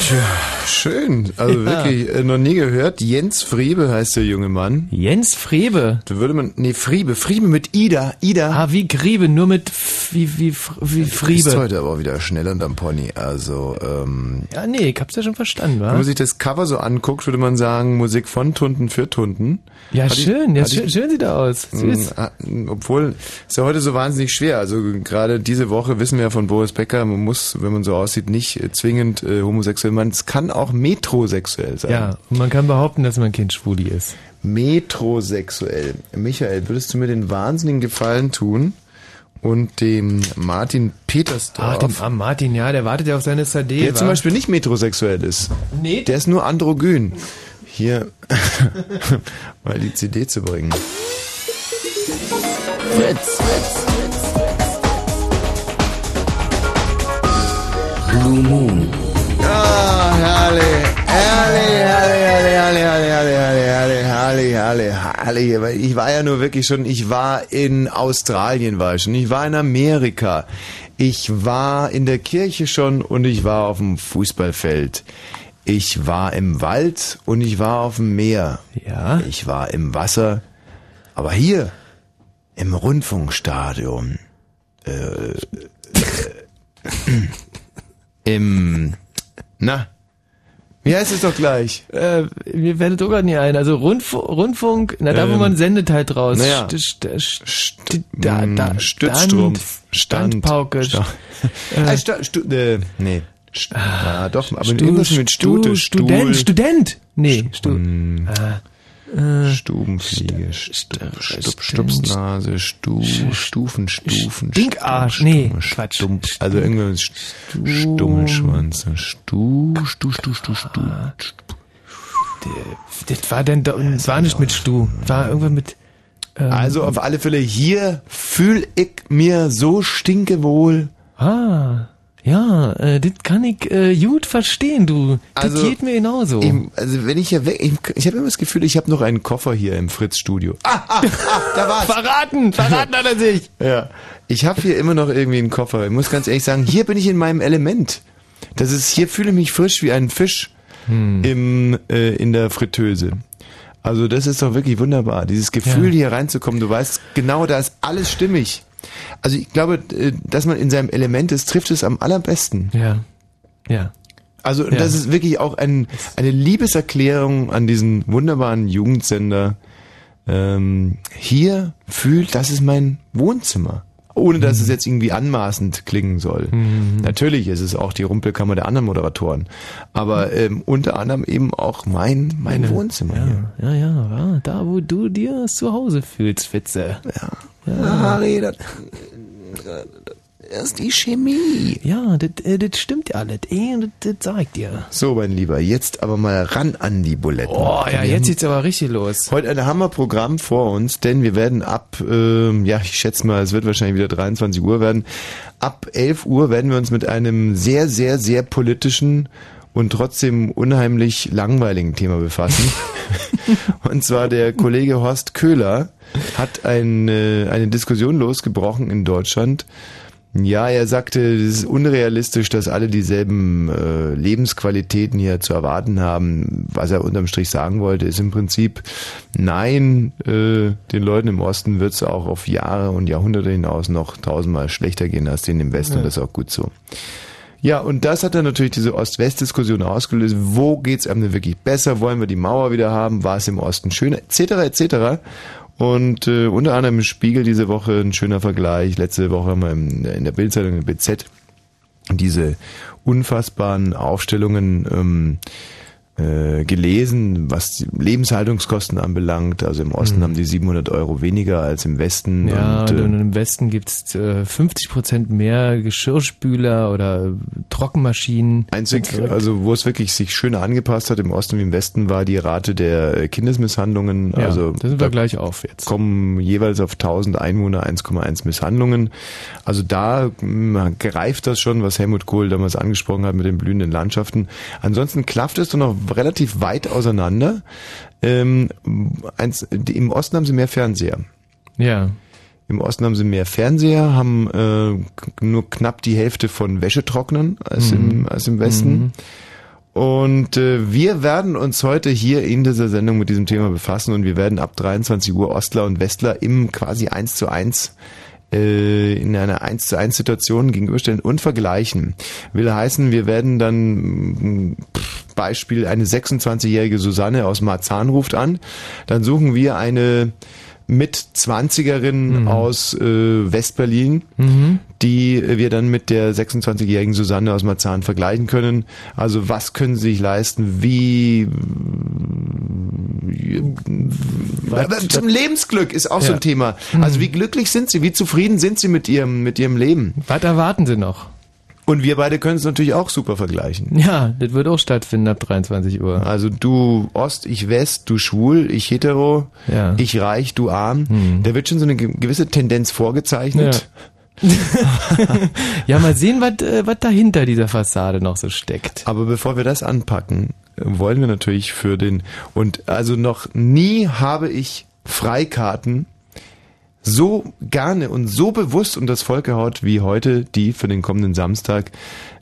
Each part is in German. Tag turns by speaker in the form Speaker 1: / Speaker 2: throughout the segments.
Speaker 1: Tja, schön. Also wirklich äh, noch nie gehört. Jens Frebe heißt der junge Mann.
Speaker 2: Jens Frebe?
Speaker 1: Da würde man. Nee, Friebe. Friebe mit Ida. Ida.
Speaker 2: Ah, wie Griebe, nur mit F- wie, wie, Fr- wie
Speaker 1: Du bist
Speaker 2: Friebe.
Speaker 1: heute aber wieder schnell unterm Pony. Also, ähm.
Speaker 2: Ja, nee, ich hab's ja schon verstanden,
Speaker 1: Wenn man
Speaker 2: Hm, wa?
Speaker 1: sich das Cover so anguckt, würde man sagen, Musik von Tunden für Tunden.
Speaker 2: Ja,
Speaker 1: Hat die-
Speaker 2: schön, ja,
Speaker 1: hat die-
Speaker 2: schön, schön sieht er aus. Süß.
Speaker 1: Ah, Obwohl, ist ja heute so wahnsinnig schwer. Also gerade diese Woche wissen wir ja von Boris Becker, man muss, wenn man so aussieht, nicht äh, zwingend äh, homosexuell. Man es kann auch metrosexuell sein.
Speaker 2: Ja, und man kann behaupten, dass mein Kind schwuli ist.
Speaker 1: Metrosexuell. Michael, würdest du mir den wahnsinnigen Gefallen tun und dem Martin Petersdorf,
Speaker 2: Ah, dem armen Martin, ja, der wartet ja auf seine CD.
Speaker 1: der
Speaker 2: wa?
Speaker 1: zum Beispiel nicht metrosexuell ist,
Speaker 2: Nee.
Speaker 1: der ist nur androgyn, hier mal die CD zu bringen.
Speaker 3: Fritz. Blue Moon.
Speaker 1: Ah, herrlich, herrlich, herrlich, herrlich, herrlich, herrlich, herrlich, herrlich, herrlich, herrlich. Weil Ich war ja nur wirklich schon, ich war in Australien, war ich schon, ich war in Amerika, ich war in der Kirche schon und ich war auf dem Fußballfeld. Ich war im Wald und ich war auf dem Meer.
Speaker 2: Ja.
Speaker 1: Ich war im Wasser. Aber hier, im Rundfunkstadion, äh, äh, im, na, wie heißt es doch gleich?
Speaker 2: Äh, mir fällt doch gar nicht ein. Also Rundfunk, Rundfunk na da, wo
Speaker 1: Ähm,
Speaker 2: man sendet halt raus.
Speaker 1: naja.
Speaker 2: St- st- st- da, da,
Speaker 1: Hm, Stützstrumpf,
Speaker 2: Stand, Standpauke.
Speaker 1: Stand-
Speaker 2: äh,
Speaker 1: Ah, Stu, Stu, äh, nee. St- ah, doch, aber
Speaker 2: Stu-
Speaker 1: irgendwas mit Stute, mm.
Speaker 2: Stu- Student, Student. Nee, Stu ah,
Speaker 1: Stubenfliege, Stup, Stup, Stupsnase, Stu, Stufen, Stufen,
Speaker 2: Stinkarsch. ah, Nee, Quatsch.
Speaker 1: Stumpf, also irgendwie mit Stu- Stummelschwanz, Stu, Stu, Stu, Stu, Stu, Stu.
Speaker 2: Das war denn, da- das war nicht mit Stu. War irgendwann mit, ähm,
Speaker 1: Also auf alle Fälle hier fühl ich mir so stinkewohl.
Speaker 2: ah, ja, äh, das kann ich äh, gut verstehen, du. Das
Speaker 1: Also,
Speaker 2: geht mir genauso.
Speaker 1: Ich, also wenn ich hier weg, ich, ich habe immer das Gefühl, ich habe noch einen Koffer hier im Fritz Studio. Ah, ah, ah, da war's.
Speaker 2: verraten, verraten hat er sich.
Speaker 1: Ja, ich habe hier immer noch irgendwie einen Koffer. Ich muss ganz ehrlich sagen, hier bin ich in meinem Element. Das ist, hier fühle ich mich frisch wie ein Fisch
Speaker 2: Hm.
Speaker 1: im, äh, in der Fritteuse. Also das ist doch wirklich wunderbar, dieses Gefühl
Speaker 2: Ja.
Speaker 1: hier reinzukommen. Du weißt genau, da ist alles stimmig. Also ich glaube, äh, dass man in seinem Element ist, trifft es am allerbesten.
Speaker 2: Ja, ja.
Speaker 1: Also das ist wirklich auch ein, eine Liebeserklärung an diesen wunderbaren Jugendsender. Ähm, hier fühlt, das ist mein Wohnzimmer. Ohne
Speaker 2: Mhm.
Speaker 1: dass es jetzt irgendwie anmaßend klingen soll. Natürlich ist es auch die Rumpelkammer der anderen Moderatoren. Aber ähm, unter anderem eben auch mein, mein Wohnzimmer hier.
Speaker 2: Mhm. Ja, ja, wa? da wo du dir zu Hause fühlst, Fitze.
Speaker 1: Harry, das, das ist die Chemie.
Speaker 2: Ja, das äh, das stimmt ja alles. Eh, das- das sag ich dir.
Speaker 1: So, mein Lieber, jetzt aber mal ran an die Buletten.
Speaker 2: Oh ja, jetzt sieht's aber richtig los.
Speaker 1: Heute ein Hammerprogramm vor uns, denn wir werden ab, ähm, ja, ich schätze mal, es wird wahrscheinlich wieder 23 Uhr werden. Ab 11 Uhr werden wir uns mit einem sehr, sehr, sehr politischen und trotzdem unheimlich langweiligen Thema befassen. und zwar der Kollege Horst Köhler hat eine, eine Diskussion losgebrochen in Deutschland. Ja, er sagte, es ist unrealistisch, dass alle dieselben äh, Lebensqualitäten hier zu erwarten haben. Was er unterm Strich sagen wollte, ist im Prinzip, nein, äh, den Leuten im Osten wird es auch auf Jahre und Jahrhunderte hinaus noch tausendmal schlechter gehen als denen im Westen. Und das ist auch gut so. Ja, und das hat dann natürlich diese Ost-West-Diskussion ausgelöst. Wo geht's einem denn wirklich besser? Wollen wir die Mauer wieder haben? War es im Osten schöner? Etc. etc. Und äh, unter anderem im Spiegel diese Woche ein schöner Vergleich. Letzte Woche haben wir in, in der Bildzeitung, in der BZ, diese unfassbaren Aufstellungen ähm, äh, gelesen, was die Lebenshaltungskosten anbelangt. Also im Osten haben die 700 Euro weniger als im Westen.
Speaker 2: Ja,
Speaker 1: und,
Speaker 2: und,
Speaker 1: äh,
Speaker 2: im Westen gibt's äh, 50% mehr Geschirrspüler oder äh, Trockenmaschinen. äh,
Speaker 1: Einzig, also wo es wirklich sich schöner angepasst hat im Osten wie im Westen, war die Rate der äh, Kindesmisshandlungen.
Speaker 2: Ja,
Speaker 1: also
Speaker 2: da sind wir gleich auf jetzt.
Speaker 1: kommen jeweils auf 1000 Einwohner 1,1 Misshandlungen. Also da mh, greift das schon, was Helmut Kohl damals angesprochen hat mit den blühenden Landschaften. Ansonsten klafft es doch noch relativ weit auseinander. Ähm, eins, die, Im Osten haben sie mehr Fernseher. äh,
Speaker 2: Ja.
Speaker 1: Im Osten haben sie mehr Fernseher, haben äh, k- nur knapp die Hälfte von Wäschetrocknern als, im, als im Westen. Und äh, wir werden uns heute hier in dieser Sendung mit diesem Thema befassen und wir werden ab 23 Uhr Ostler und Westler im quasi 1 zu 1 äh, in einer 1 zu 1 Situation gegenüberstellen und vergleichen. Will heißen, wir werden dann mh, pff, Beispiel eine 26-jährige Susanne aus Marzahn ruft an, dann suchen wir eine mit 20erin
Speaker 2: Mhm.
Speaker 1: aus äh, Westberlin, die wir dann mit der 26-jährigen Susanne aus Marzahn vergleichen können. Also was können sie sich leisten? Wie aber zum Lebensglück ist auch so
Speaker 2: Ja. Mhm.
Speaker 1: ein Thema. Also wie glücklich sind sie? Wie zufrieden sind sie mit ihrem mit ihrem Leben?
Speaker 2: Was erwarten Sie noch?
Speaker 1: Und wir beide können es natürlich auch super vergleichen.
Speaker 2: Ja, das wird auch stattfinden ab 23 Uhr.
Speaker 1: Also du Ost, ich West, du schwul, ich hetero,
Speaker 2: Ja. Hm.
Speaker 1: ich reich, du arm. Da wird schon so eine ge- gewisse Tendenz vorgezeichnet.
Speaker 2: Ja, mal sehen, was äh, was dahinter dieser Fassade noch so steckt.
Speaker 1: Aber bevor wir das anpacken, äh, wollen wir natürlich für den und also noch nie habe ich Freikarten so gerne und so bewusst um das Volk gehaut wie heute die für den kommenden Samstag.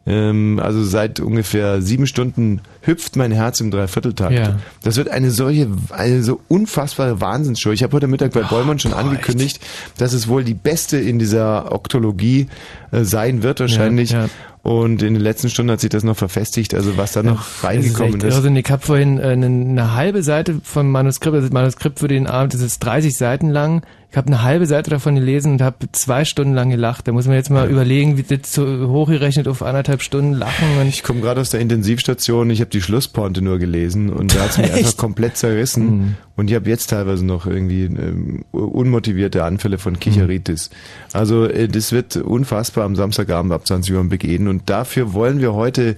Speaker 1: Ähm, also seit ungefähr sieben Stunden hüpft mein Herz im Dreivierteltakt.
Speaker 2: Ja.
Speaker 1: Das wird eine solche, eine so unfassbare Wahnsinnsshow. Ich habe heute Mittag
Speaker 2: Oh,
Speaker 1: bei Bollmann schon angekündigt, dass es wohl die beste in dieser Oktologie äh, sein wird wahrscheinlich.
Speaker 2: ja.
Speaker 1: Und in den letzten Stunden hat sich das noch verfestigt, also was da noch reingekommen
Speaker 2: das ist. Echt
Speaker 1: ist.
Speaker 2: irre. Ich habe vorhin äh, eine, eine halbe Seite vom Manuskript, also das Manuskript für den Abend, das ist 30 Seiten lang. Ich habe eine halbe Seite davon gelesen und habe zwei Stunden lang gelacht. Da muss man jetzt mal überlegen, wie das so hochgerechnet auf anderthalb Stunden lachen und
Speaker 1: Ich komme gerade aus der Intensivstation, ich habe die Schlusspointe nur gelesen und da hat es mich einfach komplett zerrissen.
Speaker 2: Mhm.
Speaker 1: Und ich habe jetzt teilweise noch irgendwie ähm, unmotivierte Anfälle von Kicheritis.
Speaker 2: Mhm.
Speaker 1: Also äh, das wird unfassbar am Samstagabend ab 20 Uhr im Big Eden und dafür wollen wir heute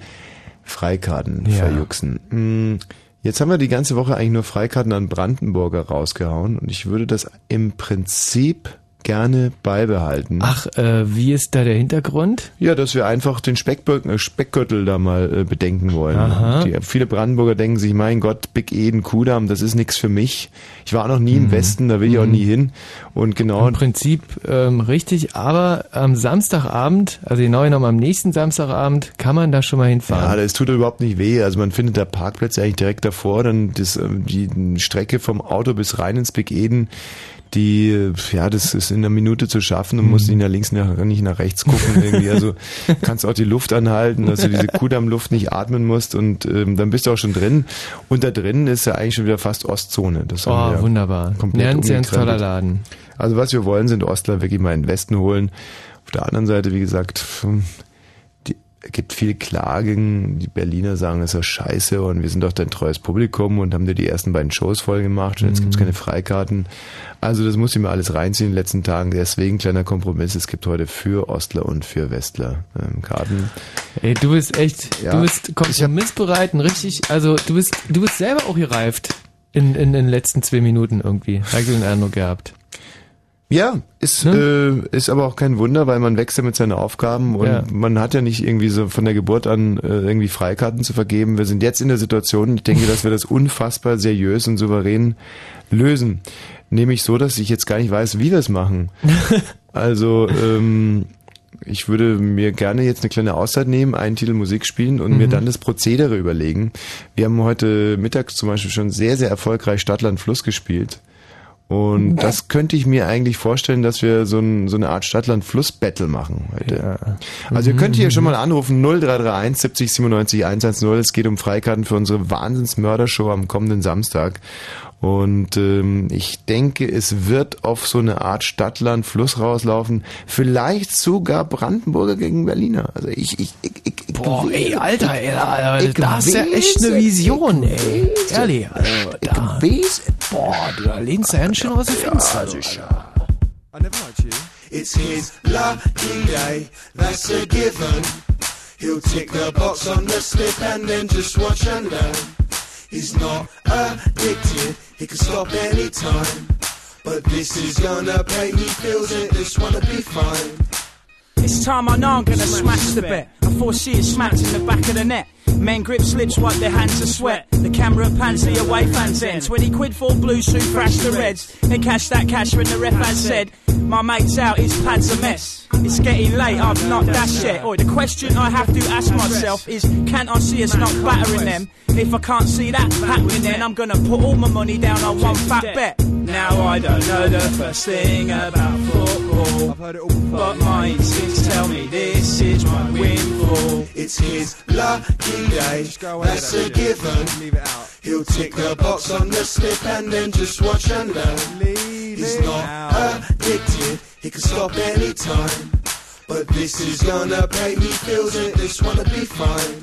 Speaker 1: Freikarten
Speaker 2: Ja.
Speaker 1: verjuxen. Mm, Jetzt haben wir die ganze Woche eigentlich nur Freikarten an Brandenburger rausgehauen und ich würde das im Prinzip gerne beibehalten.
Speaker 2: ach, äh, wie ist da der Hintergrund?
Speaker 1: Ja, dass wir einfach den Speckbö- äh, Speckgürtel da mal äh, bedenken wollen.
Speaker 2: Aha.
Speaker 1: Die, viele Brandenburger denken sich, mein Gott, Big Eden, Kudamm, das ist nix für mich. Ich war noch nie im Westen, da will ich auch nie hin. Und genau,
Speaker 2: Mhm. Im Prinzip ähm, richtig, aber am Samstagabend, also genau genommen am nächsten Samstagabend, kann man da schon mal
Speaker 1: ja,
Speaker 2: hinfahren.
Speaker 1: Ah, das tut doch überhaupt nicht weh. Also man findet da Parkplätze eigentlich direkt davor, dann das, ähm, die Strecke vom Auto bis rein ins Big Eden, die, äh, ja, das ist in einer Minute zu schaffen und
Speaker 2: Hm.
Speaker 1: musst nicht nach links, nach, nicht nach rechts gucken irgendwie. Also kannst auch die Luft anhalten, dass du diese Kudamm-Luft nicht atmen musst und ähm, dann bist du auch schon drin. Und da drin ist ja eigentlich schon wieder fast Ostzone. Das haben
Speaker 2: oh,
Speaker 1: wir
Speaker 2: wunderbar.
Speaker 1: komplett
Speaker 2: Ganz, ganz
Speaker 1: umgekrempelt.
Speaker 2: toller Laden.
Speaker 1: Also was wir wollen, sind Ostler wirklich mal in den Westen holen. Auf der anderen Seite, wie gesagt, hm, die, es gibt viele Klagen. Die Berliner sagen, das ist ja scheiße und wir sind doch dein treues Publikum und haben dir die ersten beiden Shows voll gemacht und jetzt gibt's keine Freikarten. Also das muss ich mir alles reinziehen in den letzten Tagen. Deswegen kleiner Kompromiss, es gibt heute für Ostler und für Westler ähm, Karten.
Speaker 2: Ey, du bist echt,
Speaker 1: Ja.
Speaker 2: du bist kompromissbereit und richtig, also du bist, du bist selber auch gereift in, in, den letzten zwei Minuten irgendwie. Habe ich so den Eindruck gehabt.
Speaker 1: Ja, ist, äh, ist aber auch kein Wunder, weil man wächst ja mit seinen Aufgaben und
Speaker 2: Ja.
Speaker 1: man hat ja nicht irgendwie so von der Geburt an äh, irgendwie Freikarten zu vergeben. Wir sind jetzt in der Situation, ich denke, dass wir das unfassbar seriös und souverän lösen. Nämlich so, dass ich jetzt gar nicht weiß, wie wir es machen. Also, ähm, ich würde mir gerne jetzt eine kleine Auszeit nehmen, einen Titel Musik spielen und mir dann das Prozedere überlegen. Wir haben heute Mittag zum Beispiel schon sehr, sehr erfolgreich Stadtland Fluss gespielt. Und das könnte ich mir eigentlich vorstellen, dass wir so, ein, so eine Art Stadtland-Fluss-Battle machen heute. Also ihr könnt hier schon mal anrufen, 0331 70 97 110. Es geht um Freikarten für unsere Wahnsinns-Mördershow am kommenden Samstag. Und ähm, ich denke, es wird auf so eine Art Stadtland-Fluss rauslaufen. Vielleicht sogar Brandenburger gegen Berliner. Also ich, ich, ich, ich, ich
Speaker 2: Boah, ey, Alter, ey,
Speaker 1: Ich
Speaker 2: da hast du ja echt eine
Speaker 1: weiß,
Speaker 2: Vision, ey.
Speaker 1: Äh,
Speaker 2: Ehrlich, also, da,
Speaker 1: weiß,
Speaker 2: boah, du da lehnst du ja schon aus dem Fenster.
Speaker 4: It's his lucky day, that's a given. He'll tick the box on the slip and then just watch and learn. He's not addicted, he can stop any time. But this is gonna pay, he feels it, this wanna be fine. This time I know I'm gonna smash the bet. I foresee it smacked in the back of the net. Men grip slips, wipe their hands of sweat. The camera pans the away fans end. 20 quid for blue suit, crash the reds. Then cash that cash when the ref has said, My mate's out, his pad's a mess. It's getting late, I've not dashed yet. Oi, the question I have to ask myself is, Can I see us not battering them? If I can't see that happening, then I'm gonna put all my money down on one fat bet. Now I don't know the first thing about football.
Speaker 5: I've heard it all before.
Speaker 4: But my instincts tell me this is my windfall.
Speaker 5: It's his lucky day. That's a given.
Speaker 6: Leave it out.
Speaker 5: He'll tick the box on the slip and then just watch and learn.
Speaker 6: Leave
Speaker 5: He's
Speaker 6: it
Speaker 5: not
Speaker 6: out.
Speaker 5: addicted. He can stop any time. But this is gonna pay. He feels it. This wanna be fine.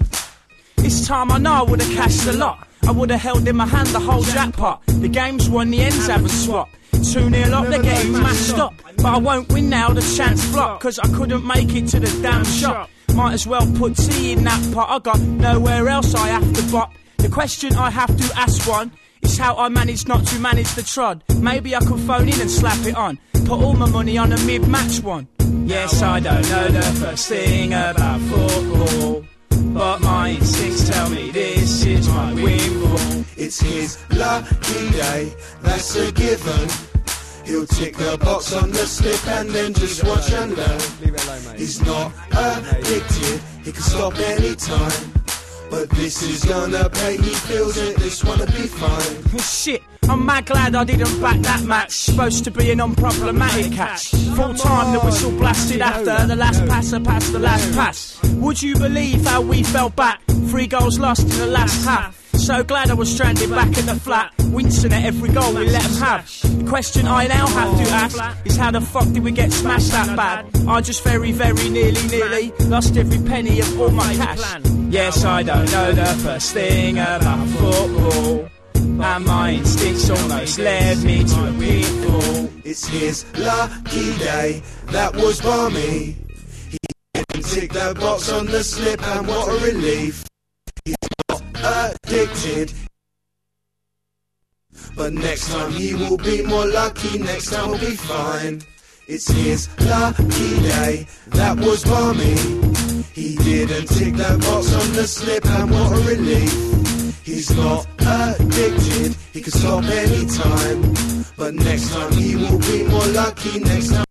Speaker 4: It's time I know I would have cashed the lot. I would have held in my hand the whole jackpot. The game's won, the ends haven't swapped. 2 nil up, they're getting mashed up. But I won't win now, the chance flop, cause I couldn't make it to the damn shop. Might as well put tea in that pot, I got nowhere else I have to bop. The question I have to ask one is how I manage not to manage the trod. Maybe I could phone in and slap it on. Put all my money on a mid match one. Yes, I don't know the first thing about football. But my instincts tell me this is my windfall.
Speaker 5: It's his lucky day, that's a given. He'll tick the box on the slip and then just watch and learn.
Speaker 6: Leave it alone, mate.
Speaker 5: He's not addicted, he can stop any time. But this is gonna pay, he feels it, this wanna be fine.
Speaker 4: Shit, I'm mad glad I didn't back that match. Supposed to be an unproblematic catch. Full time, the whistle blasted after the last passer passed the last pass. Would you believe how we fell back? Three goals lost in the last half. So glad I was stranded back in the flat, wincing at every goal we let 'em have. The question I now have to ask is how the fuck did we get smashed that bad? I just very, very nearly, nearly lost every penny of all my cash. Yes, I don't know the first thing about football. And my instincts almost led me to a pitfall.
Speaker 5: It's his lucky day, that was balmy. He can tick the box on the slip and what a relief. He's not addicted. But next time he will be more lucky, next time we'll be fine. It's his lucky day, that was balmy. He didn't tick the box on the slip and what a relief. He's not addicted, he can stop any time. But next time he will be more lucky, next time.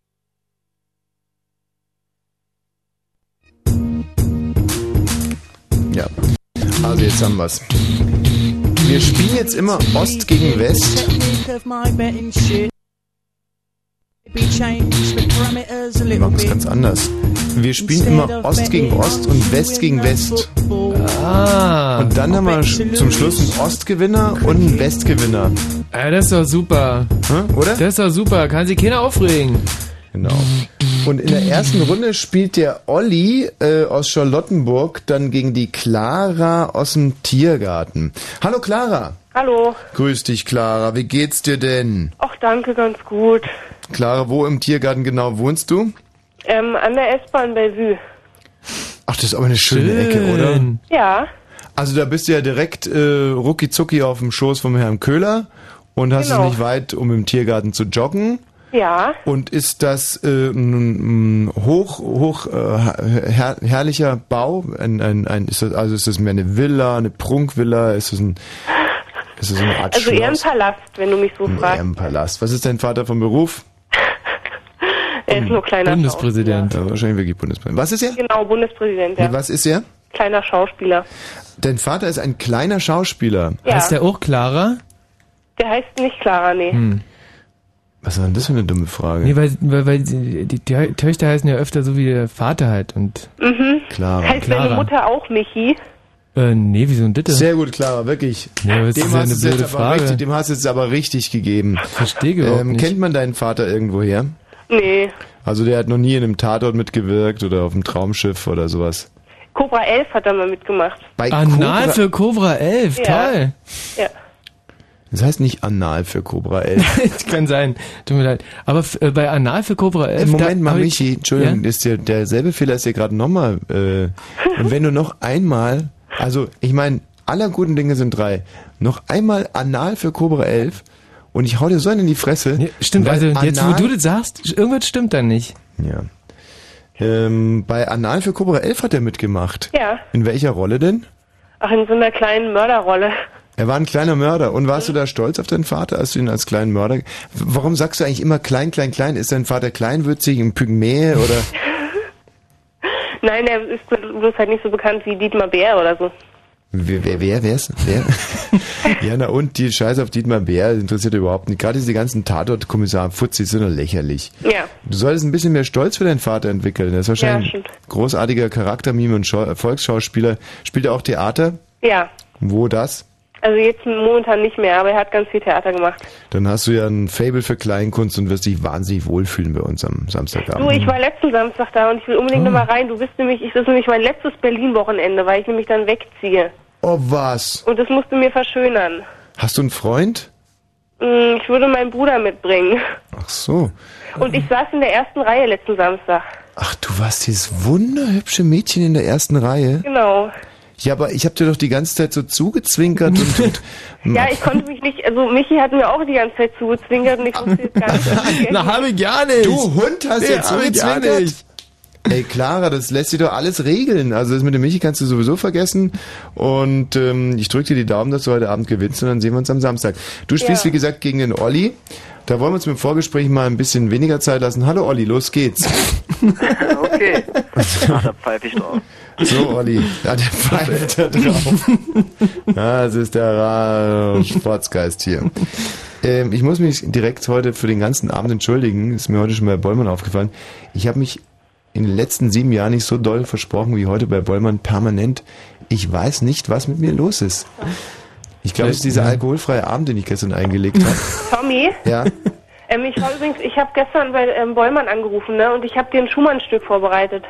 Speaker 1: Ja. Also jetzt haben wir's. Wir spielen jetzt immer Ost gegen West. Wir machen es ganz anders. Wir spielen immer Ost gegen Ost und West gegen West.
Speaker 2: Ah,
Speaker 1: Und dann haben wir sch- zum Schluss einen Ostgewinner und einen Westgewinner.
Speaker 2: äh, das ist doch super.
Speaker 1: Hm, Oder?
Speaker 2: Das ist doch super. Kann sich keiner aufregen.
Speaker 1: Genau. Und in der ersten Runde spielt der Olli äh, aus Charlottenburg dann gegen die Clara aus dem Tiergarten. Hallo Clara.
Speaker 7: Hallo.
Speaker 1: Grüß dich Clara, wie geht's dir denn?
Speaker 7: Ach, danke, ganz gut.
Speaker 1: Clara, wo im Tiergarten genau wohnst du?
Speaker 7: Ähm, an der S-Bahn Bellevue.
Speaker 1: Ach, das ist aber eine schöne Ecke, oder?
Speaker 7: Ja,
Speaker 1: Also da bist du ja direkt äh, rucki zucki auf dem Schoß vom Herrn Köhler und hast
Speaker 7: Genau.
Speaker 1: es nicht weit, um im Tiergarten zu joggen.
Speaker 7: ja.
Speaker 1: Und ist das äh, ein, ein hoch, hoch äh, her herrlicher Bau? Ein, ein, ein, ist das, also ist das mehr eine Villa, eine Prunkvilla? Ist das ein ist das so eine Art
Speaker 7: Also eher ein
Speaker 1: Schloss?
Speaker 7: Palast, wenn du mich so
Speaker 1: Eher
Speaker 7: fragst.
Speaker 1: ein Palast. Was ist dein Vater vom Beruf?
Speaker 7: Er ist nur kleiner
Speaker 2: Bundespräsident.
Speaker 1: Ja, wahrscheinlich wirklich Bundespräsident. Was ist er?
Speaker 7: Schauspieler. Genau, Bundespräsident,
Speaker 1: Nee,
Speaker 7: ja.
Speaker 1: was ist er?
Speaker 7: Kleiner Schauspieler.
Speaker 1: Dein Vater ist ein kleiner Schauspieler.
Speaker 7: Ja,
Speaker 2: Ist der auch klarer?
Speaker 7: der heißt nicht Clara, nee.
Speaker 1: Was war denn das für eine dumme Frage?
Speaker 2: Hm. Nee, weil, weil, weil die, die Tö- Töchter heißen ja öfter so wie der Vater halt. Und,
Speaker 1: Hm. Clara.
Speaker 7: Mhm. Heißt deine
Speaker 2: Clara.
Speaker 7: Mutter auch Michi?
Speaker 2: äh, nee, wieso ein Ditte?
Speaker 1: Sehr gut, Clara, wirklich.
Speaker 2: Ja, aber das
Speaker 1: dem,
Speaker 2: ist ja
Speaker 1: hast
Speaker 2: eine
Speaker 1: du es jetzt
Speaker 2: blöde
Speaker 1: aber
Speaker 2: Frage.
Speaker 1: Richtig, dem hast du es aber richtig gegeben.
Speaker 2: Verstehe überhaupt
Speaker 1: Ähm,
Speaker 2: nicht.
Speaker 1: kennt man deinen Vater irgendwoher?
Speaker 7: Nee.
Speaker 1: Also der hat noch nie in einem Tatort mitgewirkt oder auf einem Traumschiff oder sowas.
Speaker 7: Cobra 11 hat da mal mitgemacht.
Speaker 1: Bei
Speaker 2: Anal
Speaker 1: Cobra-
Speaker 2: für Cobra 11,
Speaker 7: Ja.
Speaker 2: toll.
Speaker 7: Ja.
Speaker 1: Das heißt nicht anal für Cobra 11.
Speaker 2: Kann sein, tut mir leid. Aber f- äh, bei Anal für Cobra 11...
Speaker 1: Äh, Moment
Speaker 2: da
Speaker 1: mal,
Speaker 2: hab ich-
Speaker 1: Michi, Entschuldigung,
Speaker 2: Ja?
Speaker 1: ist dir derselbe Fehler ist dir gerade nochmal. Äh, und wenn du noch einmal, also ich meine, aller guten Dinge sind drei, noch einmal anal für Cobra 11 und ich hau dir so einen in die Fresse.
Speaker 2: Nee, stimmt,
Speaker 1: weil
Speaker 2: also jetzt, wo
Speaker 1: anal-
Speaker 2: du das sagst, irgendwas stimmt dann nicht.
Speaker 1: Ja. Ähm, bei Anal für Cobra 11 hat er mitgemacht.
Speaker 7: Ja.
Speaker 1: In welcher Rolle denn?
Speaker 7: Ach, in so einer kleinen Mörderrolle.
Speaker 1: Er war ein kleiner Mörder. Und warst du da stolz auf deinen Vater, als du ihn als kleinen Mörder... W- Warum sagst du eigentlich immer klein, klein, klein? Ist dein Vater kleinwürzig, ein Pygmäe oder...
Speaker 7: Nein, er ist bloß halt nicht so bekannt wie Dietmar Bär oder so.
Speaker 1: Wer, wer, wer, wer ist wer? ja, na und, die Scheiße auf Dietmar Bär interessiert überhaupt nicht. Gerade diese ganzen Tatort-Kommissar Fuzzi sind doch lächerlich.
Speaker 7: Ja.
Speaker 1: Du solltest ein bisschen mehr Stolz für deinen Vater entwickeln. Er ist wahrscheinlich
Speaker 7: Ja,
Speaker 1: ein
Speaker 7: stimmt.
Speaker 1: großartiger Charaktermime und Schau Volksschauspieler. Spielt er auch Theater?
Speaker 7: Ja.
Speaker 1: Wo das?
Speaker 7: Also jetzt momentan nicht mehr, aber er hat ganz viel Theater gemacht.
Speaker 1: Dann hast du ja ein Fable für Kleinkunst und wirst dich wahnsinnig wohlfühlen bei uns am Samstagabend.
Speaker 7: Du, ich war letzten Samstag da und ich will unbedingt
Speaker 8: Ah.
Speaker 7: nochmal rein. Du bist nämlich, das ist nämlich mein letztes Berlin-Wochenende, weil ich nämlich dann wegziehe.
Speaker 1: Oh was?
Speaker 7: Und das musst du mir verschönern.
Speaker 1: Hast du einen Freund?
Speaker 7: Hm, Ich würde meinen Bruder mitbringen.
Speaker 1: Ach so.
Speaker 7: Und ich saß in der ersten Reihe letzten Samstag.
Speaker 1: Ach, du warst dieses wunderhübsche Mädchen in der ersten Reihe.
Speaker 7: Genau.
Speaker 1: Ja, aber ich hab dir doch die ganze Zeit so zugezwinkert und, und
Speaker 7: Ja, ich konnte mich nicht, also Michi hat mir auch die ganze Zeit zugezwinkert und ich wusste jetzt gar nicht.
Speaker 2: Na, habe ich gar nicht.
Speaker 1: Du Hund hast jetzt
Speaker 2: hab ich gar
Speaker 1: zugezwinkert.
Speaker 2: nicht.
Speaker 1: Ey, Clara, das lässt sich doch alles regeln. Also das mit dem Michi kannst du sowieso vergessen. Und ähm, ich drücke dir die Daumen, dass du heute Abend gewinnst und dann sehen wir uns am Samstag. Du spielst,
Speaker 7: Ja.
Speaker 1: wie gesagt, gegen den Olli. Da wollen wir uns mit dem Vorgespräch mal ein bisschen weniger Zeit lassen. Hallo Olli, los geht's.
Speaker 8: Okay. Ach, Ah, da pfeife ich drauf.
Speaker 1: So, Olli, da der Pfeil da drauf. Ja, Das ist der Ra- Sportsgeist hier. Ähm, ich muss mich direkt heute für den ganzen Abend entschuldigen. Ist mir heute schon bei Bollmann aufgefallen. Ich habe mich in den letzten sieben Jahren nicht so doll versprochen wie heute bei Bollmann permanent. Ich weiß nicht, was mit mir los ist. Ich glaube, es ist dieser alkoholfreie Abend, den ich gestern eingelegt habe.
Speaker 7: Tommy,
Speaker 1: Ja,
Speaker 7: ähm, ich war übrigens, ich habe gestern bei ähm, Bollmann angerufen, ne? Und ich habe dir ein Schumann-Stück vorbereitet.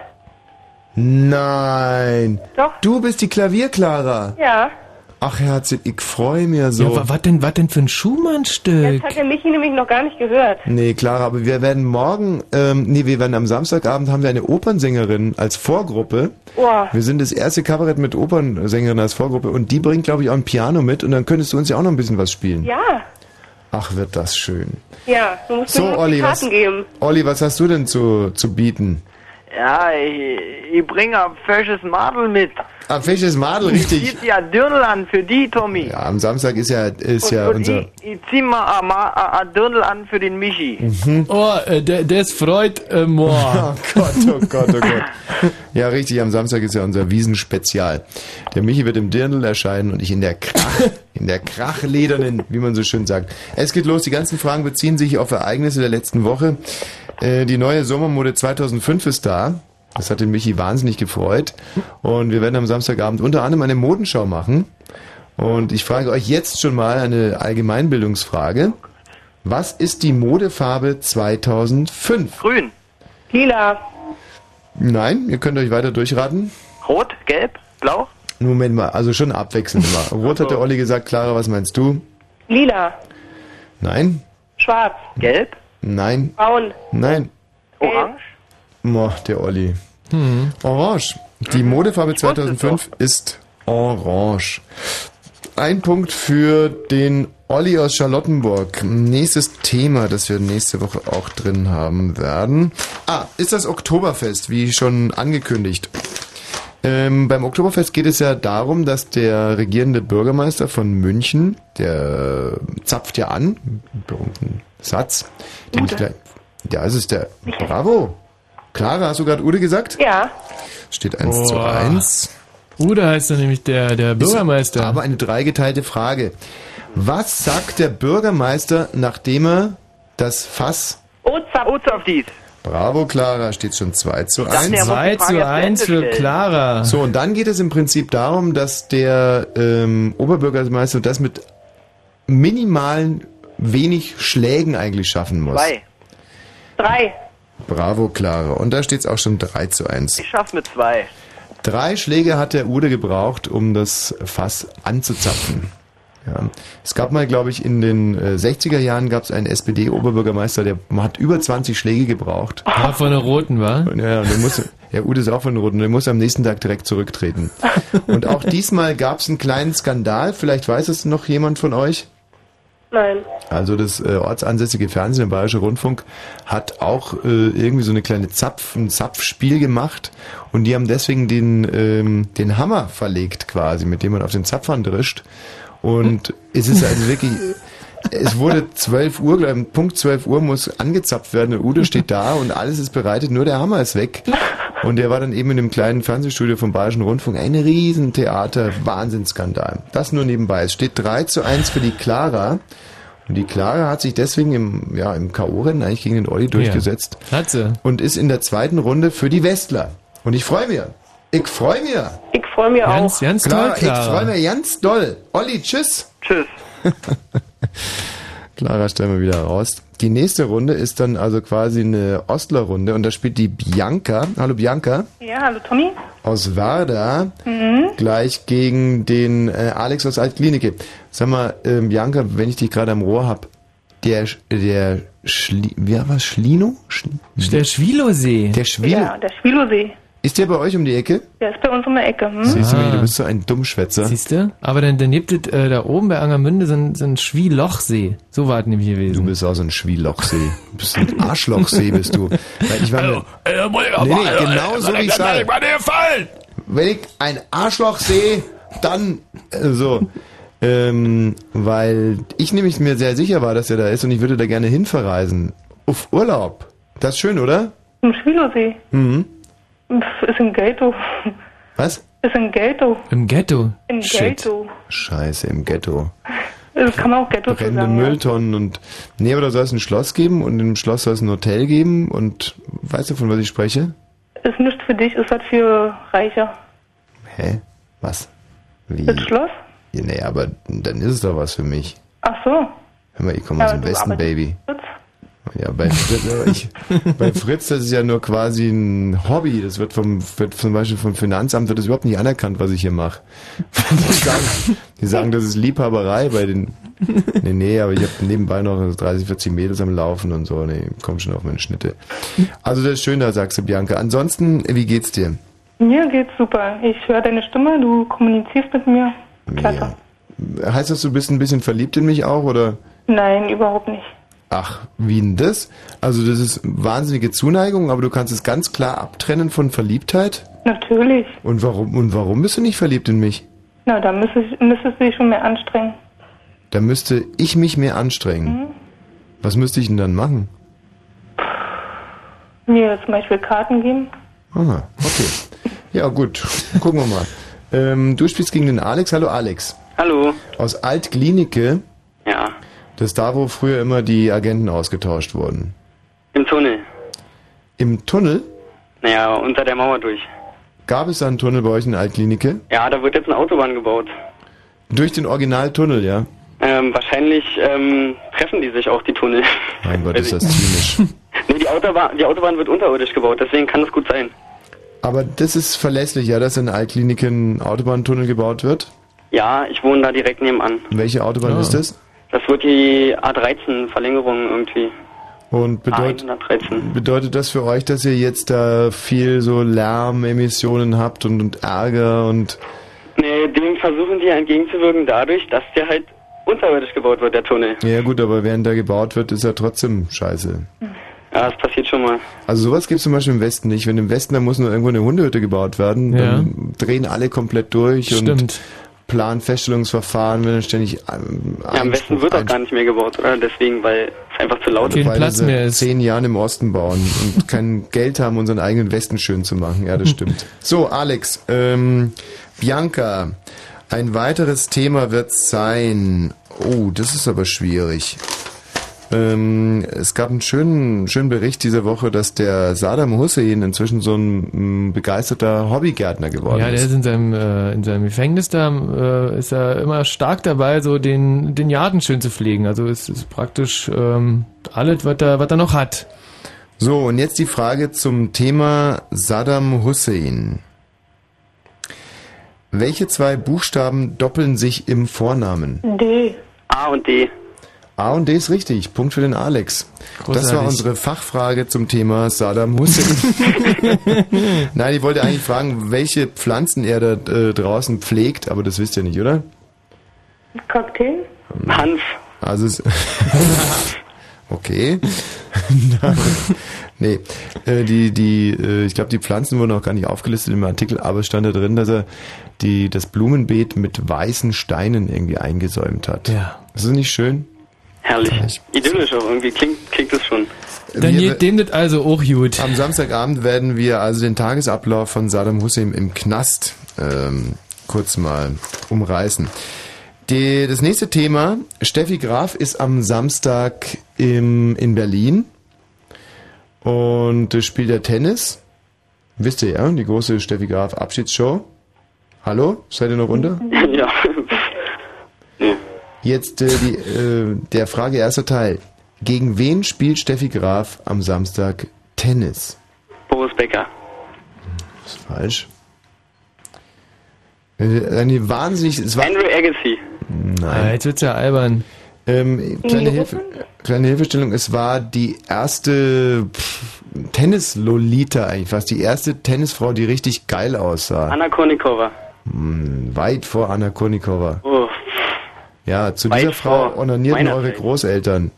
Speaker 1: nein.
Speaker 7: Doch.
Speaker 1: Du bist die Klavierklara.
Speaker 7: Ja.
Speaker 1: Ach, Herzchen, ich freue mich so.
Speaker 2: Ja, wa- was denn, was denn für ein Schumann-Stück?
Speaker 7: Das hat der Michi nämlich noch gar nicht gehört.
Speaker 1: Nee, Clara, aber wir werden morgen, ähm, nee, wir werden am Samstagabend haben wir eine Opernsängerin als Vorgruppe.
Speaker 7: Boah.
Speaker 1: Wir sind das erste Kabarett mit Opernsängerin als Vorgruppe und die bringt, glaube ich, auch ein Piano mit und dann könntest du uns ja auch noch ein bisschen was spielen.
Speaker 7: Ja.
Speaker 1: Ach, wird das schön.
Speaker 7: Ja. Du musst
Speaker 1: So,
Speaker 7: mir noch
Speaker 1: Olli,
Speaker 7: die Karten
Speaker 1: was,
Speaker 7: geben.
Speaker 1: Olli, was hast du denn zu, zu bieten?
Speaker 8: Ja, ich, ich bringe ein fesches Madel mit.
Speaker 1: Ah, welches Madel, richtig.
Speaker 8: Zieht ja Dirndl an für die, Tommy.
Speaker 1: Ja, am Samstag ist ja, ist
Speaker 8: Und,
Speaker 1: ja
Speaker 8: und
Speaker 1: unser...
Speaker 8: ich, ich zieh mal ein Ma- ein- ein Dirndl an für den Michi.
Speaker 1: Mhm.
Speaker 2: Oh, äh, der, das freut äh,
Speaker 1: Oh
Speaker 2: moi.
Speaker 1: Gott, oh Gott, oh Gott. Ja, richtig, am Samstag ist ja unser Wiesenspezial. Der Michi wird im Dirndl erscheinen und ich in der Krach, in der Krachledernen, wie man so schön sagt. Es geht los, die ganzen Fragen beziehen sich auf Ereignisse der letzten Woche. Äh, die neue Sommermode 2005 ist da. Das hat den Michi wahnsinnig gefreut. Und wir werden am Samstagabend unter anderem eine Modenschau machen. Und ich frage euch jetzt schon mal eine Allgemeinbildungsfrage. Was ist die Modefarbe 2005?
Speaker 8: Grün,
Speaker 7: Lila.
Speaker 1: Nein, ihr könnt euch weiter durchraten.
Speaker 8: rot, gelb, blau.
Speaker 1: Moment mal, also schon abwechselnd mal. Rot hat der Olli gesagt, Clara, was meinst du?
Speaker 7: Lila.
Speaker 1: Nein,
Speaker 7: Schwarz.
Speaker 8: Gelb,
Speaker 1: nein,
Speaker 7: Braun.
Speaker 1: nein.
Speaker 8: orange.
Speaker 1: Moah, der Olli. Orange. Die Modefarbe 2005 ist orange. Ein Punkt für den Olli aus Charlottenburg. Nächstes Thema, das wir nächste Woche auch drin haben werden. Ah, ist das Oktoberfest, wie schon angekündigt. Ähm, beim Oktoberfest geht es ja darum, dass der regierende Bürgermeister von München, der zapft ja an, einen berühmten Satz, den ich gleich, ja, es ist der, bravo. Clara, hast du gerade Ude gesagt?
Speaker 7: Ja.
Speaker 1: Steht 1 zu
Speaker 2: Boah.
Speaker 1: 1.
Speaker 2: Uda heißt dann nämlich der, der Bürgermeister.
Speaker 1: Aber eine dreigeteilte Frage. Was sagt der Bürgermeister, nachdem er das Fass...
Speaker 7: Ozap.
Speaker 8: Oz auf dies.
Speaker 1: Bravo, Clara, steht schon 2 zu
Speaker 8: dachte,
Speaker 1: 1.
Speaker 8: er muss die
Speaker 2: 2
Speaker 8: Frage
Speaker 2: zu
Speaker 8: erst zu
Speaker 2: 1
Speaker 8: Ende
Speaker 2: für
Speaker 8: stellen.
Speaker 2: Clara.
Speaker 1: So, und dann geht es im Prinzip darum, dass der ähm, Oberbürgermeister das mit minimalen wenig Schlägen eigentlich schaffen muss.
Speaker 8: Zwei.
Speaker 7: Drei.
Speaker 1: Bravo, Clara. Und da steht es auch schon 3 zu 1.
Speaker 8: Ich schaff's mit zwei.
Speaker 1: Drei Schläge hat der Ude gebraucht, um das Fass anzuzapfen. Ja. Es gab mal, glaube ich, in den äh, 60er Jahren gab es einen SPD-Oberbürgermeister, der hat über 20 Schläge gebraucht.
Speaker 2: War von der Roten, war?
Speaker 1: Und ja, und der muss, der Ude ist auch von Roten, der muss am nächsten Tag direkt zurücktreten. Und auch diesmal gab es einen kleinen Skandal, vielleicht weiß es noch jemand von euch.
Speaker 7: Nein.
Speaker 1: Also das äh, ortsansässige Fernsehen, der Bayerische Rundfunk, hat auch äh, irgendwie so eine kleine Zapf, ein Zapfspiel gemacht und die haben deswegen den, ähm, den Hammer verlegt quasi, mit dem man auf den Zapfhahn drischt. Und es ist also wirklich, es wurde 12 Uhr, glaub ich, um Punkt 12 Uhr muss angezapft werden, der Udo steht da und alles ist bereitet, nur der Hammer ist weg. Und der war dann eben in dem kleinen Fernsehstudio vom Bayerischen Rundfunk ein Riesentheater, Wahnsinnsskandal. Das nur nebenbei. Es steht 3 zu 1 für die Clara. Und die Clara hat sich deswegen im, ja, im K.O.-Rennen eigentlich gegen den Olli durchgesetzt
Speaker 2: Hat sie.
Speaker 1: und ist in der zweiten Runde für die Westler. Und ich freue mich. Ich freue mich.
Speaker 7: Ich freue mich
Speaker 2: Ganz,
Speaker 7: auch.
Speaker 2: ganz toll,
Speaker 1: Ich
Speaker 2: Clara.
Speaker 1: freue mich ganz doll. Olli, tschüss.
Speaker 8: Tschüss.
Speaker 1: Clara stellen wir wieder raus. Die nächste Runde ist dann also quasi eine Ostler-Runde und da spielt die Bianca, hallo Bianca,
Speaker 9: Ja, hallo Tommy.
Speaker 1: aus Werder
Speaker 9: Mhm.
Speaker 1: gleich gegen den äh, Alex aus Altklinike. Sag mal, ähm, Bianca, wenn ich dich gerade am Rohr hab, der, Sch- der Schli, wer war Schlino? Schli-
Speaker 2: Der Schwilosee.
Speaker 1: Der Schwilo.
Speaker 9: Ja, der Schwilosee.
Speaker 1: Ist der bei euch um die Ecke?
Speaker 9: Der ist bei uns um die Ecke. Hm?
Speaker 1: Siehst du, Michi, du bist so ein Dummschwätzer.
Speaker 2: Ah. Siehst du? Aber dann, dann gibt es äh, da oben bei Angermünde so ein, so ein Schwielochsee. So war es nämlich gewesen.
Speaker 1: Du bist auch so ein Schwielochsee. Du bist ein Arschlochsee, bist du. Weil ich war mir, nee, nee, genau so wie ich sage. Wenn ich ein Arschloch sehe, dann äh, so. Ähm, weil ich nämlich mir sehr sicher war, dass er da ist und ich würde da gerne hin verreisen. Auf Urlaub. Das ist schön, oder?
Speaker 9: Im Schwilosee.
Speaker 1: Mhm.
Speaker 9: Pff, Ist im Ghetto.
Speaker 1: Was?
Speaker 9: Ist im Ghetto.
Speaker 2: Im Ghetto.
Speaker 9: Im
Speaker 1: Shit.
Speaker 9: Ghetto.
Speaker 1: Scheiße, im Ghetto.
Speaker 9: Das kann man auch Ghetto zu
Speaker 1: brennende
Speaker 9: sagen.
Speaker 1: Mülltonnen und nee, aber da soll es ein Schloss geben und im Schloss soll es ein Hotel geben und weißt du, von was ich spreche?
Speaker 9: Ist nicht für dich, ist was für Reiche.
Speaker 1: Hä? Was? Wie?
Speaker 9: Das Schloss?
Speaker 1: Nee, aber dann ist es doch was für mich.
Speaker 9: Ach so.
Speaker 1: Hör mal, ich komme
Speaker 9: Ja,
Speaker 1: aus dem
Speaker 9: du
Speaker 1: Westen,
Speaker 9: arbeitest-
Speaker 1: Baby. Ja, bei, Fritz- aber ich, bei Fritz, das ist ja nur quasi ein Hobby. Das wird vom, wird zum Beispiel vom Finanzamt wird das überhaupt nicht anerkannt, was ich hier mache. Die sagen, die sagen, das ist Liebhaberei bei den. Nee, nee, aber ich habe nebenbei noch so 30, 40 Mädels am Laufen und so. Nee, komm schon auf meine Schnitte. Also das ist schön, da sagst du, Bianca. Ansonsten, wie geht's dir?
Speaker 9: Mir geht's super. Ich höre deine Stimme, du kommunizierst mit mir. Klasse.
Speaker 1: Heißt das, du bist ein bisschen verliebt in mich auch, oder?
Speaker 9: Nein, überhaupt nicht.
Speaker 1: Ach, wie denn das? Also das ist wahnsinnige Zuneigung, aber du kannst es ganz klar abtrennen von Verliebtheit?
Speaker 9: Natürlich.
Speaker 1: Und warum, und warum bist du nicht verliebt in mich?
Speaker 9: Na, da müsste ich, müsstest du dich schon mehr anstrengen.
Speaker 1: Da müsste ich mich mehr anstrengen.
Speaker 9: Mhm.
Speaker 1: Was müsste ich denn dann machen?
Speaker 9: Mir zum Beispiel Karten geben.
Speaker 1: Aha, okay. ja, gut. Gucken wir mal. Ähm, du spielst gegen den Alex. Hallo, Alex.
Speaker 8: Hallo.
Speaker 1: Aus Altklinike.
Speaker 8: Ja.
Speaker 1: Das ist da, wo früher immer die Agenten ausgetauscht wurden.
Speaker 8: Im Tunnel.
Speaker 1: Im Tunnel?
Speaker 8: Naja, unter der Mauer durch.
Speaker 1: Gab es da einen Tunnel bei euch in Altklinike?
Speaker 8: Ja, da wird jetzt eine Autobahn gebaut.
Speaker 1: Durch den Originaltunnel, ja?
Speaker 8: Ähm, wahrscheinlich ähm, treffen die sich auch, die Tunnel.
Speaker 1: Mein Gott,
Speaker 8: Weiß
Speaker 1: ist
Speaker 8: ich
Speaker 1: das zynisch.
Speaker 8: Nee, die Autobahn, die Autobahn wird unterirdisch gebaut, deswegen kann es gut sein.
Speaker 1: Aber das ist verlässlich, ja, dass in Altklinike ein Autobahntunnel gebaut wird?
Speaker 8: Ja, ich wohne da direkt nebenan.
Speaker 1: Welche Autobahn
Speaker 8: Ah.
Speaker 1: ist das?
Speaker 8: Das wird die A13-Verlängerung irgendwie.
Speaker 1: Und bedeutet,
Speaker 8: A113.
Speaker 1: bedeutet das für euch, dass ihr jetzt da viel so Lärmemissionen habt und, und Ärger und
Speaker 8: Nee, dem versuchen die ja entgegenzuwirken dadurch, dass der halt unterirdisch gebaut wird, der Tunnel.
Speaker 1: ja gut, aber während da gebaut wird, ist ja trotzdem scheiße.
Speaker 8: Ja, das passiert schon mal.
Speaker 1: Also sowas gibt's zum Beispiel im Westen nicht. Wenn im Westen da muss nur irgendwo eine Hundehütte gebaut werden,
Speaker 8: Ja.
Speaker 1: dann drehen alle komplett durch und
Speaker 8: Stimmt.
Speaker 1: planen Feststellungsverfahren, wenn dann ständig ähm,
Speaker 8: Ja, am besten wird auch gar nicht mehr gebaut, oder? Deswegen, weil es einfach zu laut ist.
Speaker 1: weil sie seit zehn Jahren im Osten bauen und kein Geld haben, unseren eigenen Westen schön zu machen. Ja, das stimmt. So, Alex, ähm, Bianca, ein weiteres Thema wird sein. Oh, das ist aber schwierig. Ähm, es gab einen schönen, schönen Bericht diese Woche, dass der Saddam Hussein inzwischen so ein mm, begeisterter Hobbygärtner geworden
Speaker 2: Ja, der
Speaker 1: ist.
Speaker 2: ist in seinem, äh, in seinem Gefängnis da, äh, ist er immer stark dabei, so den, den Jarden schön zu pflegen. Also es ist praktisch ähm, alles, was er, was er noch hat.
Speaker 1: So, und jetzt die Frage zum Thema Saddam Hussein. Welche zwei Buchstaben doppeln sich im Vornamen?
Speaker 9: D.
Speaker 8: A und D.
Speaker 1: A und D ist richtig. Punkt für den Alex. Das war
Speaker 8: Großartig.
Speaker 1: unsere Fachfrage zum Thema Saddam Hussein. Nein, ich wollte eigentlich fragen, welche Pflanzen er da äh, draußen pflegt, aber das wisst ihr nicht, oder?
Speaker 9: Kakteen?
Speaker 8: Hanf.
Speaker 1: Also es Okay. nee, äh, die, die, äh, ich glaube, die Pflanzen wurden auch gar nicht aufgelistet im Artikel, aber es stand da drin, dass er die, das Blumenbeet mit weißen Steinen irgendwie eingesäumt hat. Ja. Ist das nicht schön?
Speaker 8: Herrlich. Idyllisch auch irgendwie. Klingt, klingt das schon.
Speaker 2: Dann geht dem das also auch gut.
Speaker 1: Am Samstagabend werden wir also den Tagesablauf von Saddam Hussein im Knast ähm, kurz mal umreißen. Die, das nächste Thema, Steffi Graf ist am Samstag im, in Berlin und äh, spielt da Tennis. Wisst ihr ja, die große Steffi Graf Abschiedsshow. Hallo, seid ihr noch runter?
Speaker 8: Ja.
Speaker 1: Jetzt äh, die, äh, der Frage erster Teil. Gegen wen spielt Steffi Graf am Samstag Tennis?
Speaker 8: Boris Becker.
Speaker 1: Das ist falsch. Äh, Eine wahnsinnig. Es war,
Speaker 8: Andrew Agassi.
Speaker 1: nein.
Speaker 2: Ah, jetzt wird's ja albern.
Speaker 1: Ähm, kleine, Hilfe, kleine Hilfestellung, es war die erste pff, Tennis-Lolita eigentlich fast, die erste Tennisfrau, die richtig geil aussah.
Speaker 8: Anna Kornikova.
Speaker 1: Hm, weit vor Anna Konikova.
Speaker 8: Oh.
Speaker 1: Ja, zu
Speaker 8: Weit
Speaker 1: dieser Frau
Speaker 8: vor
Speaker 1: onanierten
Speaker 8: meiner
Speaker 1: eure
Speaker 8: Zeit.
Speaker 1: Großeltern.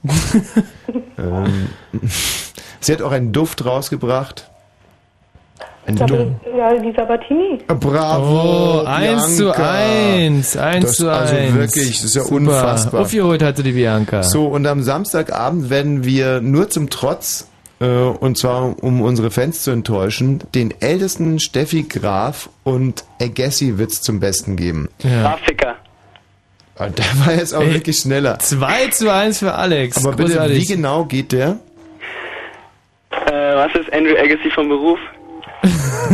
Speaker 1: ähm, sie hat auch einen Duft rausgebracht. Ein Duft.
Speaker 9: Ja, die Sabatini.
Speaker 1: Bravo!
Speaker 2: Oh, eins zu
Speaker 1: Bianca.
Speaker 2: eins, eins
Speaker 1: Das-
Speaker 2: zu
Speaker 1: also
Speaker 2: eins.
Speaker 1: wirklich, das ist ja unfassbar.
Speaker 2: Aufgeholt hatte die Bianca.
Speaker 1: So, und am Samstagabend werden wir nur zum Trotz, äh, und zwar um unsere Fans zu enttäuschen, den ältesten Steffi Graf und Agassi-Witz zum Besten geben.
Speaker 2: Ja.
Speaker 8: Grafiker.
Speaker 1: Ah, Der war jetzt auch
Speaker 2: Ey.
Speaker 1: wirklich schneller.
Speaker 2: 2 zu 1 für Alex.
Speaker 1: Aber bitte,
Speaker 2: Großartig.
Speaker 1: wie genau geht der?
Speaker 8: Äh, was ist Andrew Agassi vom Beruf?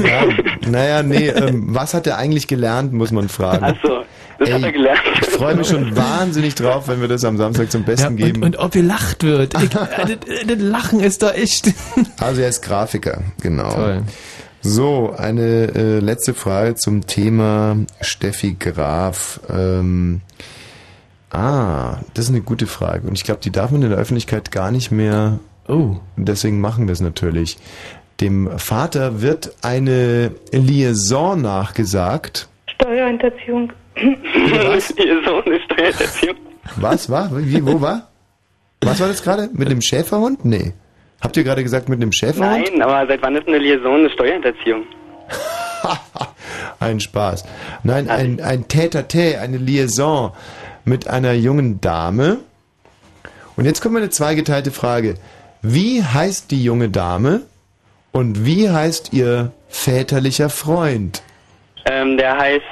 Speaker 1: Ja, naja, nee, ähm, was hat er eigentlich gelernt, muss man fragen.
Speaker 8: Achso, das hat
Speaker 1: Ey,
Speaker 8: er gelernt.
Speaker 1: Ich freue mich schon wahnsinnig drauf, wenn wir das am Samstag zum
Speaker 2: ja,
Speaker 1: Besten
Speaker 2: und,
Speaker 1: geben.
Speaker 2: und ob gelacht wird. Ich, äh, das, das Lachen ist da echt.
Speaker 1: Also er ist Grafiker, genau.
Speaker 2: Toll.
Speaker 1: So, eine äh, letzte Frage zum Thema Steffi Graf. Ähm, ah, das ist eine gute Frage. Und ich glaube, die darf man in der Öffentlichkeit gar nicht mehr.
Speaker 2: Oh.
Speaker 1: Deswegen machen wir es natürlich. Dem Vater wird eine Liaison nachgesagt.
Speaker 9: Steuerhinterziehung.
Speaker 8: Ihr Sohn ist Steuererziehung.
Speaker 1: Was war? Wie, wo war? Was war das gerade? Mit einem Schäferhund? Nee. Habt ihr gerade gesagt mit einem Schäferhund?
Speaker 8: Nein, aber seit wann ist eine Liaison eine Steuerhinterziehung?
Speaker 1: Ein Spaß. Nein, ein, ein Tête-à-Tête, eine Liaison mit einer jungen Dame. Und jetzt kommt meine zweigeteilte Frage. Wie heißt die junge Dame und wie heißt ihr väterlicher Freund?
Speaker 8: Ähm, der heißt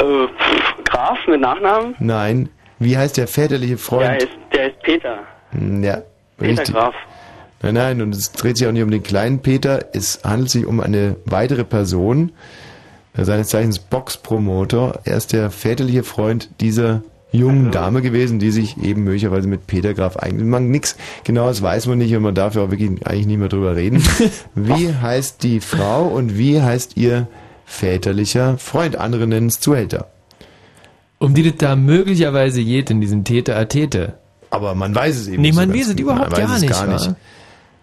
Speaker 8: äh, pff, Graf mit Nachnamen.
Speaker 1: Nein, wie heißt der väterliche
Speaker 8: Der
Speaker 1: Freund?
Speaker 8: heißt, der heißt Peter.
Speaker 1: Hm, Ja,
Speaker 8: Peter
Speaker 1: richtig.
Speaker 8: Graf.
Speaker 1: Nein, nein, und es dreht sich auch nicht um den kleinen Peter, es handelt sich um eine weitere Person, äh, seines Zeichens Boxpromoter. Er ist der väterliche Freund dieser jungen Dame gewesen, die sich eben möglicherweise mit Peter Graf eigentlich... Man, nix Genaues weiß man nicht und man darf ja auch wirklich eigentlich nicht mehr drüber reden. Wie heißt die Frau und wie heißt ihr väterlicher Freund? Andere nennen es Zuhälter.
Speaker 2: Um die das da möglicherweise geht in diesem Tete a Tete.
Speaker 1: Aber man weiß es eben
Speaker 2: Nee,
Speaker 1: nicht.
Speaker 2: man
Speaker 1: ganz
Speaker 2: weiß es
Speaker 1: gut.
Speaker 2: überhaupt
Speaker 1: man weiß
Speaker 2: gar
Speaker 1: es
Speaker 2: nicht,
Speaker 1: gar nicht.
Speaker 2: wa?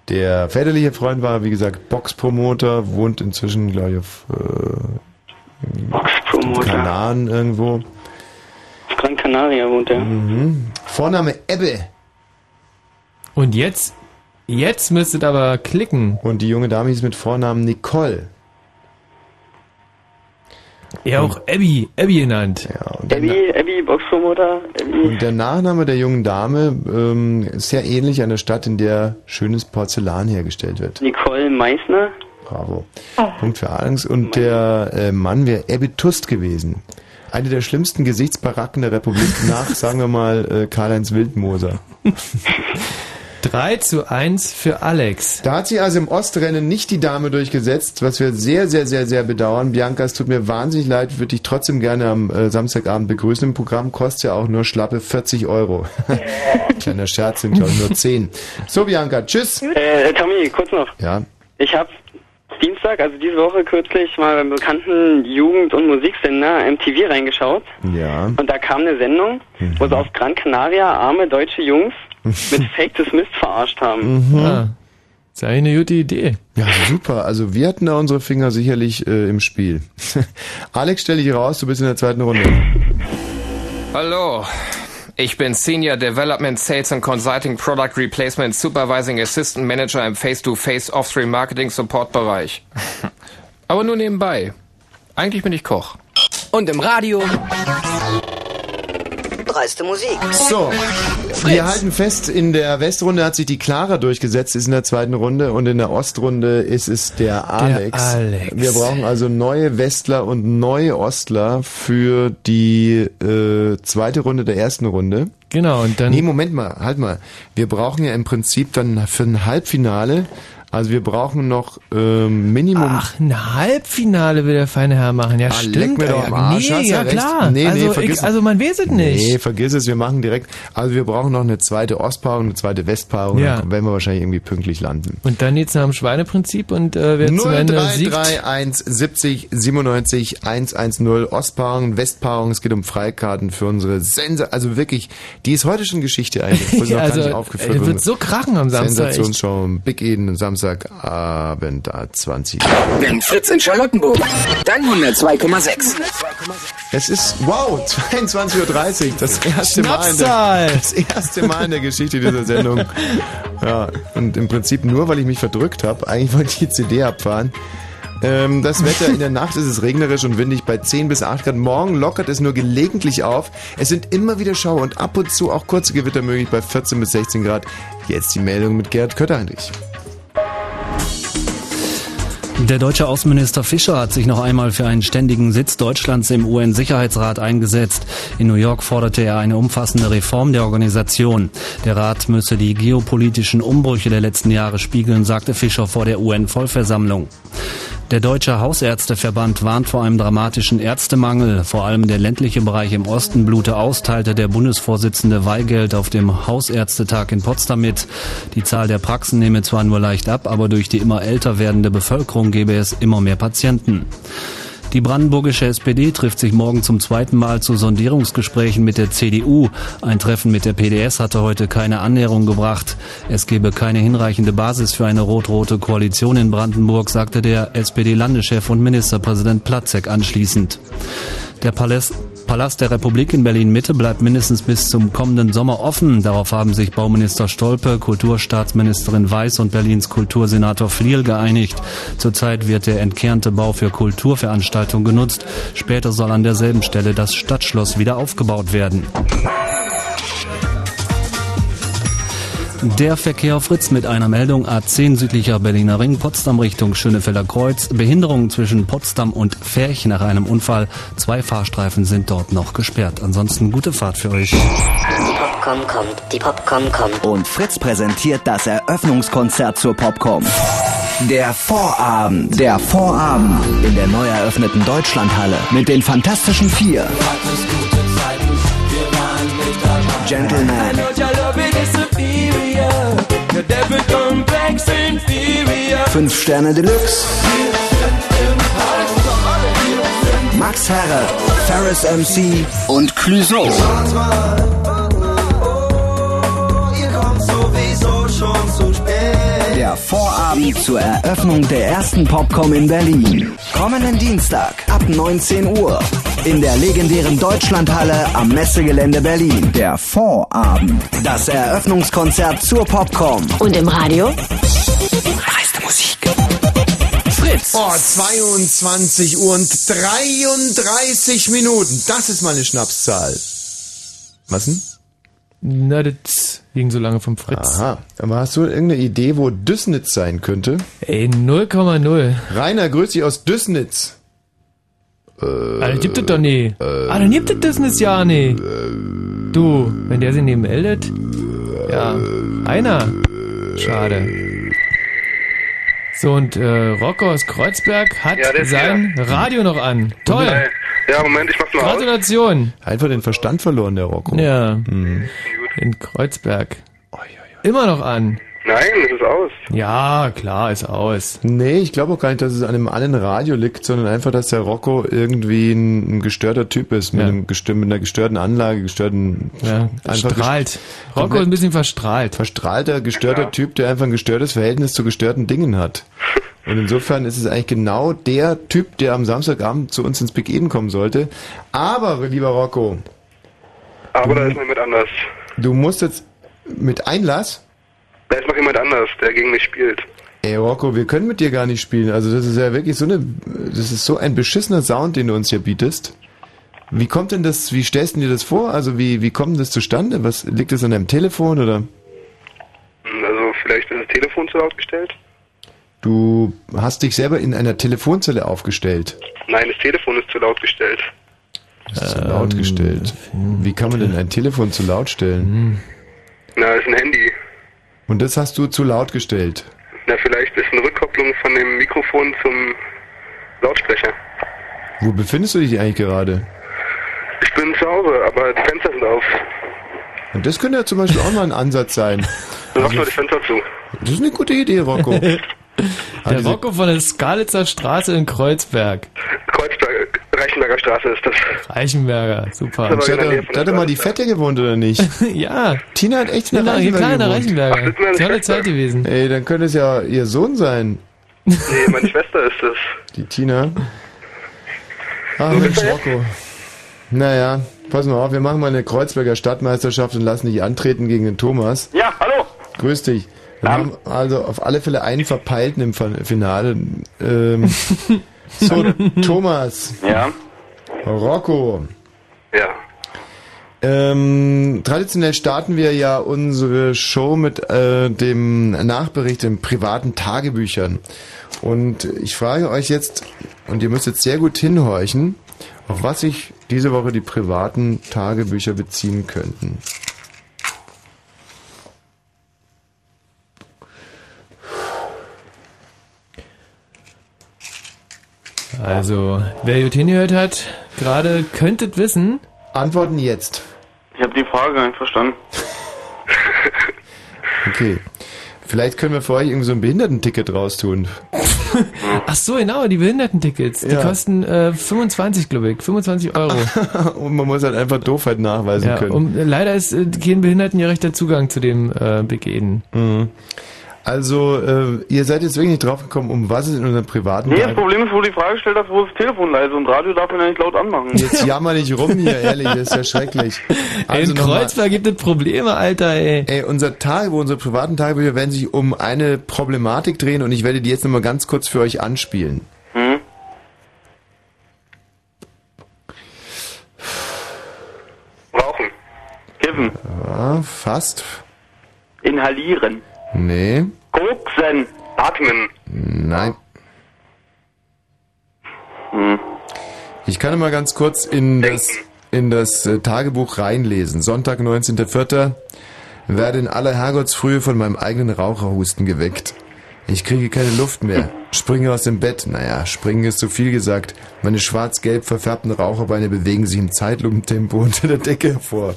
Speaker 1: Der väterliche Freund war, wie gesagt, Boxpromoter, wohnt inzwischen, glaube ich, auf äh,
Speaker 8: Boxpromoter.
Speaker 1: Kanaren irgendwo.
Speaker 8: Auf Gran Canaria wohnt er.
Speaker 1: Mhm. Vorname Ebbe.
Speaker 2: Und jetzt, jetzt müsstet aber klicken.
Speaker 1: Und die junge Dame hieß mit Vornamen Nicole.
Speaker 2: Ja, auch Abby, Abby genannt.
Speaker 1: Ja, und, der,
Speaker 8: Abby, Abby, Boxpromoter. Abby.
Speaker 1: und der Nachname der jungen Dame ähm, ist sehr ähnlich einer Stadt, in der schönes Porzellan hergestellt wird.
Speaker 8: Nicole Meissner.
Speaker 1: Bravo. Punkt für Angst. Und der äh, Mann wäre Ebbe Tust gewesen. Eine der schlimmsten Gesichtsbaracken der Republik nach, sagen wir mal, äh, Karl-Heinz Wildmoser.
Speaker 2: 3 zu 1 für Alex.
Speaker 1: Da hat sich also im Ostrennen nicht die Dame durchgesetzt, was wir sehr, sehr, sehr, sehr bedauern. Bianca, es tut mir wahnsinnig leid, würde dich trotzdem gerne am äh, Samstagabend begrüßen. Im Programm kostet ja auch nur schlappe 40 Euro. Kleiner Scherz, sind ja auch nur 10. So, Bianca, tschüss.
Speaker 8: Äh, Tommy, kurz noch.
Speaker 1: Ja,
Speaker 8: Ich habe Dienstag, also diese Woche kürzlich, mal beim bekannten Jugend- und Musiksender MTV reingeschaut.
Speaker 1: ja.
Speaker 8: Und da kam eine Sendung,
Speaker 1: Mhm.
Speaker 8: wo sie auf Gran Canaria arme deutsche Jungs mit Fake Dismissed verarscht haben.
Speaker 2: Ah, ist eigentlich eine gute Idee.
Speaker 1: Mhm. Ja, super. Also wir hatten da unsere Finger sicherlich äh, im Spiel. Alex, stell dich raus, du bist in der zweiten Runde.
Speaker 10: Hallo. Ich bin Senior Development Sales and Consulting Product Replacement Supervising Assistant Manager im Face-to-Face Off-Stream Marketing Support Bereich. Aber nur nebenbei. Eigentlich bin ich Koch.
Speaker 11: Und im Radio. Dreiste Musik.
Speaker 1: So, wir halten fest, in der Westrunde hat sich die Clara durchgesetzt, ist in der zweiten Runde und in der Ostrunde ist es der Alex.
Speaker 2: Alex.
Speaker 1: Wir brauchen also neue Westler und neue Ostler für die äh, zweite Runde der ersten Runde.
Speaker 2: Genau, und dann...
Speaker 1: Nee, Moment mal, halt mal. Wir brauchen ja im Prinzip dann für ein Halbfinale, also wir brauchen noch ähm, Minimum...
Speaker 2: Ach, ein Halbfinale will der feine Herr machen. Ja,
Speaker 1: Ah, leck
Speaker 2: stimmt.
Speaker 1: mir doch
Speaker 2: ja,
Speaker 1: am Arsch,
Speaker 2: nee,
Speaker 1: hast
Speaker 2: ja
Speaker 1: ja recht.
Speaker 2: klar.
Speaker 1: Nee, nee,
Speaker 2: also,
Speaker 1: vergiss
Speaker 2: ich,
Speaker 1: es.
Speaker 2: also man weiß es nicht.
Speaker 1: Nee, vergiss es, wir machen direkt. Also wir brauchen noch eine zweite Ostpaarung, eine zweite Westpaarung,
Speaker 2: Ja.
Speaker 1: dann werden wir wahrscheinlich irgendwie pünktlich landen.
Speaker 2: Und dann geht's nach dem Schweineprinzip und äh, wer zum Ende siegt...
Speaker 1: 0331 70 97 110 Ostpaarung, Westpaarung, es geht um Freikarten für unsere Sense. Also wirklich, die ist heute schon Geschichte eigentlich, obwohl sie
Speaker 2: Ja,
Speaker 1: noch
Speaker 2: also,
Speaker 1: gar nicht
Speaker 2: äh,
Speaker 1: aufgeführt
Speaker 2: wird so krachen am Samstag, echt.
Speaker 1: Sensationsshow, Big Eden, Samstagabend, ah, 20.
Speaker 11: Wenn Fritz in Charlottenburg, dann 102,6.
Speaker 1: Es ist, wow, 22.30 Uhr, das erste Mal. in der-
Speaker 2: Schnapszahl!
Speaker 1: Das erste Mal in der Geschichte dieser Sendung. Ja, und im Prinzip nur, weil ich mich verdrückt habe. Eigentlich wollte ich die CD abfahren. Ähm, das Wetter in der Nacht ist es regnerisch und windig bei 10 bis 8 Grad. Morgen lockert es nur gelegentlich auf. Es sind immer wieder Schauer und ab und zu auch kurze Gewitter möglich bei 14 bis 16 Grad. Jetzt die Meldung mit Gerhard Kötterheinrich.
Speaker 12: Der deutsche Außenminister Fischer hat sich noch einmal für einen ständigen Sitz Deutschlands im UN-Sicherheitsrat eingesetzt. In New York forderte er eine umfassende Reform der Organisation. Der Rat müsse die geopolitischen Umbrüche der letzten Jahre spiegeln, sagte Fischer vor der UN-Vollversammlung. Der Deutsche Hausärzteverband warnt vor einem dramatischen Ärztemangel. Vor allem der ländliche Bereich im Osten blute aus, teilte der Bundesvorsitzende Weigeld auf dem Hausärztetag in Potsdam mit. Die Zahl der Praxen nehme zwar nur leicht ab, aber durch die immer älter werdende Bevölkerung gebe es immer mehr Patienten. Die brandenburgische SPD trifft sich morgen zum zweiten Mal zu Sondierungsgesprächen mit der CDU. Ein Treffen mit der PDS hatte heute keine Annäherung gebracht. Es gebe keine hinreichende Basis für eine rot-rote Koalition in Brandenburg, sagte der SPD-Landeschef und Ministerpräsident Platzek anschließend. Der Palast, Palast der Republik in Berlin-Mitte bleibt mindestens bis zum kommenden Sommer offen. Darauf haben sich Bauminister Stolpe, Kulturstaatsministerin Weiß und Berlins Kultursenator Fliel geeinigt. Zurzeit wird der entkernte Bau für Kulturveranstaltungen genutzt. Später soll an derselben Stelle das Stadtschloss wieder aufgebaut werden. Der Verkehr auf Fritz mit einer Meldung A10 südlicher Berliner Ring, Potsdam Richtung Schönefelder Kreuz. Behinderung zwischen Potsdam und Ferch nach einem Unfall. Zwei Fahrstreifen sind dort noch gesperrt. Ansonsten gute Fahrt für euch.
Speaker 13: Die Popcorn kommt, die Popcorn kommt. Und Fritz präsentiert das Eröffnungskonzert zur Popcorn. Der Vorabend, der Vorabend in der neu eröffneten Deutschlandhalle mit den Fantastischen Vier. Gentleman, Fünf Sterne Deluxe. Max Herre, Ferris MC und Clüso. Der Vorabend zur Eröffnung der ersten Popcom in Berlin. Kommenden Dienstag ab 19 Uhr in der legendären Deutschlandhalle am Messegelände Berlin. Der Vorabend. Das Eröffnungskonzert zur Popcom. Und im Radio?
Speaker 11: Dreiste Musik. Fritz.
Speaker 1: Oh, 22 Uhr und 33 Minuten. Das ist meine Schnapszahl. Was denn?
Speaker 2: Na, das ging so lange vom Fritz.
Speaker 1: Aha. Aber hast du irgendeine Idee, wo Düsnitz sein könnte?
Speaker 2: Ey, 0,0.
Speaker 1: Rainer, grüß dich aus Düsnitz.
Speaker 2: Äh,
Speaker 1: äh,
Speaker 2: Alter, gibt es doch nie. Alter, gibt es das nicht ja nie. Du, wenn der sie neben meldet.
Speaker 1: äh,
Speaker 2: Ja, einer. Schade. So, und äh, Rocco aus Kreuzberg hat
Speaker 14: Ja, der ist
Speaker 2: sein
Speaker 14: hier.
Speaker 2: Radio noch an. Toll.
Speaker 14: Ja, Moment, ich mach's mal aus.
Speaker 2: Gratulation.
Speaker 1: Einfach den Verstand verloren, der Rocco. Hm.
Speaker 2: Ja. In Kreuzberg. Immer noch an.
Speaker 14: Nein, es ist aus.
Speaker 2: Ja, klar, ist aus.
Speaker 1: Nee, ich glaube auch gar nicht, dass es an einem anderen Radio liegt, sondern einfach, dass der Rocco irgendwie ein, ein gestörter Typ ist, mit,
Speaker 2: Ja.
Speaker 1: einem gestör mit einer gestörten Anlage, gestörten...
Speaker 2: Ja, verstrahlt. Rocco ist ein bisschen verstrahlt.
Speaker 1: Verstrahlter, gestörter Typ, der einfach ein gestörtes Verhältnis zu gestörten Dingen hat. Und insofern ist es eigentlich genau der Typ, der am Samstagabend zu uns ins Big Eden kommen sollte. Aber, lieber Rocco,
Speaker 14: Aber da ist noch jemand anders.
Speaker 1: Du musst jetzt mit Einlass.
Speaker 14: Da ist noch jemand anders, der gegen mich spielt.
Speaker 1: Ey, Rocco, wir können mit dir gar nicht spielen. Also das ist ja wirklich so eine, das ist so ein beschissener Sound, den du uns hier bietest. Wie kommt denn das, wie stellst du dir das vor? Also wie, wie kommt das zustande? Was, liegt das an deinem Telefon oder?
Speaker 14: Also vielleicht ist das Telefon zu laut gestellt?
Speaker 1: Du hast dich selber in einer Telefonzelle aufgestellt.
Speaker 14: Nein, das Telefon ist zu laut gestellt.
Speaker 1: Das ist zu
Speaker 2: Ähm,
Speaker 1: laut gestellt.
Speaker 2: hm.
Speaker 1: Wie kann man denn ein Telefon zu laut stellen?
Speaker 14: Na, das ist ein Handy.
Speaker 1: Und das hast du zu laut gestellt.
Speaker 14: Na, vielleicht ist eine Rückkopplung von dem Mikrofon zum Lautsprecher.
Speaker 1: Wo befindest du dich eigentlich gerade?
Speaker 14: Ich bin zu Hause, aber die Fenster sind auf.
Speaker 1: Und das könnte ja zum Beispiel auch mal ein Ansatz sein.
Speaker 14: Dann
Speaker 1: Also
Speaker 14: mach mal die Fenster zu.
Speaker 1: Das ist eine gute Idee, Rocco.
Speaker 2: Der Rocco von der Skalitzer Straße in Kreuzberg.
Speaker 14: Kreuzberg, Reichenberger Straße ist das.
Speaker 2: Reichenberger, super.
Speaker 1: Da hat er- da hat er mal die Fette gewohnt, oder nicht?
Speaker 2: ja.
Speaker 1: Tina hat echt eine
Speaker 2: Ja, die
Speaker 1: Reichenberger
Speaker 2: kleine
Speaker 1: gewohnt.
Speaker 2: Reichenberger. Ach, das ist meine Tolle Schwester. Zeit gewesen.
Speaker 1: Ey, dann könnte es ja ihr Sohn sein,
Speaker 14: Nee, meine Schwester ist das.
Speaker 1: die Tina. Ach,
Speaker 14: So,
Speaker 1: Ah, Mensch,
Speaker 14: bitte?
Speaker 1: Rocco. Naja, pass mal auf, wir machen mal eine Kreuzberger Stadtmeisterschaft und lassen dich antreten gegen den Thomas.
Speaker 15: Ja, hallo.
Speaker 1: Grüß dich. Wir haben also auf alle Fälle einen Verpeilten im Fin- Finale. Ähm, so,
Speaker 2: Hm.
Speaker 1: Thomas.
Speaker 14: Ja.
Speaker 1: Rocco.
Speaker 14: Ja.
Speaker 1: Ähm, traditionell starten wir ja unsere Show mit äh, dem Nachbericht in privaten Tagebüchern. Und ich frage euch jetzt, und ihr müsst jetzt sehr gut hinhorchen, auf was sich diese Woche die privaten Tagebücher beziehen könnten.
Speaker 2: Also, wer gut hingehört hat, gerade könntet wissen.
Speaker 1: Antworten jetzt.
Speaker 15: Ich habe die Frage gar nicht verstanden.
Speaker 1: Okay. Vielleicht können wir für euch irgendwie so ein Behindertenticket raustun.
Speaker 2: Ach so, genau, die Behindertentickets. Die
Speaker 1: Ja.
Speaker 2: kosten äh, 25, glaube ich, 25 Euro.
Speaker 1: Und man muss halt einfach Doofheit nachweisen
Speaker 2: ja,
Speaker 1: Also können.
Speaker 2: um, äh, leider ist äh, kein behindertengerechter Zugang zu dem äh, Begehen.
Speaker 1: Mhm. Also, äh, ihr seid jetzt wirklich nicht draufgekommen, um was es in unseren privaten
Speaker 15: Nee, das
Speaker 1: Tagen-
Speaker 15: Problem ist, wo du die Frage gestellt hast, wo ist das Telefon leise und Radio darf man ja nicht laut anmachen.
Speaker 1: Jetzt jammer nicht rum hier, ehrlich, das ist ja schrecklich. Also
Speaker 2: in Kreuzberg gibt es Probleme, Alter, ey.
Speaker 1: Ey, unser Tagebuch, unsere privaten Tagebücher werden sich um eine Problematik drehen und ich werde die jetzt nochmal ganz kurz für euch anspielen.
Speaker 15: Hm?
Speaker 14: Rauchen.
Speaker 15: Kiffen.
Speaker 1: Ah, fast.
Speaker 15: Inhalieren.
Speaker 1: Nee.
Speaker 15: Koksen. Atmen.
Speaker 1: Nein. Hm. Ich kann mal ganz kurz in das, in das äh, Tagebuch reinlesen. Sonntag, 19.04. Werde in aller Herrgottsfrühe von meinem eigenen Raucherhusten geweckt. Ich kriege keine Luft mehr. Springe aus dem Bett. Naja, springen ist zu viel gesagt. Meine schwarz-gelb verfärbten Raucherbeine bewegen sich im Zeitlupentempo unter der Decke hervor.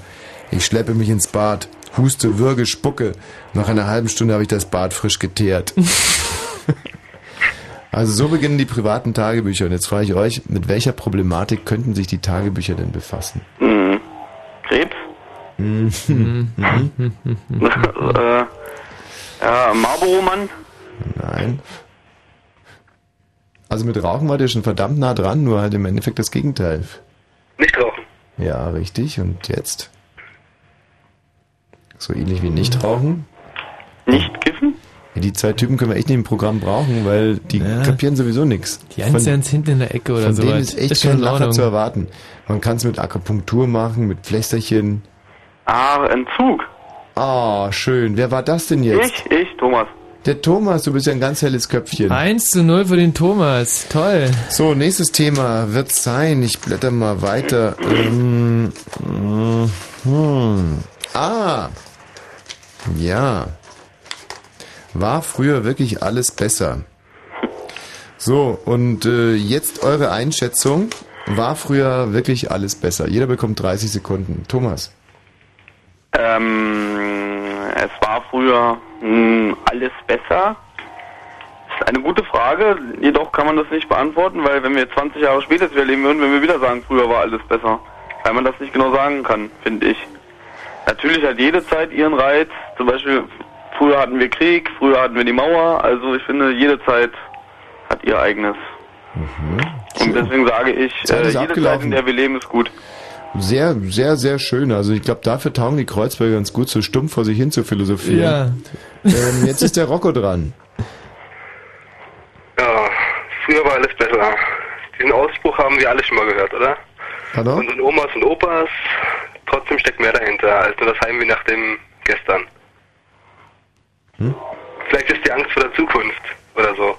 Speaker 1: Ich schleppe mich ins Bad. Huste, würge, spucke. Nach einer halben Stunde habe ich das Bad frisch geteert. Also so beginnen die privaten Tagebücher. Und jetzt frage ich euch, mit welcher Problematik könnten sich die Tagebücher denn befassen?
Speaker 15: Hm. Krebs.
Speaker 1: Mhm.
Speaker 15: äh, ja, Marlboro-Mann.
Speaker 1: Nein. Also mit Rauchen wart ihr schon verdammt nah dran, nur halt im Endeffekt das Gegenteil.
Speaker 14: Nicht rauchen.
Speaker 1: Ja, richtig. Und jetzt? So ähnlich wie nicht rauchen.
Speaker 15: Nicht kiffen?
Speaker 1: Ja, die zwei Typen können wir echt nicht im Programm brauchen, weil die kapieren sowieso nichts.
Speaker 2: Die eins ganz hinten in der Ecke oder
Speaker 1: Von
Speaker 2: so.
Speaker 1: denen
Speaker 2: was.
Speaker 1: ist echt
Speaker 2: schon
Speaker 1: kein
Speaker 2: in
Speaker 1: Lacher
Speaker 2: Ordnung.
Speaker 1: zu erwarten. Man kann es mit Akupunktur machen, mit Pflästerchen.
Speaker 15: Ah, Entzug.
Speaker 1: Ah, schön. Wer war das denn jetzt?
Speaker 15: Ich, ich, Thomas.
Speaker 1: Der Thomas, du bist ja ein ganz helles Köpfchen.
Speaker 2: 1 zu 0 für den Thomas. Toll.
Speaker 1: So, nächstes Thema wird sein. Ich blätter mal weiter. Ähm, mhm. Ah, ja. War früher wirklich alles besser? So, und äh, jetzt eure Einschätzung. War früher wirklich alles besser? Jeder bekommt 30 Sekunden. Thomas.
Speaker 15: Ähm, es war früher mh, alles besser. Ist eine gute Frage, jedoch kann man das nicht beantworten, weil wenn wir 20 Jahre später jetzt wieder leben würden, wenn wir wieder sagen, früher war alles besser, weil man das nicht genau sagen kann, finde ich. Natürlich hat jede Zeit ihren Reiz. Zum Beispiel früher hatten wir Krieg, früher hatten wir die Mauer. Also ich finde, jede Zeit hat ihr eigenes. Und deswegen sage ich,
Speaker 1: Mhm. Zeit
Speaker 15: äh, jede
Speaker 1: ist
Speaker 15: Zeit,
Speaker 1: abgelaufen.
Speaker 15: in der wir leben, ist gut.
Speaker 1: Sehr, sehr, sehr schön. Also ich glaube, dafür taugen die Kreuzberger ganz gut, so stumpf vor sich hin zu philosophieren.
Speaker 2: Ja.
Speaker 1: Ähm, jetzt ist der Rocco dran.
Speaker 14: Ja, früher war alles besser. Diesen Ausspruch haben wir alle schon mal gehört, oder?
Speaker 1: Hallo?
Speaker 14: Unseren Omas und Opas, trotzdem steckt mehr dahinter als nur das Heimweh nach dem Gestern.
Speaker 1: Hm?
Speaker 14: Vielleicht ist die Angst vor der Zukunft oder so.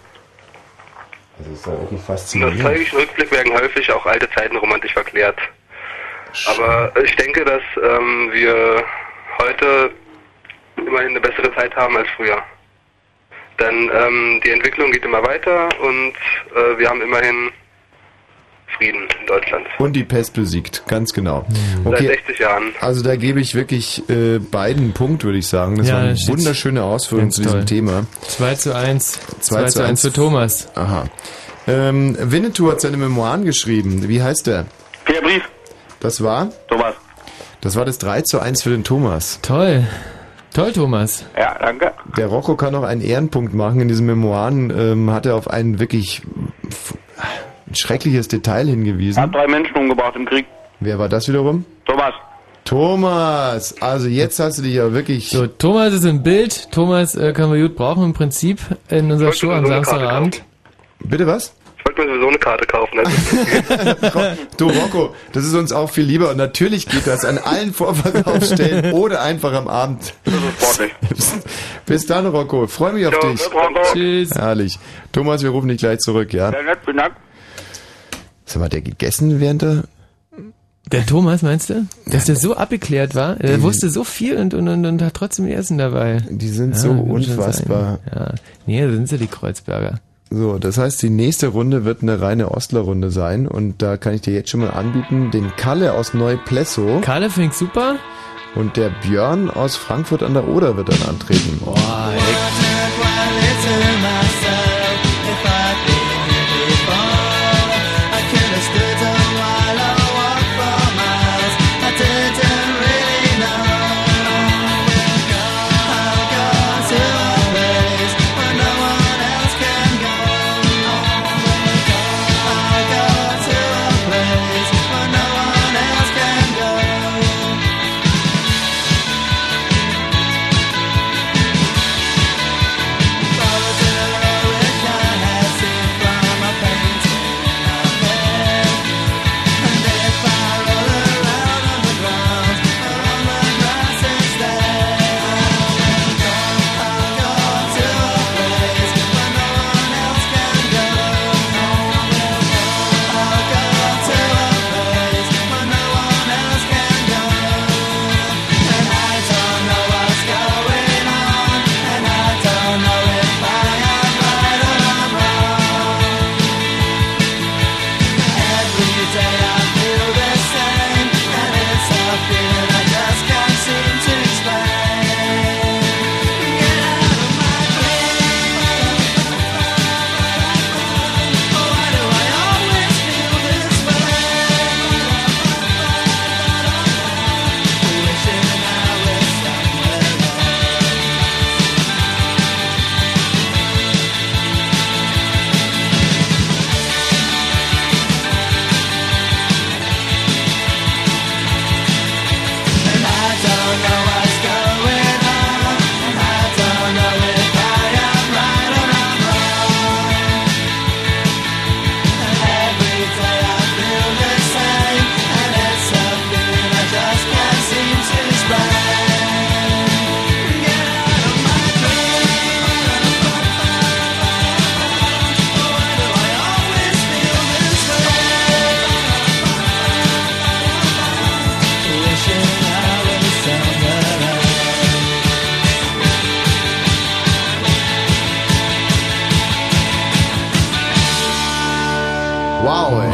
Speaker 1: Das ist ja wirklich
Speaker 14: Im nostalgischen Rückblick werden häufig auch alte Zeiten romantisch verklärt. Aber ich denke, dass ähm, wir heute immerhin eine bessere Zeit haben als früher. Denn ähm, die Entwicklung geht immer weiter und äh, wir haben immerhin Frieden in Deutschland.
Speaker 1: Und die Pest besiegt, ganz genau.
Speaker 2: Mhm.
Speaker 14: Seit 60 Jahren.
Speaker 1: Also da gebe ich wirklich äh, beiden einen Punkt, würde ich sagen. Das
Speaker 2: Ja,
Speaker 1: waren
Speaker 2: da steht's.
Speaker 1: wunderschöne Ausführungen
Speaker 2: Ganz
Speaker 1: zu diesem
Speaker 2: toll.
Speaker 1: Thema.
Speaker 2: 2 zu 1.
Speaker 1: 2 zu 1
Speaker 2: für Thomas.
Speaker 1: Aha. Ähm, Winnetou hat seine Memoiren geschrieben. Wie heißt der?
Speaker 15: Per Brief.
Speaker 1: Das war?
Speaker 15: Thomas.
Speaker 1: Das war das 3 zu 1 für den Thomas.
Speaker 2: Toll. Toll, Thomas.
Speaker 15: Ja, danke.
Speaker 1: Der Rocco kann auch einen Ehrenpunkt machen. In diesen Memoiren ähm, hat er auf ein wirklich f- schreckliches Detail hingewiesen.
Speaker 15: Drei Menschen umgebracht im Krieg.
Speaker 1: Wer war das wiederum?
Speaker 15: Thomas.
Speaker 1: Thomas, also jetzt hast du dich ja wirklich.
Speaker 2: So, Thomas ist im Bild. Thomas äh, können wir gut brauchen im Prinzip in unserer Show am Samstagabend.
Speaker 1: Bitte was?
Speaker 14: Ich wollte mir sowieso eine Karte kaufen. Also
Speaker 1: Du Rocco, das ist uns auch viel lieber und natürlich geht das an allen Vorverkaufsstellen oder einfach am Abend. Bis dann, Rocco. Freue mich auf
Speaker 15: Ja,
Speaker 1: dich.
Speaker 15: bis dann, Rocco. Tschüss.
Speaker 1: Herrlich. Thomas, wir rufen dich gleich zurück, ja?
Speaker 15: Sehr nett, vielen Dank.
Speaker 1: Sag mal, hat der gegessen während der.
Speaker 2: Der Thomas, meinst du? Dass der so abgeklärt war? Er
Speaker 1: Die-
Speaker 2: wusste so viel und, und, und, und hat trotzdem Essen dabei.
Speaker 1: Die sind so unfassbar.
Speaker 2: Ja. Nee, da sind sie die Kreuzberger.
Speaker 1: So, das heißt, die nächste Runde wird eine reine Ostler-Runde sein und da kann ich dir jetzt schon mal anbieten, den Kalle aus Neu-Plesso.
Speaker 2: Kalle fängt super.
Speaker 1: Und der Björn aus Frankfurt an der Oder wird dann antreten.
Speaker 2: Boah,
Speaker 1: Wow, ey.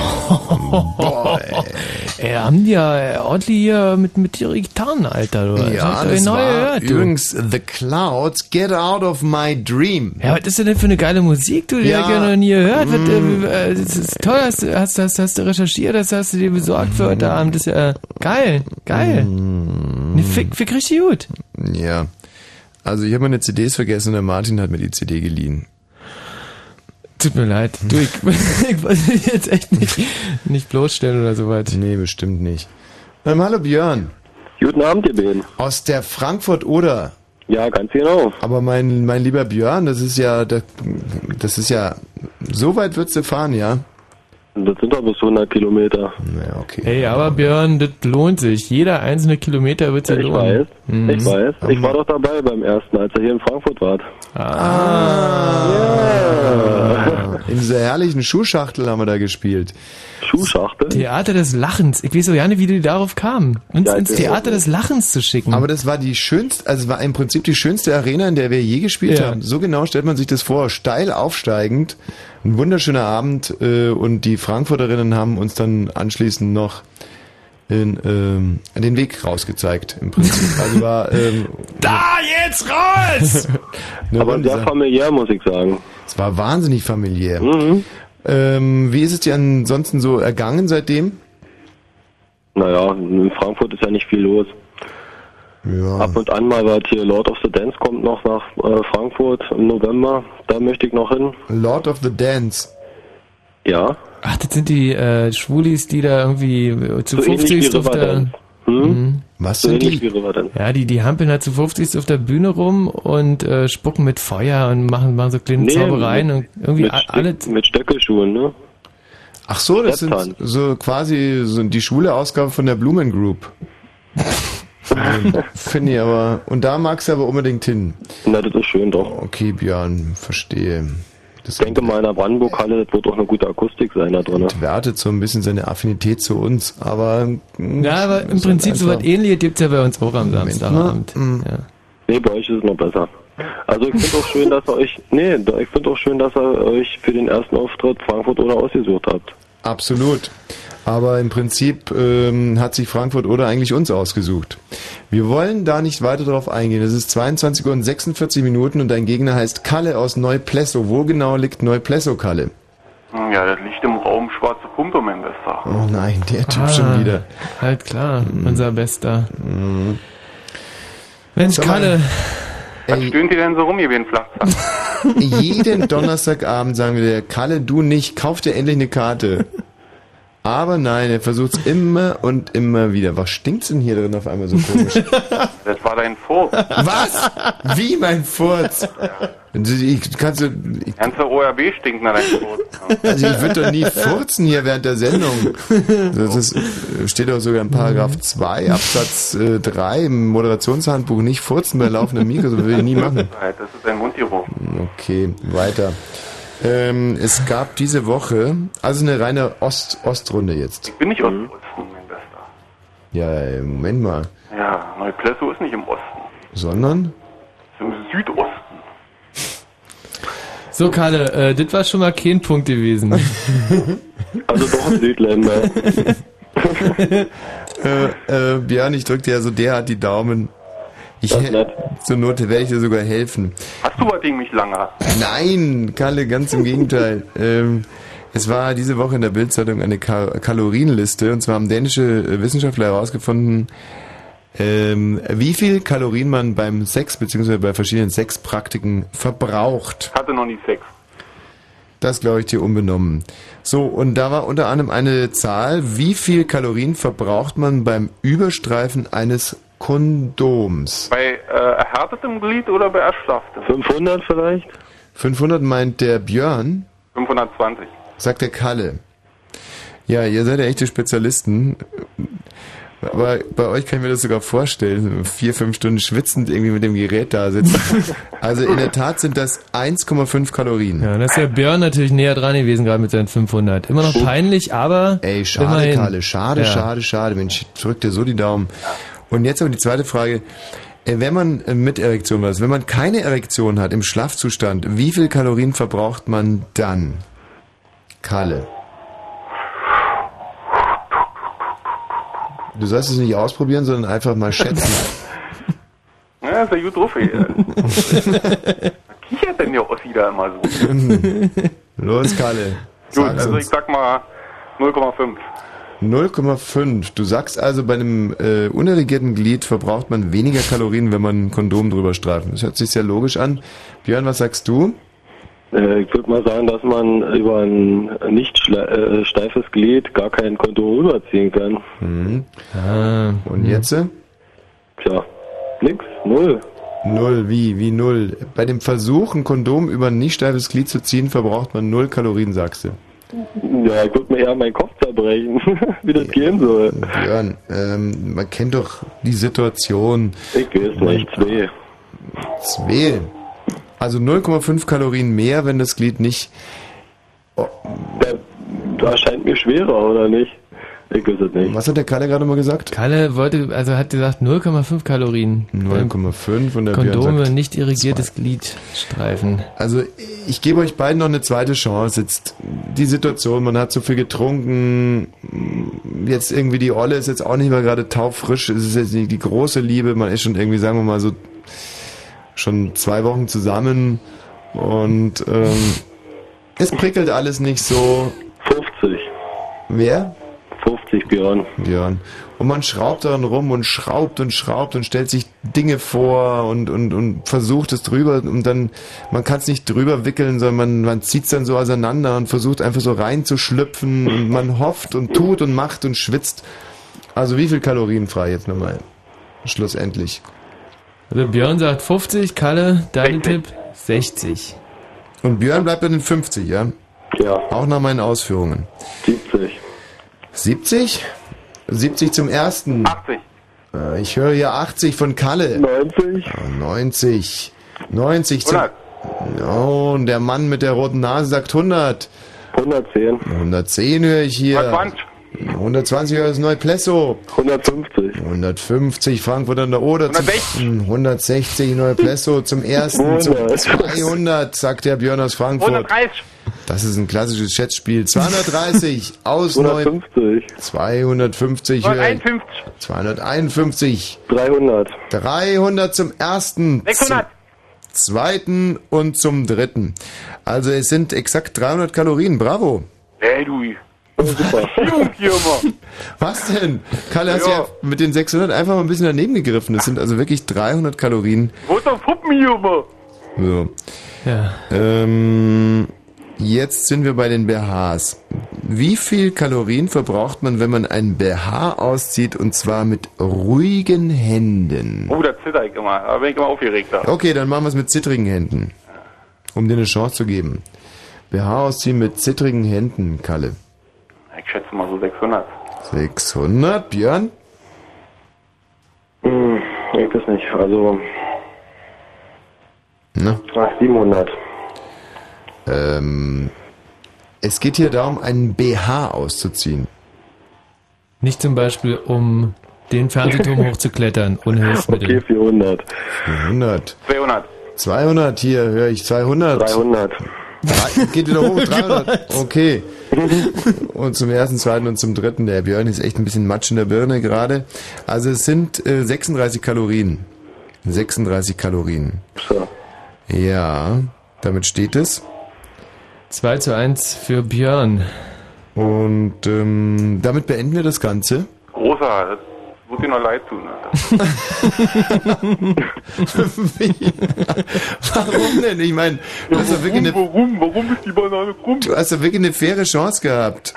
Speaker 1: Boah,
Speaker 2: Ey, haben die ja äh, ordentlich hier mit, mit ihren Gitarren, Alter. Du.
Speaker 1: Ja,
Speaker 2: Habt ihr
Speaker 1: das
Speaker 2: neu
Speaker 1: war
Speaker 2: gehört, du?
Speaker 1: übrigens The Clouds, Get Out of My Dream.
Speaker 2: Ja, was ist denn für eine geile Musik, du? Die
Speaker 1: Ja.
Speaker 2: hab ich ja noch nie gehört. Was,
Speaker 1: Mm.
Speaker 2: äh, äh, das ist toll, hast, du- hast, hast, hast du recherchiert, das hast du dir besorgt für heute Abend. Das ist ja äh, geil, geil. Ne, fick, fick richtig gut.
Speaker 1: Ja. Also ich habe meine CDs vergessen und der Martin hat mir die CD geliehen.
Speaker 2: Tut mir leid. Du, ich, ich wollte dich jetzt echt nicht, nicht bloßstellen oder so weit.
Speaker 1: Nee, bestimmt nicht. Ähm, hallo Björn.
Speaker 16: Guten Abend, ihr beiden.
Speaker 1: Aus der Frankfurt-Oder.
Speaker 16: Ja, ganz genau.
Speaker 1: Aber mein, mein lieber Björn, das ist ja, das, das ist ja, so weit würdest du fahren, ja?
Speaker 16: Das sind doch bloß 100 Kilometer.
Speaker 1: Ja, okay.
Speaker 2: Hey, aber Björn, das lohnt sich. Jeder einzelne Kilometer wird sich
Speaker 16: Ich
Speaker 2: lohnen. Mhm.
Speaker 16: weiß, ich weiß. Ich war doch dabei beim ersten, als ihr hier in Frankfurt wart.
Speaker 2: Ah.
Speaker 1: In dieser herrlichen Schuhschachtel haben wir da gespielt.
Speaker 16: Schuhschachtel?
Speaker 2: Theater des Lachens. Ich weiß auch gar nicht, wie die darauf kamen. Uns ins Theater des Lachens zu schicken.
Speaker 1: Aber das war die schönste, also war im Prinzip die schönste Arena, in der wir je gespielt
Speaker 2: Ja.
Speaker 1: haben. So genau stellt man sich das vor. Steil aufsteigend, ein wunderschöner Abend äh, und die Frankfurterinnen haben uns dann anschließend noch in, ähm, den Weg rausgezeigt im Prinzip. Also war ähm,
Speaker 2: da jetzt raus!
Speaker 16: Aber sehr familiär, muss ich sagen. Mhm.
Speaker 1: Es war wahnsinnig familiär. Ähm, wie ist es dir ansonsten so ergangen seitdem?
Speaker 16: Naja, in Frankfurt ist ja nicht viel los. Ab und an mal wird hier Lord of the Dance kommt noch nach äh, Frankfurt im November. Da möchte ich noch hin.
Speaker 1: Lord of the Dance.
Speaker 16: Ja.
Speaker 2: Ach, das sind die äh, Schwulis, die da irgendwie äh, zu
Speaker 16: So ähnlich
Speaker 2: 50
Speaker 16: wie
Speaker 2: auf der... Mhm.
Speaker 16: Riverdance. Hm?
Speaker 1: Was
Speaker 16: So
Speaker 2: sind
Speaker 16: ähnlich
Speaker 2: die?
Speaker 16: wie Riverdance.
Speaker 2: Ja, die, die hampeln halt zu 50 auf der Bühne rum und äh, spucken mit Feuer und machen, machen so kleine Zaubereien und
Speaker 16: mit,
Speaker 2: irgendwie
Speaker 16: mit,
Speaker 2: a-
Speaker 16: Stöck-
Speaker 2: alle...
Speaker 16: mit Stöckelschuhen, ne?
Speaker 1: Ach so, das sind
Speaker 16: Steptan.
Speaker 1: so quasi so die schwule Ausgabe von der Blumen Group. Ähm, Finde ich aber. Und da magst du aber unbedingt hin.
Speaker 16: Na, das ist schön doch.
Speaker 1: Okay, Björn, verstehe.
Speaker 16: ich denke mal in der Brandenburg-Halle, das wird auch eine gute Akustik sein da drin. ne?
Speaker 1: Wertet so ein bisschen seine Affinität zu uns, aber. mh,
Speaker 2: Ja, aber
Speaker 16: halt
Speaker 2: im
Speaker 1: ist halt
Speaker 2: Prinzip
Speaker 1: einfach-
Speaker 2: so was ähnliches gibt's ja bei uns auch am Samstagabend.
Speaker 1: ne? Mhm.
Speaker 2: Ja.
Speaker 16: Nee, bei euch ist es noch besser. Also ich finde auch schön, dass ihr euch, nee, da- ich finde auch schön, dass ihr euch für den ersten Auftritt Frankfurt oder ausgesucht habt.
Speaker 1: Absolut. Aber im Prinzip ähm, hat sich Frankfurt oder eigentlich uns ausgesucht. Wir wollen da nicht weiter drauf eingehen. Es ist 22 Uhr und 46 Minuten und dein Gegner heißt Kalle aus Neuplesso. Wo genau liegt Neuplesso, Kalle?
Speaker 15: Ja, das liegt im Raum Schwarze Pumpe, mein Bester.
Speaker 1: Oh nein, der Typ
Speaker 2: Ah,
Speaker 1: schon wieder. Mhm.
Speaker 2: Halt klar, unser Bester. Mensch,
Speaker 1: Sag mal,
Speaker 2: Kalle.
Speaker 15: Was stöhnt ihr denn so rum, ihr wie ein Flachzack?
Speaker 1: Jeden Donnerstagabend sagen wir dir, Kalle, du nicht, kauf dir endlich eine Karte. Aber nein, er versucht's immer und immer wieder. Was stinkt's denn hier drin auf einmal so komisch?
Speaker 15: Das war dein Vor.
Speaker 1: Was? Wie mein Furz? Ich, kannst du, ich,
Speaker 15: Ganze ORB stinkt nach deinem Vor.
Speaker 1: also ich würde doch nie furzen hier während der Sendung. Das ist, steht doch sogar in Paragraph 2 Absatz äh, 3 im Moderationshandbuch. Nicht furzen bei laufendem Mikro, das will ich nie machen.
Speaker 15: Das ist dein Mundgeruch.
Speaker 1: Okay, weiter. Ähm, es gab diese Woche, also eine reine Ost Ostrunde jetzt.
Speaker 15: Bin ich aus dem Osten, mein Bester.
Speaker 1: Ja, ey, Moment mal.
Speaker 15: Ja, Neuplesso ist nicht im Osten,
Speaker 1: Sondern?
Speaker 15: ist im Südosten.
Speaker 2: So, Kalle, äh, das war schon mal kein Punkt gewesen.
Speaker 16: Also doch ein Südländer.
Speaker 1: Äh, äh, Björn, ich drück dir ja so derart die Daumen. Ich hä- zur Not werde ich dir sogar helfen.
Speaker 15: Hast du was gegen mich lange?
Speaker 1: Nein, Kalle, ganz im Gegenteil. Ähm, es war diese Woche in der Bildzeitung eine Ka Kalorienliste und zwar haben dänische äh, Wissenschaftler herausgefunden, ähm, wie viel Kalorien man beim Sex bzw. bei verschiedenen Sexpraktiken verbraucht.
Speaker 15: Hatte noch nie Sex.
Speaker 1: Das glaube ich dir unbenommen. So, und da war unter anderem eine Zahl, wie viel Kalorien verbraucht man beim Überstreifen eines Kondoms?
Speaker 15: Bei äh, erhärtetem Glied oder bei erschlafftem?
Speaker 16: 500 vielleicht?
Speaker 1: 500 meint der Björn.
Speaker 15: 520.
Speaker 1: sagt der Kalle. Ja, ihr seid ja echte Spezialisten. Aber bei euch kann ich mir das sogar vorstellen. Vier, fünf Stunden schwitzend irgendwie mit dem Gerät da sitzen. Also in der Tat sind das 1,5 Kalorien.
Speaker 2: Ja, da ist der Björn natürlich näher dran gewesen, gerade mit seinen 500. Immer noch peinlich, aber.
Speaker 1: Ey, Schade,
Speaker 2: immerhin.
Speaker 1: Kalle, schade,
Speaker 2: Ja.
Speaker 1: schade, schade. Mensch, ich drück dir so die Daumen. Und jetzt aber die zweite Frage. Äh, Wenn man äh, mit Erektion was, wenn man keine Erektion hat im Schlafzustand, wie viel Kalorien verbraucht man dann? Kalle. Du sollst es nicht ausprobieren, sondern einfach mal schätzen.
Speaker 15: Ja, ist ja gut drauf, ey. Was kichert denn der Ossi da immer so?
Speaker 1: Los, Kalle.
Speaker 15: Gut,
Speaker 1: sag's
Speaker 15: also
Speaker 1: uns.
Speaker 15: ich sag mal 0,5.
Speaker 1: 0,5. Du sagst also, bei einem äh, unerregierten Glied verbraucht man weniger Kalorien, wenn man ein Kondom drüber streift. Das hört sich sehr logisch an. Björn, was sagst du?
Speaker 16: Äh, Ich würde mal sagen, dass man über ein nicht schle- äh, steifes Glied gar kein Konto rüberziehen kann.
Speaker 1: Mhm. Und jetzt?
Speaker 16: Tja, nix, null.
Speaker 1: Null, wie, wie null? Bei dem Versuch, ein Kondom über ein nicht steifes Glied zu ziehen, verbraucht man null Kalorien, sagst du.
Speaker 16: Ja, ich würde mir eher meinen Kopf zerbrechen, wie das gehen soll.
Speaker 1: Björn, ähm, man kennt doch die Situation.
Speaker 16: Ich weiß nicht, zwei.
Speaker 1: Zwei. Also 0,5 Kalorien mehr, wenn das Glied nicht.
Speaker 16: Da scheint mir schwerer, oder nicht? Ich weiß es nicht.
Speaker 1: Was hat der Kalle gerade mal gesagt?
Speaker 2: Kalle wollte, also hat gesagt 0,5 Kalorien.
Speaker 1: 0,5 und der Björn
Speaker 2: Kondome,
Speaker 1: sagt
Speaker 2: nicht irrigiertes Glied streifen.
Speaker 1: Also ich gebe euch beiden noch eine zweite Chance. Jetzt die Situation, man hat so viel getrunken, jetzt irgendwie die Olle ist jetzt auch nicht mehr gerade taufrisch, es ist jetzt nicht die große Liebe, man ist schon irgendwie, sagen wir mal, so schon zwei Wochen zusammen und ähm, es prickelt alles nicht so.
Speaker 16: 50.
Speaker 1: Wer?
Speaker 16: 50 Björn.
Speaker 1: Björn. Und man schraubt daran rum und schraubt und schraubt und stellt sich Dinge vor und, und, und versucht es drüber und dann, man kann es nicht drüber wickeln, sondern man, man zieht es dann so auseinander und versucht einfach so reinzuschlüpfen und man hofft und tut und macht und schwitzt. Also wie viel Kalorien frei jetzt nochmal? Schlussendlich.
Speaker 2: Also Björn sagt 50, Kalle, dein Tipp 60.
Speaker 1: Und Björn bleibt bei den 50, ja?
Speaker 16: Ja.
Speaker 1: Auch nach meinen Ausführungen.
Speaker 16: 70.
Speaker 1: 70? 70 zum ersten. 80. Ich höre hier 80 von Kalle.
Speaker 16: 90.
Speaker 1: 90. 90 zum. Oh, und der Mann mit der roten Nase sagt 100.
Speaker 16: 110.
Speaker 1: 110 höre ich hier. 120 höre ich das neue Plesso.
Speaker 16: 150.
Speaker 1: 150 Frankfurt an der Oder. 160. 160 neue Plesso zum ersten. Zum
Speaker 16: 100.
Speaker 1: 200 sagt der Björn aus Frankfurt.
Speaker 17: 130.
Speaker 1: Das ist ein klassisches Schätzspiel. 230 aus neu.
Speaker 16: 150.
Speaker 1: 250 höre ich. 251.
Speaker 16: 300.
Speaker 1: 300 zum ersten.
Speaker 17: 600.
Speaker 1: Zum zweiten und zum dritten. Also es sind exakt 300 Kalorien. Bravo.
Speaker 17: Ey, du.
Speaker 16: Super.
Speaker 1: Was denn? Karl, hast ja.
Speaker 17: Ja.
Speaker 1: ja mit den 600 einfach mal ein bisschen daneben gegriffen. Das sind also wirklich 300 Kalorien.
Speaker 17: Wo ist der Puppenjummer?
Speaker 1: So.
Speaker 2: Ja.
Speaker 1: Ähm, jetzt sind wir bei den BHs. Wie viel Kalorien verbraucht man, wenn man einen BH auszieht und zwar mit ruhigen Händen?
Speaker 15: Oh, da zitter ich immer. Da bin ich immer aufgeregter.
Speaker 1: Okay, dann machen wir es mit zittrigen Händen. Um dir eine Chance zu geben. BH ausziehen mit zittrigen Händen, Kalle.
Speaker 15: Ich schätze mal so 600.
Speaker 1: 600, Björn?
Speaker 16: Hm, ich weiß nicht, also.
Speaker 1: Na?
Speaker 16: Ach, 700.
Speaker 1: Ähm, es geht hier darum, einen BH auszuziehen.
Speaker 2: Nicht zum Beispiel, um den Fernsehturm hochzuklettern, ohne Hilfsmittel.
Speaker 16: Okay, 400.
Speaker 1: 400.
Speaker 15: 200.
Speaker 1: 200 hier, höre ich 200.
Speaker 16: 300.
Speaker 1: Drei, geht wieder hoch, 300. Okay. Und zum ersten, zweiten und zum dritten. Der Björn ist echt ein bisschen Matsch in der Birne gerade. Also es sind äh, 36 Kalorien. 36 Kalorien. Ja, damit steht es.
Speaker 2: 2 zu 1 für Björn.
Speaker 1: Und ähm, damit beenden wir das Ganze.
Speaker 15: Großer, das muss dir noch leid tun.
Speaker 1: Warum denn? Ich meine, du hast doch wirklich eine.
Speaker 15: Warum? Warum ist die Banane krumm?
Speaker 1: Du hast doch wirklich eine faire Chance gehabt.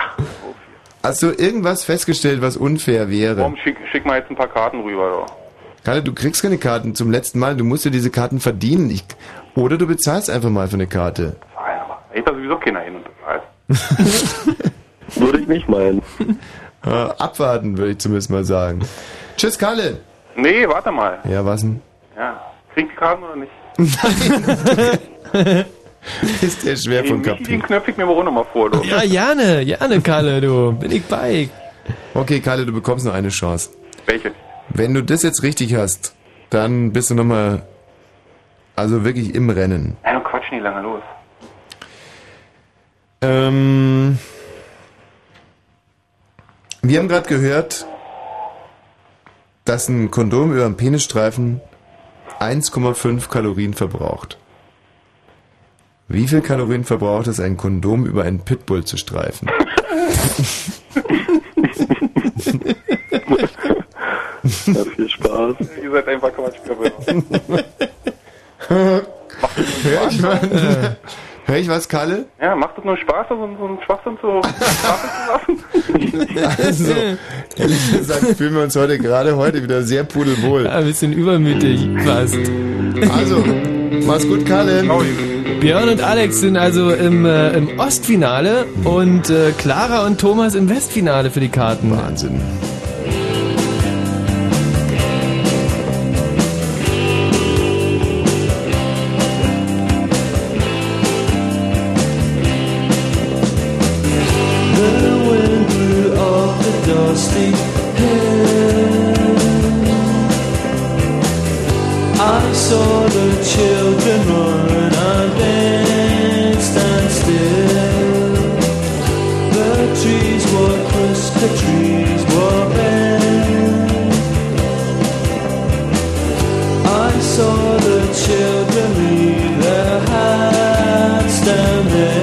Speaker 1: Hast du irgendwas festgestellt, was unfair wäre?
Speaker 15: Komm, schick, schick mal jetzt ein paar Karten rüber.
Speaker 1: Kalle, du kriegst keine Karten zum letzten Mal. Du musst dir diese Karten verdienen. Ich, oder du bezahlst einfach mal für eine Karte.
Speaker 15: Da. Nein, aber hält da sowieso keiner hin und bezahlt.
Speaker 16: Würde ich nicht meinen.
Speaker 1: Äh, abwarten, würde ich zumindest mal sagen. Tschüss, Kalle.
Speaker 15: Nee, warte mal.
Speaker 1: Ja, was denn?
Speaker 15: Ja. Kriegt die Karten oder nicht?
Speaker 1: Ist der schwer
Speaker 15: Den
Speaker 1: von
Speaker 15: Michi,
Speaker 1: kaputt.
Speaker 15: den knöpfe ich mir aber auch nochmal vor, du.
Speaker 2: Ja, Jane, Jane, Kalle, du, bin ich bei.
Speaker 1: Okay, Kalle, du bekommst noch eine Chance.
Speaker 15: Welche?
Speaker 1: Wenn du das jetzt richtig hast, dann bist du nochmal, also wirklich im Rennen.
Speaker 15: Nein, du quatsch nicht lange los.
Speaker 1: Ähm, wir haben gerade gehört, dass ein Kondom über einen Penisstreifen 1,5 Kalorien verbraucht. Wie viel Kalorien verbraucht es, ein Kondom über einen Pitbull zu streifen?
Speaker 16: Ja, viel Spaß.
Speaker 15: Ihr seid einfach Quatschköpfe.
Speaker 1: Hört man, Hör ich was, Kalle?
Speaker 15: Ja, macht das nur Spaß, so, so einen Schwachsinn zu
Speaker 1: Also, ehrlich gesagt fühlen wir uns heute gerade heute wieder sehr pudelwohl.
Speaker 2: Ein bisschen übermütig fast.
Speaker 1: Also, mach's gut, Kalle.
Speaker 2: Björn und Alex sind also im, äh, im Ostfinale und äh, Clara und Thomas im Westfinale für die Karten.
Speaker 1: Wahnsinn.
Speaker 5: The wind blew off the dusty hill. I saw the children run and danced and still. The trees were crisp, the trees were bent. I saw the children leave their hats down there.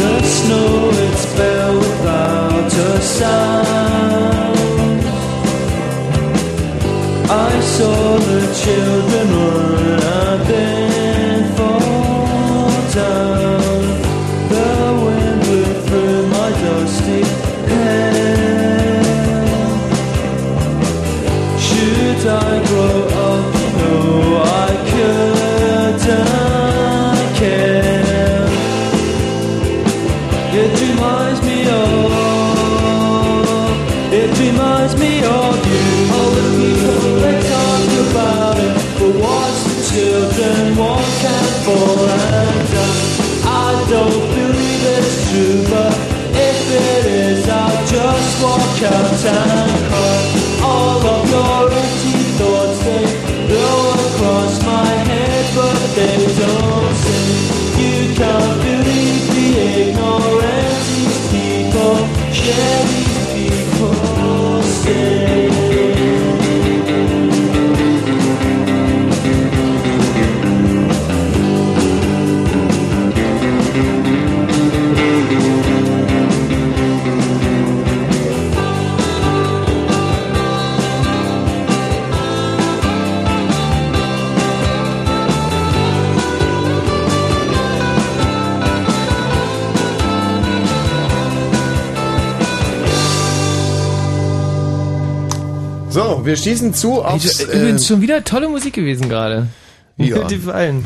Speaker 5: The snow it fell without a sound. I saw the children run and then fall down. The wind blew through my dusty hair. Should I grow up? No, I couldn't care. It reminds me of, it reminds me of you. All the people they talk about it, but what's the children walk out for and done? I don't believe it's true, but if it is, I'll just walk out and cry. All of your empty thoughts they blow across my head, but they don't sing. You can't believe the ignorance these people share. These people say.
Speaker 1: So, wir schießen zu aufs...
Speaker 2: Übrigens schon wieder tolle Musik gewesen gerade. Mir
Speaker 1: äh, Ja.
Speaker 2: gefallen.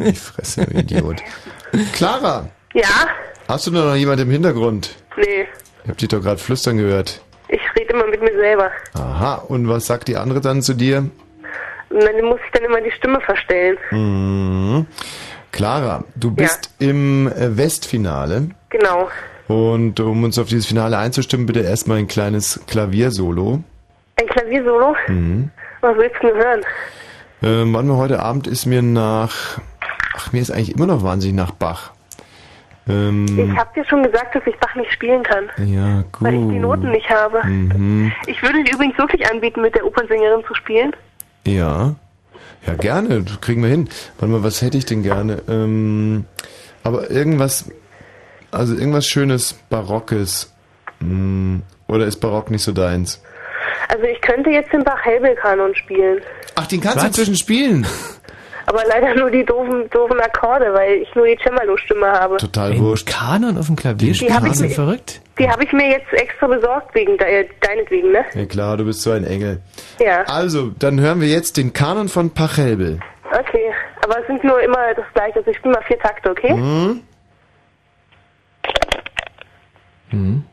Speaker 1: äh, ich fresse, Idiot. Clara,
Speaker 7: Ja,
Speaker 1: hast du da noch jemand im Hintergrund?
Speaker 7: nee,
Speaker 1: Ich hab dich doch gerade flüstern gehört.
Speaker 7: ich rede immer mit mir selber.
Speaker 1: Aha, und was sagt die andere dann zu dir?
Speaker 7: Und dann muss ich dann immer die Stimme verstellen.
Speaker 1: Mhm. Clara, du bist im äh, Westfinale.
Speaker 7: Genau.
Speaker 1: Und um uns auf dieses Finale einzustimmen, bitte erstmal ein kleines Klaviersolo.
Speaker 7: Ein Klaviersolo?
Speaker 1: Mhm.
Speaker 7: Was willst du denn hören?
Speaker 1: Ähm, wann wir heute Abend ist mir nach. Ach, mir ist eigentlich immer noch wahnsinnig nach Bach. Ähm,
Speaker 7: Ich habe dir schon gesagt, dass ich Bach nicht spielen kann,
Speaker 1: ja, gut.
Speaker 7: weil ich die Noten nicht habe.
Speaker 1: Mhm.
Speaker 7: Ich würde dir übrigens wirklich anbieten, mit der Opernsängerin zu spielen.
Speaker 1: Ja. Ja, gerne. Das kriegen wir hin. Warte mal, was hätte ich denn gerne? Ähm, aber irgendwas. Also irgendwas Schönes, Barockes. Mm, Oder ist Barock nicht so deins?
Speaker 7: Also ich könnte jetzt den Bach-Hebel-Kanon spielen,
Speaker 1: Ach, den kannst du inzwischen spielen.
Speaker 7: aber leider nur die doofen, doofen Akkorde, weil ich nur die Cembalo-Stimme habe.
Speaker 1: Total
Speaker 2: wurscht. Kanon auf dem Klavier
Speaker 7: Die hab
Speaker 2: spielen,
Speaker 7: ich
Speaker 2: sind
Speaker 7: mir-
Speaker 2: verrückt.
Speaker 7: Die habe ich mir jetzt extra besorgt wegen de deinetwegen, ne?
Speaker 1: Ja klar, du bist so ein Engel.
Speaker 7: Ja.
Speaker 1: Also, dann hören wir jetzt den Kanon von Pachelbel.
Speaker 7: Okay, aber es sind nur immer das gleiche. Also ich spiele mal vier Takte, okay?
Speaker 1: Hm? Hm.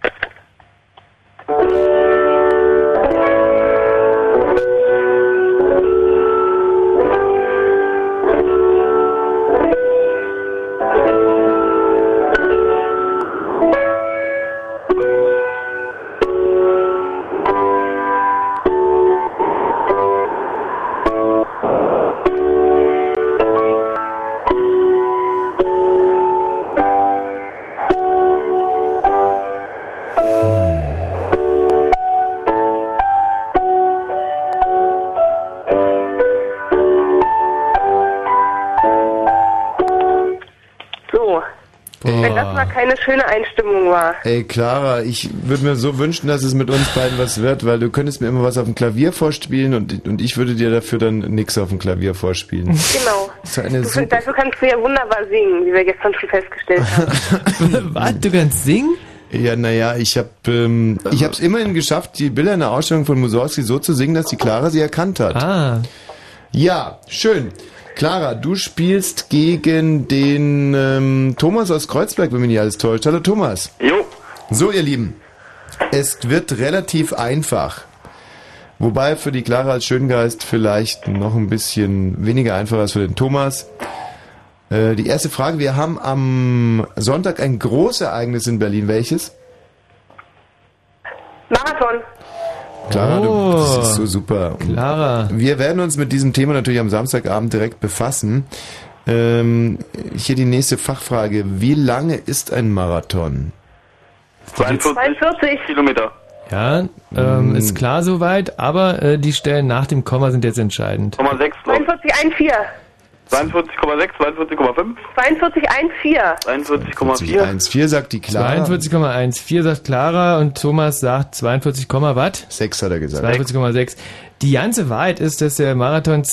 Speaker 7: Wenn das mal
Speaker 1: Ey,
Speaker 7: keine schöne Einstimmung war.
Speaker 1: ey Clara, ich würde mir so wünschen, dass es mit uns beiden was wird, weil du könntest mir immer was auf dem Klavier vorspielen und, und ich würde dir dafür dann nix auf dem Klavier vorspielen.
Speaker 7: Genau.
Speaker 1: So eine
Speaker 7: Du, find-
Speaker 1: super.
Speaker 7: dafür kannst du ja wunderbar singen, wie wir gestern schon festgestellt haben.
Speaker 1: Was? Du kannst singen? Ja, naja, ich habe ähm, ich hab's immerhin geschafft, die Bilder in der Ausstellung von Mussorgsky so zu singen, dass die Clara sie erkannt hat. Ah. Ja, schön. Clara, du spielst gegen den ähm, Thomas aus Kreuzberg, wenn mich nicht alles täuscht. Hallo Thomas.
Speaker 15: Jo.
Speaker 1: So, ihr Lieben, es wird relativ einfach. Wobei für die Clara als Schöngeist vielleicht noch ein bisschen weniger einfach als für den Thomas. Äh, die erste Frage, wir haben am Sonntag ein Großereignis in Berlin. Welches?
Speaker 7: Marathon.
Speaker 1: Clara, du,
Speaker 2: Oh.
Speaker 1: das ist so super. Clara. Wir werden uns mit diesem Thema natürlich am Samstagabend direkt befassen. Ähm, hier die nächste Fachfrage. Wie lange ist ein Marathon?
Speaker 7: 42
Speaker 15: Kilometer.
Speaker 2: Ja, ähm,
Speaker 1: Mm.
Speaker 2: ist klar soweit, aber äh, die Stellen nach dem Komma sind jetzt entscheidend.
Speaker 15: 42,6,
Speaker 7: 42,14.
Speaker 15: 42,5,
Speaker 7: 42,14.
Speaker 15: 41,4.
Speaker 1: 1,4 sagt die Clara.
Speaker 2: 42,14 sagt Clara und Thomas sagt 42, was?
Speaker 1: 6 hat er gesagt.
Speaker 2: 42,6. Die ganze Wahrheit ist, dass der Marathon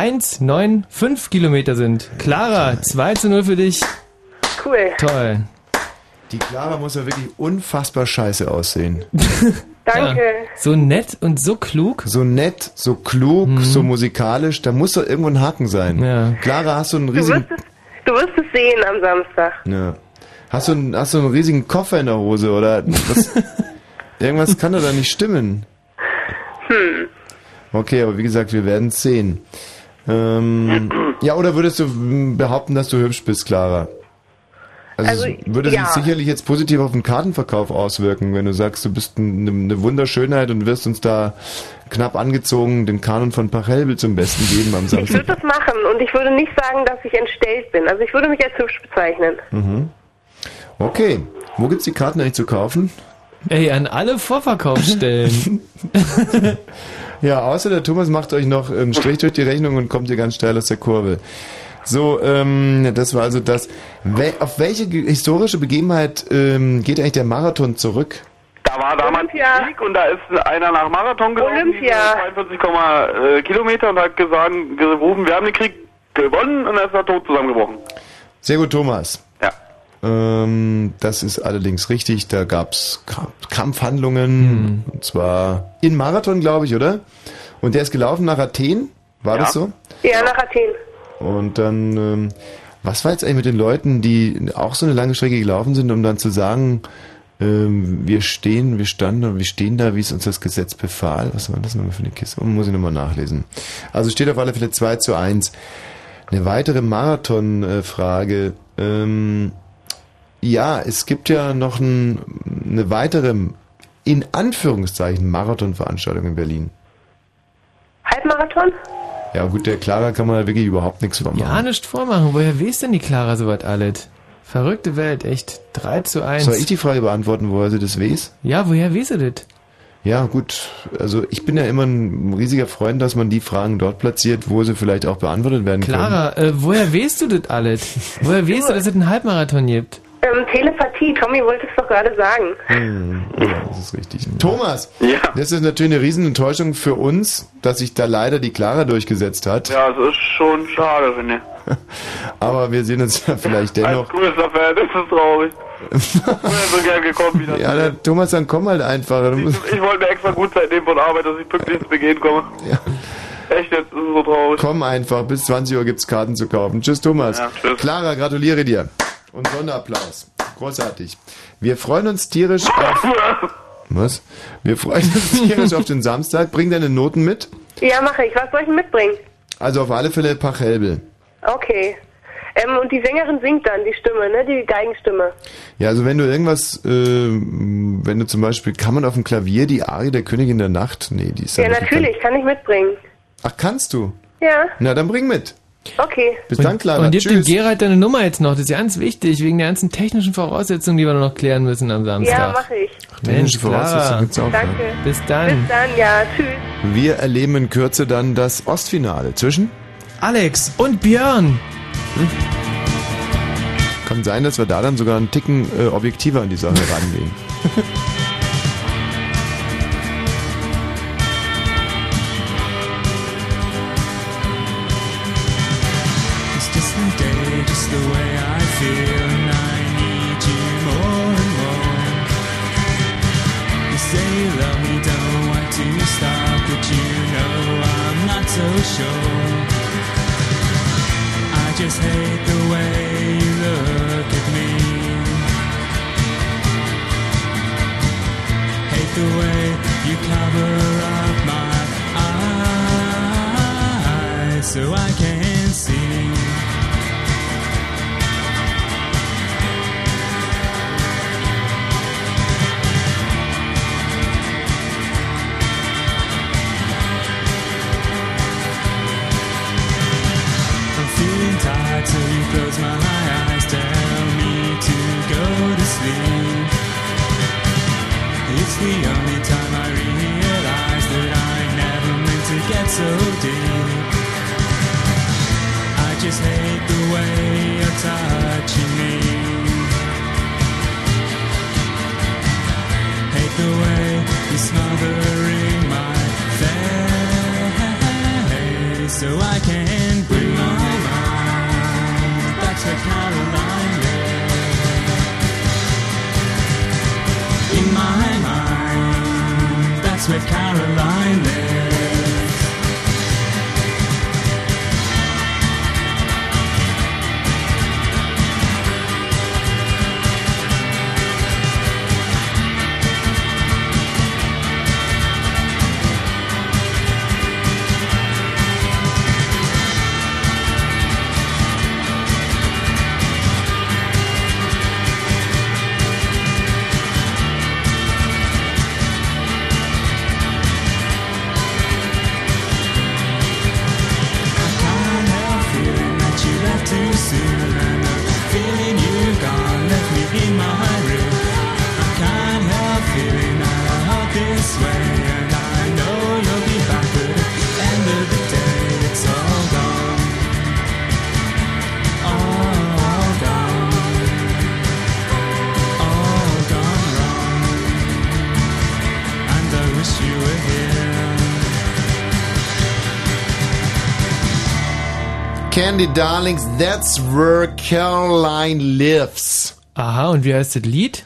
Speaker 2: 42,195 Kilometer sind. Clara, 2 zu 0 für dich.
Speaker 7: Cool.
Speaker 2: Toll.
Speaker 1: Die Clara muss ja wirklich unfassbar scheiße aussehen.
Speaker 7: Danke.
Speaker 1: So nett und so klug. Mhm. So nett, so klug, so musikalisch. Da muss doch irgendwo ein Haken sein. Clara, hast du einen
Speaker 7: Du
Speaker 1: riesigen,
Speaker 7: wirst, es, du wirst es sehen am Samstag.
Speaker 1: ja. Ne. hast du einen, hast du einen riesigen Koffer in der Hose oder was? irgendwas kann doch da nicht stimmen.
Speaker 7: Hm.
Speaker 1: Okay, aber wie gesagt, wir werden es sehen. Ähm, ja, oder würdest du mm, behaupten, dass du hübsch bist, Clara? Also,
Speaker 7: Also,
Speaker 1: es würde
Speaker 7: ja.
Speaker 1: sich sicherlich jetzt positiv auf den Kartenverkauf auswirken, wenn du sagst, du bist ein- eine eine Wunderschönheit und wirst uns da knapp angezogen den Kanon von Pachelbel zum Besten geben am
Speaker 7: Ich würde
Speaker 1: Samstag.
Speaker 7: das machen und ich würde nicht sagen, dass ich entstellt bin. Also ich würde mich als hübsch bezeichnen.
Speaker 1: Mhm. Okay, wo gibt's die Karten eigentlich zu kaufen?
Speaker 2: Ey, an alle Vorverkaufsstellen.
Speaker 1: Ja, außer der Thomas macht euch noch einen Strich durch die Rechnung und kommt hier ganz steil aus der Kurve. So, ähm, das war also das. Wel auf welche ge- historische Begebenheit ähm, geht eigentlich der Marathon zurück?
Speaker 15: Da war damals ein Krieg und da ist einer nach Marathon gelaufen,
Speaker 7: Olympia.
Speaker 15: 42, äh, Kilometer und hat gesagt, gerufen, wir haben den Krieg gewonnen und er ist da tot zusammengebrochen.
Speaker 1: Sehr gut, Thomas.
Speaker 15: Ja.
Speaker 1: Ähm, das ist allerdings richtig. Da gab's Ka- Kampfhandlungen. Und zwar in Marathon, glaube ich, oder? Und der ist gelaufen nach Athen. War das so?
Speaker 7: Ja, nach Athen.
Speaker 1: Und dann, ähm, was war jetzt eigentlich mit den Leuten, die auch so eine lange Strecke gelaufen sind, um dann zu sagen, ähm, wir stehen, wir standen und wir stehen da, wie es uns das Gesetz befahl. Was war das nochmal für eine Kiste? Oh, muss ich nochmal nachlesen. Also steht auf alle Fälle 2 zu 1. Eine weitere Marathon-Frage. Ähm, ja, es gibt ja noch ein, eine weitere, in Anführungszeichen, Marathon-Veranstaltung in Berlin.
Speaker 7: Halbmarathon?
Speaker 1: Ja gut, der Clara kann man da wirklich überhaupt nichts übermachen.
Speaker 2: ja, nicht vormachen. Woher weiß denn die Clara so was alles? Verrückte Welt, echt. 3 zu 1.
Speaker 1: Soll ich die Frage beantworten, woher sie das weiß?
Speaker 2: Ja, woher weiß ihr das?
Speaker 1: Ja, gut. Also ich bin ja immer ein riesiger Freund, dass man die Fragen dort platziert, wo sie vielleicht auch beantwortet werden können.
Speaker 2: Clara, äh, woher weißt du das alles? Woher weißt du, dass es einen Halbmarathon gibt?
Speaker 7: Ähm, Telepathie, Tommy wollte es doch gerade sagen.
Speaker 1: Hm, Ja, das ist richtig. Thomas, das ist natürlich eine Riesenenttäuschung für uns, dass sich da leider die Clara durchgesetzt hat.
Speaker 15: Ja, es ist schon schade, finde ich.
Speaker 1: Aber wir sehen uns ja vielleicht dennoch.
Speaker 15: Größer Fan, das ist traurig. Ich wäre so gern gekommen wieder.
Speaker 1: Ja, dann, Thomas, dann komm halt einfach. Du musst,
Speaker 15: Ich wollte mir extra gut Zeit nehmen von Arbeit, dass ich pünktlich ins Begehen komme. Echt, jetzt ist es so traurig.
Speaker 1: komm einfach. Bis 20 Uhr gibt's Karten zu kaufen. Tschüss, Thomas.
Speaker 15: Ja, tschüss.
Speaker 1: Clara, gratuliere dir. Und Sonderapplaus. Großartig. Wir freuen uns tierisch auf... Was? Wir freuen uns tierisch auf den Samstag. Bring deine Noten mit.
Speaker 7: Ja, mache ich. Was soll ich denn mitbringen?
Speaker 1: Also auf alle Fälle Pachelbel.
Speaker 7: Okay. Ähm, und die Sängerin singt dann die Stimme, ne? Die Geigenstimme.
Speaker 1: Ja, also wenn du irgendwas, äh, wenn du zum Beispiel, kann man auf dem Klavier die Arie der Königin der Nacht? Nee, die ist
Speaker 7: Ja,
Speaker 1: nicht
Speaker 7: natürlich, kann ich mitbringen.
Speaker 1: bekannt. Ach, kannst du?
Speaker 7: Ja,
Speaker 1: Na, dann bring mit.
Speaker 7: okay.
Speaker 1: Bis dann, Clara.
Speaker 2: Und gib dem
Speaker 1: Tschüss.
Speaker 2: Gerald deine Nummer jetzt noch. Das ist ganz wichtig, wegen der ganzen technischen Voraussetzungen, die wir noch klären müssen am Samstag.
Speaker 7: Ja, mache ich.
Speaker 2: Mensch,
Speaker 1: technische Voraussetzungen
Speaker 2: Clara.
Speaker 1: gibt's auch, Danke.
Speaker 2: Bis dann.
Speaker 7: Bis dann, ja, tschüss.
Speaker 1: Wir erleben in Kürze dann das Ostfinale zwischen
Speaker 2: Alex und Björn.
Speaker 1: Hm? Kann sein, dass wir da dann sogar einen Ticken äh, objektiver an die Sache rangehen.
Speaker 5: This distant day, just the way I feel, and I need you more and more. You say you love me, don't want to stop, but you know I'm not so sure. I just hate the way you look at me. Hate the way you cover up my eyes so I can't see. I'm feeling tired, so you close my eyes. Tell me to go to sleep. It's the only time I realize that I never meant to get so deep. I just hate the way you're touching me. Hate the way you're smothering my face, so I can bring my mind back to Caroline. yeah. In my mind, that's where Caroline lives. Can't help feeling that you left too soon, and the feeling you gone left me in my room. I can't help feeling that I hurt this way, and I know you'll be back, but at the end of the day, it's all gone, all gone, all gone wrong. And I wish you were here.
Speaker 1: Candy Darlings, that's where Caroline lives.
Speaker 2: Aha, und wie heißt das Lied?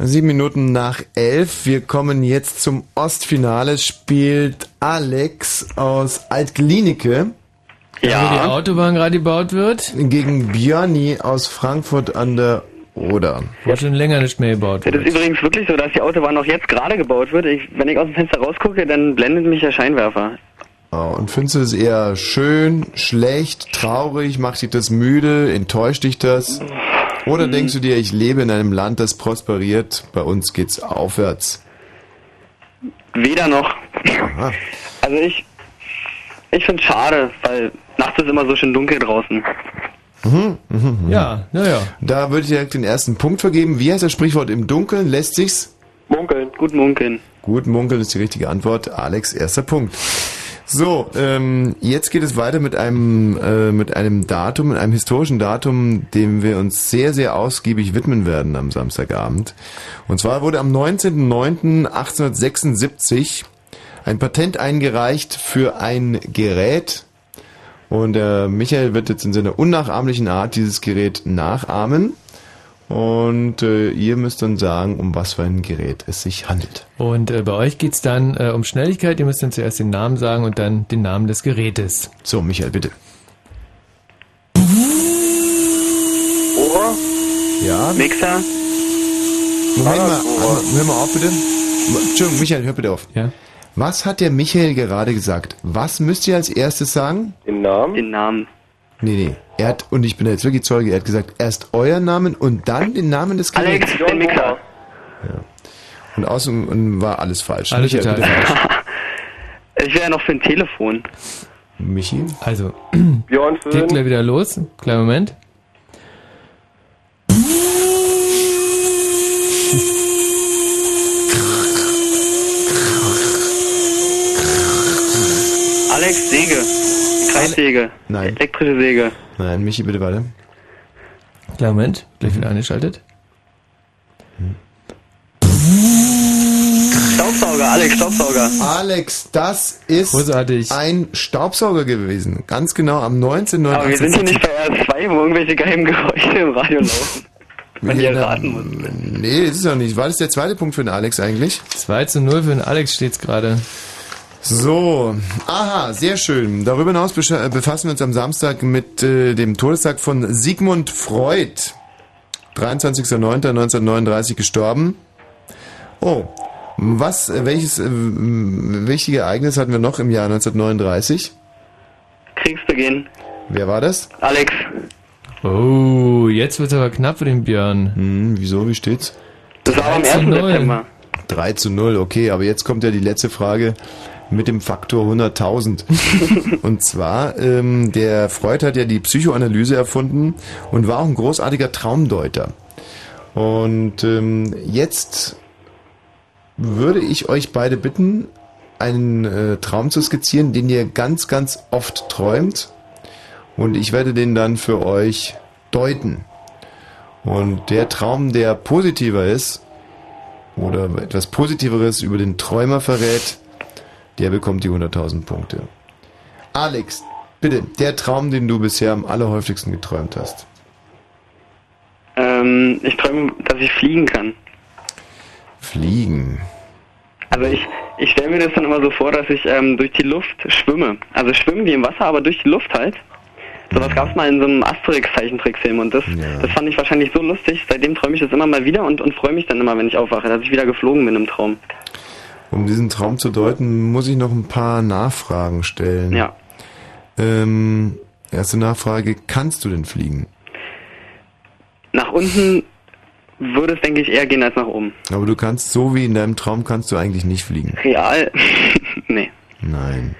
Speaker 1: Sieben Minuten nach elf. Wir kommen jetzt zum Ostfinale. Spielt Alex aus Altglienicke.
Speaker 2: Ja. Wo die Autobahn gerade gebaut wird.
Speaker 1: Gegen Björni aus Frankfurt an der Oder.
Speaker 2: Wo schon länger nicht mehr gebaut
Speaker 8: Es ist
Speaker 2: wird.
Speaker 8: übrigens wirklich so, dass die Autobahn noch jetzt gerade gebaut wird. Ich, wenn ich aus dem Fenster rausgucke, dann blendet mich der Scheinwerfer.
Speaker 1: Oh, und findest du es eher schön, schlecht, traurig, macht dich das müde, enttäuscht dich das? Oder denkst du dir, ich lebe in einem Land, das prosperiert, bei uns geht's aufwärts?
Speaker 8: Weder noch. Also ich, ich finde es schade, weil nachts ist immer so schön dunkel draußen.
Speaker 1: Mhm, mhm, mhm.
Speaker 2: Ja, naja.
Speaker 1: Da würde ich direkt den ersten Punkt vergeben. Wie heißt das Sprichwort im Dunkeln? Lässt sich's?
Speaker 8: Munkeln. Gut munkeln.
Speaker 1: Gut munkeln ist die richtige Antwort. Alex, erster Punkt. So, ähm, jetzt geht es weiter mit einem, äh, mit einem Datum, mit einem historischen Datum, dem wir uns sehr, sehr ausgiebig widmen werden am Samstagabend. Und zwar wurde am 19.09.1876 ein Patent eingereicht für ein Gerät, und äh, Michael wird jetzt in seiner unnachahmlichen Art dieses Gerät nachahmen. Und äh, ihr müsst dann sagen, um was für ein Gerät es sich handelt.
Speaker 2: Und äh, bei euch geht's dann äh, um Schnelligkeit. Ihr müsst dann zuerst den Namen sagen und dann den Namen des Gerätes.
Speaker 1: So, Michael, bitte.
Speaker 14: Ohr?
Speaker 1: Ja?
Speaker 8: Mixer?
Speaker 1: Moment mal, hör mal- hör mal auf bitte. Entschuldigung, Michael, hör bitte auf.
Speaker 2: Ja?
Speaker 1: Was hat der Michael gerade gesagt? Was müsst ihr als erstes sagen?
Speaker 14: Den Namen?
Speaker 8: Den Namen.
Speaker 1: Nee, nee. Er hat, und ich bin da jetzt wirklich Zeuge, er hat gesagt, erst euren Namen und dann den Namen des Geräts.
Speaker 8: Alex, den Mixer.
Speaker 1: Und außen und war alles falsch.
Speaker 2: Alles
Speaker 1: Michael,
Speaker 2: total
Speaker 1: bitte.
Speaker 8: Ich wäre ja noch für ein Telefon.
Speaker 1: Michi?
Speaker 2: Also,
Speaker 14: Björn
Speaker 2: geht gleich wieder los. Kleinen Moment.
Speaker 8: Alex, Säge. Kreissäge.
Speaker 1: Nein.
Speaker 8: Elektrische Säge.
Speaker 1: Nein, Michi, bitte weiter.
Speaker 2: Klar, Moment, gleich wieder eingeschaltet.
Speaker 8: Staubsauger, Alex, Staubsauger.
Speaker 1: Alex, das ist ein Staubsauger gewesen. Ganz genau am 19.
Speaker 8: Aber wir sind hier nicht bei R2, wo irgendwelche geheimen Geräusche im Radio laufen.
Speaker 1: Man hier raten muss. Nee, das ist doch nicht. War das der zweite Punkt für den Alex eigentlich?
Speaker 2: 2 zu 0 für den Alex steht's gerade.
Speaker 1: So, aha, sehr schön. Darüber hinaus besch- äh, befassen wir uns am Samstag mit äh, dem Todestag von Sigmund Freud. 23.09.1939 gestorben. Oh, was, äh, welches äh, m- wichtige Ereignis hatten wir noch im Jahr 1939?
Speaker 8: Kriegsbeginn.
Speaker 1: Wer war das?
Speaker 8: Alex,
Speaker 2: Oh, jetzt wird's aber knapp für den Björn.
Speaker 1: Hm, wieso, wie steht's?
Speaker 8: das war am 1.
Speaker 2: 13 0.
Speaker 8: Dezember.
Speaker 1: 3 zu 0, okay, aber jetzt kommt ja die letzte Frage mit dem Faktor 100.000. und zwar, ähm, der Freud hat ja die Psychoanalyse erfunden und war auch ein großartiger Traumdeuter. Und ähm, jetzt würde ich euch beide bitten, einen äh, Traum zu skizzieren, den ihr ganz, ganz oft träumt. Und ich werde den dann für euch deuten. Und der Traum, der positiver ist, oder etwas Positiveres über den Träumer verrät, der bekommt die 100.000 Punkte. Alex, bitte, der Traum, den du bisher am allerhäufigsten geträumt hast.
Speaker 8: Ähm, ich träume, dass ich fliegen kann.
Speaker 1: Fliegen.
Speaker 8: Also ich, ich stelle mir das dann immer so vor, dass ich ähm, durch die Luft schwimme. Also schwimmen wie im Wasser, aber durch die Luft halt. Sowas gab es mal in so einem Asterix-Zeichentrickfilm und das, das fand ich wahrscheinlich so lustig. Seitdem träume ich das immer mal wieder und, und freue mich dann immer, wenn ich aufwache, dass ich wieder geflogen bin im Traum.
Speaker 1: Um diesen Traum zu deuten, muss ich noch ein paar Nachfragen stellen.
Speaker 8: Ja.
Speaker 1: Ähm, erste Nachfrage, kannst du denn fliegen?
Speaker 8: Nach unten würde es, denke ich, eher gehen als nach oben.
Speaker 1: Aber du kannst, so wie in deinem Traum, kannst du eigentlich nicht fliegen.
Speaker 8: Real? nee.
Speaker 1: Nein.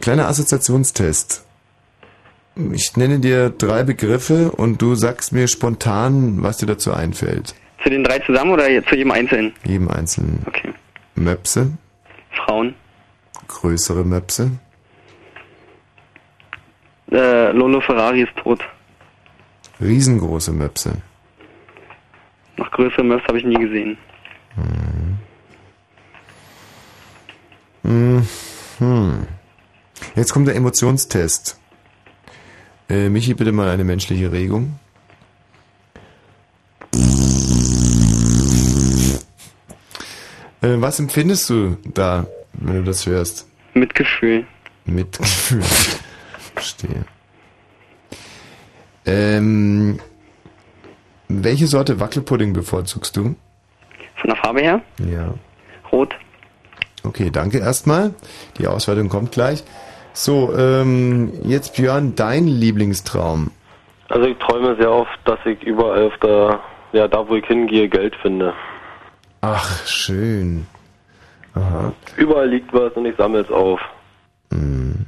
Speaker 1: Kleiner Assoziationstest. Ich nenne dir drei Begriffe und du sagst mir spontan, was dir dazu einfällt.
Speaker 8: Zu den drei zusammen oder zu jedem Einzelnen?
Speaker 1: Jedem einzelnen.
Speaker 8: Okay.
Speaker 1: Möpse,
Speaker 8: Frauen,
Speaker 1: größere Möpse,
Speaker 8: äh, Lolo Ferrari ist tot.
Speaker 1: riesengroße Möpse.
Speaker 8: Noch größere Mörs habe ich nie gesehen.
Speaker 1: Mhm. Jetzt kommt der Emotionstest. Äh, Michi, bitte mal eine menschliche Regung. Äh, was empfindest du da, wenn du das hörst?
Speaker 8: Mitgefühl.
Speaker 1: Mitgefühl. Verstehe. Ähm, welche Sorte Wackelpudding bevorzugst du?
Speaker 8: Von der Farbe her?
Speaker 1: Ja.
Speaker 8: Rot.
Speaker 1: Okay, danke erstmal. Die Auswertung kommt gleich. So, ähm, jetzt Björn, dein Lieblingstraum.
Speaker 16: Also ich träume sehr oft, dass ich überall auf der, ja, da wo ich hingehe, Geld finde.
Speaker 1: Ach, schön. Aha.
Speaker 16: Überall liegt was und ich sammle es auf.
Speaker 1: Hm.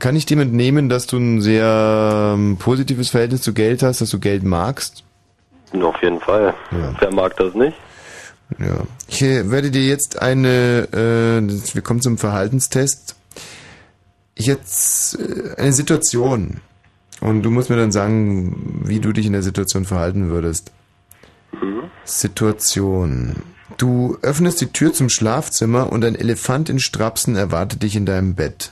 Speaker 1: Kann ich dem entnehmen, dass du ein sehr ähm, positives Verhältnis zu Geld hast, dass du Geld magst?
Speaker 16: Nur auf jeden Fall. Wer mag das nicht?
Speaker 1: Ja. Ich äh, werde dir jetzt eine, äh, das- wir kommen zum Verhaltenstest. Ich jetzt äh, eine Situation. Und du musst mir dann sagen, wie du dich in der Situation verhalten würdest. Situation. Du öffnest die Tür zum Schlafzimmer und ein Elefant in Strapsen erwartet dich in deinem Bett.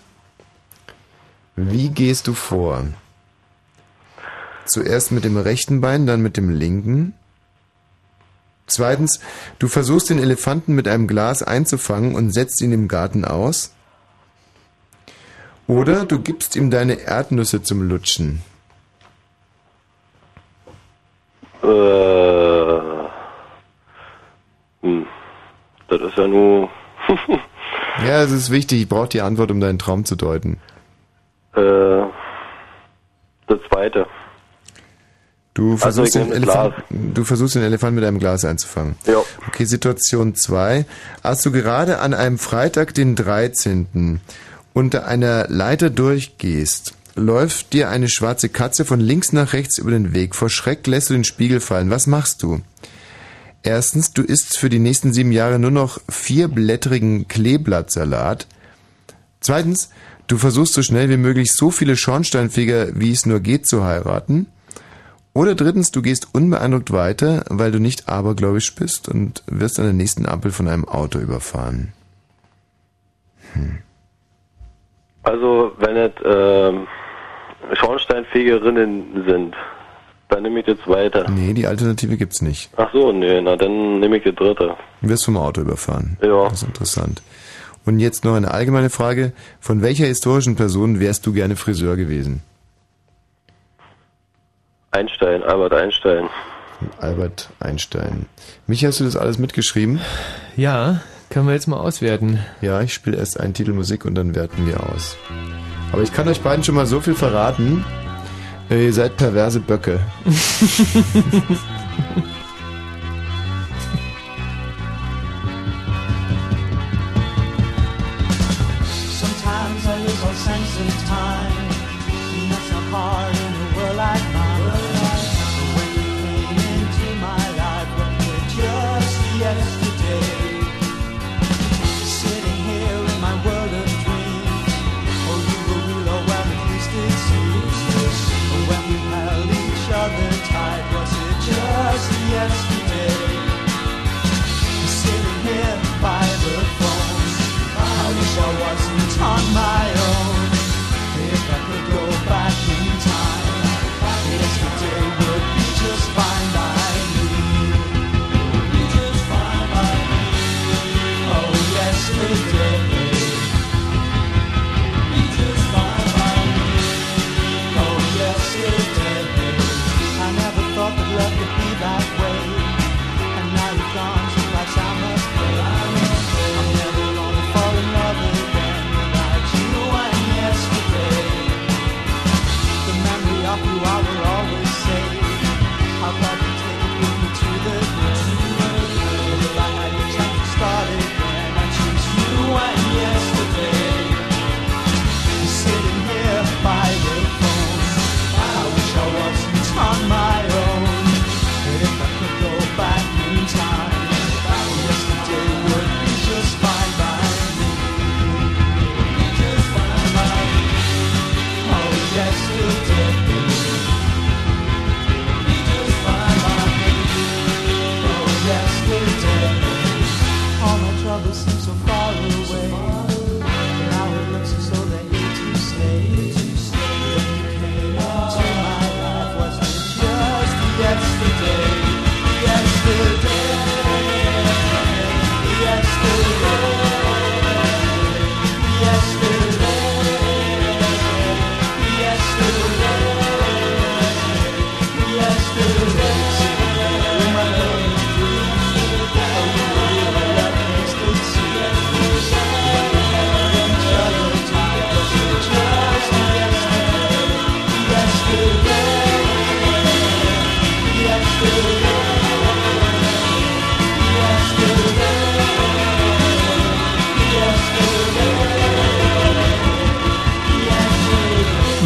Speaker 1: Wie gehst du vor? Zuerst mit dem rechten Bein, dann mit dem linken. Zweitens, du versuchst den Elefanten mit einem Glas einzufangen und setzt ihn im Garten aus. Oder du gibst ihm deine Erdnüsse zum Lutschen.
Speaker 16: Äh, hm. Das ist ja nur,
Speaker 1: Ja, es ist wichtig, ich brauche die Antwort, um deinen Traum zu deuten.
Speaker 16: äh, das zweite.
Speaker 1: Du
Speaker 16: Also,
Speaker 1: versuchst,
Speaker 16: ich
Speaker 1: den,
Speaker 16: nehme das
Speaker 1: Elefant, du versuchst den Elefant mit einem Glas einzufangen.
Speaker 16: Ja.
Speaker 1: Okay, Situation 2. Als du gerade an einem Freitag, den 13. unter einer Leiter durchgehst, läuft dir eine schwarze Katze von links nach rechts über den Weg. Vor Schreck lässt du den Spiegel fallen. Was machst du? Erstens, du isst für die nächsten sieben Jahre nur noch vierblättrigen Kleeblattsalat. Zweitens, Du versuchst so schnell wie möglich so viele Schornsteinfeger, wie es nur geht, zu heiraten. Oder drittens, du gehst unbeeindruckt weiter, weil du nicht abergläubisch bist und wirst an der nächsten Ampel von einem Auto überfahren.
Speaker 16: Also, wenn es ähm, Schornsteinfegerinnen sind, dann nehme ich das zweite.
Speaker 1: Nee, die Alternative gibt's nicht.
Speaker 16: Ach so, nee, na dann nehme ich die dritte.
Speaker 1: Du wirst vom Auto überfahren.
Speaker 16: Ja.
Speaker 1: Das ist interessant. Und jetzt noch eine allgemeine Frage. Von welcher historischen Person wärst du gerne Friseur gewesen?
Speaker 16: Einstein, Albert Einstein.
Speaker 1: Albert Einstein. Mich hast du das alles mitgeschrieben?
Speaker 2: Ja, können wir jetzt mal auswerten.
Speaker 1: Ja, ich spiele erst einen Titel Musik und dann werten wir aus. Aber ich kann euch beiden schon mal so viel verraten. Äh, Ihr seid perverse Böcke.
Speaker 5: Sometimes I lose all sense of time. And that's how hard in a world like mine. But when you came into my life, what could just be yesterday? Sitting here in my world of dreams. Oh, you were real, oh, well, at least it seems. Oh, when we held each other tight, was it just yesterday? Sitting here by the phone. I wish I wasn't on my own. If I could go back in time, yesterday would be just fine by me. Would be just fine by me. Oh, yesterday. Be just fine by me. Oh, yesterday. I never thought that love could be that way. And now you're gone, so perhaps I must pray. I'm never gonna fall in love again without you and yesterday. The memory of you I will always save. I'll probably take it with me to the grave. But if I had the chance to start again, I'd choose you and yesterday. Sitting here by the phone, I wish I wasn't on my own. If I could go back in time, yesterday would be just fine by me. Just fine by me. Oh, yesterday. Just fine by me. Oh, yesterday. All my troubles seem so far away. Now it looks as though they're here to stay. When you came into my life, was it just yesterday? Yesterday.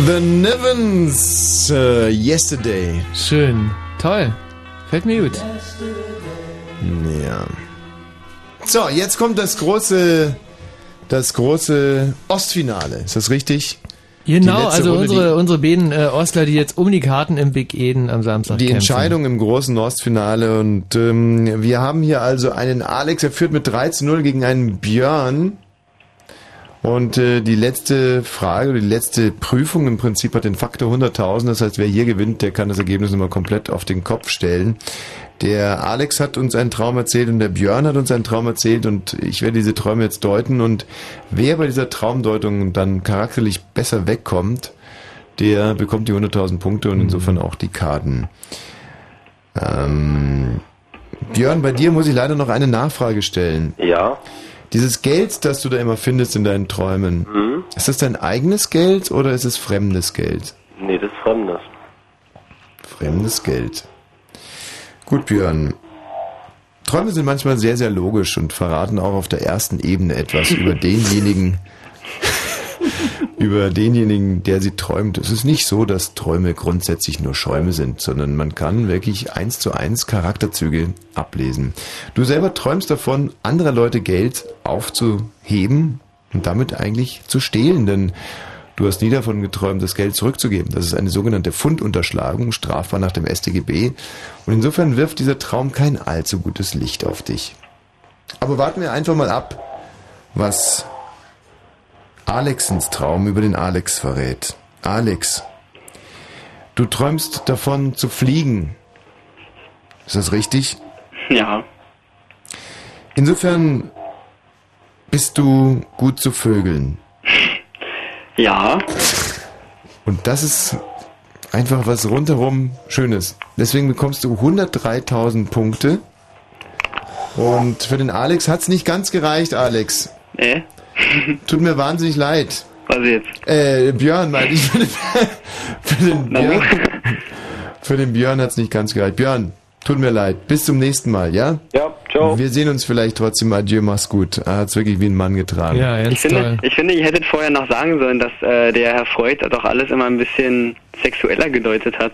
Speaker 1: The Nivens äh, Yesterday.
Speaker 2: Schön. Toll. Fällt mir gut.
Speaker 1: Ja. So, jetzt kommt das große, das große Ostfinale. Ist das richtig? Die
Speaker 2: Genau,
Speaker 1: letzte
Speaker 2: also
Speaker 1: Runde,
Speaker 2: unsere, unsere beiden äh, Ostler, die jetzt um die Karten im Big Eden am Samstag
Speaker 1: die
Speaker 2: kämpfen.
Speaker 1: Entscheidung im großen Ostfinale und ähm, wir haben hier also einen Alex, der führt mit 3 zu 0 gegen einen Björn. Und äh, die letzte Frage, die letzte Prüfung im Prinzip hat den Faktor 100.000. Das heißt, wer hier gewinnt, der kann das Ergebnis nochmal komplett auf den Kopf stellen. Der Alex hat uns einen Traum erzählt und der Björn hat uns einen Traum erzählt und ich werde diese Träume jetzt deuten. Und wer bei dieser Traumdeutung dann charakterlich besser wegkommt, der bekommt die 100.000 Punkte und insofern auch die Karten. Ähm, Björn, bei dir muss ich leider noch eine Nachfrage stellen.
Speaker 16: Ja.
Speaker 1: Dieses Geld, das du da immer findest in deinen Träumen, ist das dein eigenes Geld oder ist es fremdes Geld?
Speaker 16: Nee, das ist Fremdes.
Speaker 1: Fremdes Geld. Gut, Björn. Träume sind manchmal sehr, sehr logisch und verraten auch auf der ersten Ebene etwas über denjenigen, über denjenigen, der sie träumt. Es ist nicht so, dass Träume grundsätzlich nur Schäume sind, sondern man kann wirklich eins zu eins Charakterzüge ablesen. Du selber träumst davon, anderer Leute Geld aufzuheben und damit eigentlich zu stehlen, denn du hast nie davon geträumt, das Geld zurückzugeben. Das ist eine sogenannte Pfundunterschlagung, strafbar nach dem StGB. Und insofern wirft dieser Traum kein allzu gutes Licht auf dich. Aber warten wir einfach mal ab, was Alexens Traum über den Alex verrät. Alex, du träumst davon zu fliegen. Ist das richtig?
Speaker 8: Ja.
Speaker 1: Insofern bist du gut zu Vögeln.
Speaker 8: Ja.
Speaker 1: Und das ist einfach was rundherum Schönes. Deswegen bekommst du 103.000 Punkte. Und für den Alex hat's nicht ganz gereicht, Alex.
Speaker 8: Nee.
Speaker 1: Tut mir wahnsinnig leid.
Speaker 8: Was jetzt?
Speaker 1: Äh, Björn, meine ich. Für den, für den Björn, für den Björn hat's nicht ganz gereicht. Björn, tut mir leid. Bis zum nächsten Mal, ja?
Speaker 8: Ja, ciao.
Speaker 1: Wir sehen uns vielleicht trotzdem. Adieu, mach's gut. Er hat's wirklich wie ein Mann getragen.
Speaker 8: ich
Speaker 1: äh,
Speaker 8: finde, ich finde, ihr hättet vorher noch sagen sollen, dass äh, der Herr Freud doch alles immer ein bisschen sexueller gedeutet hat.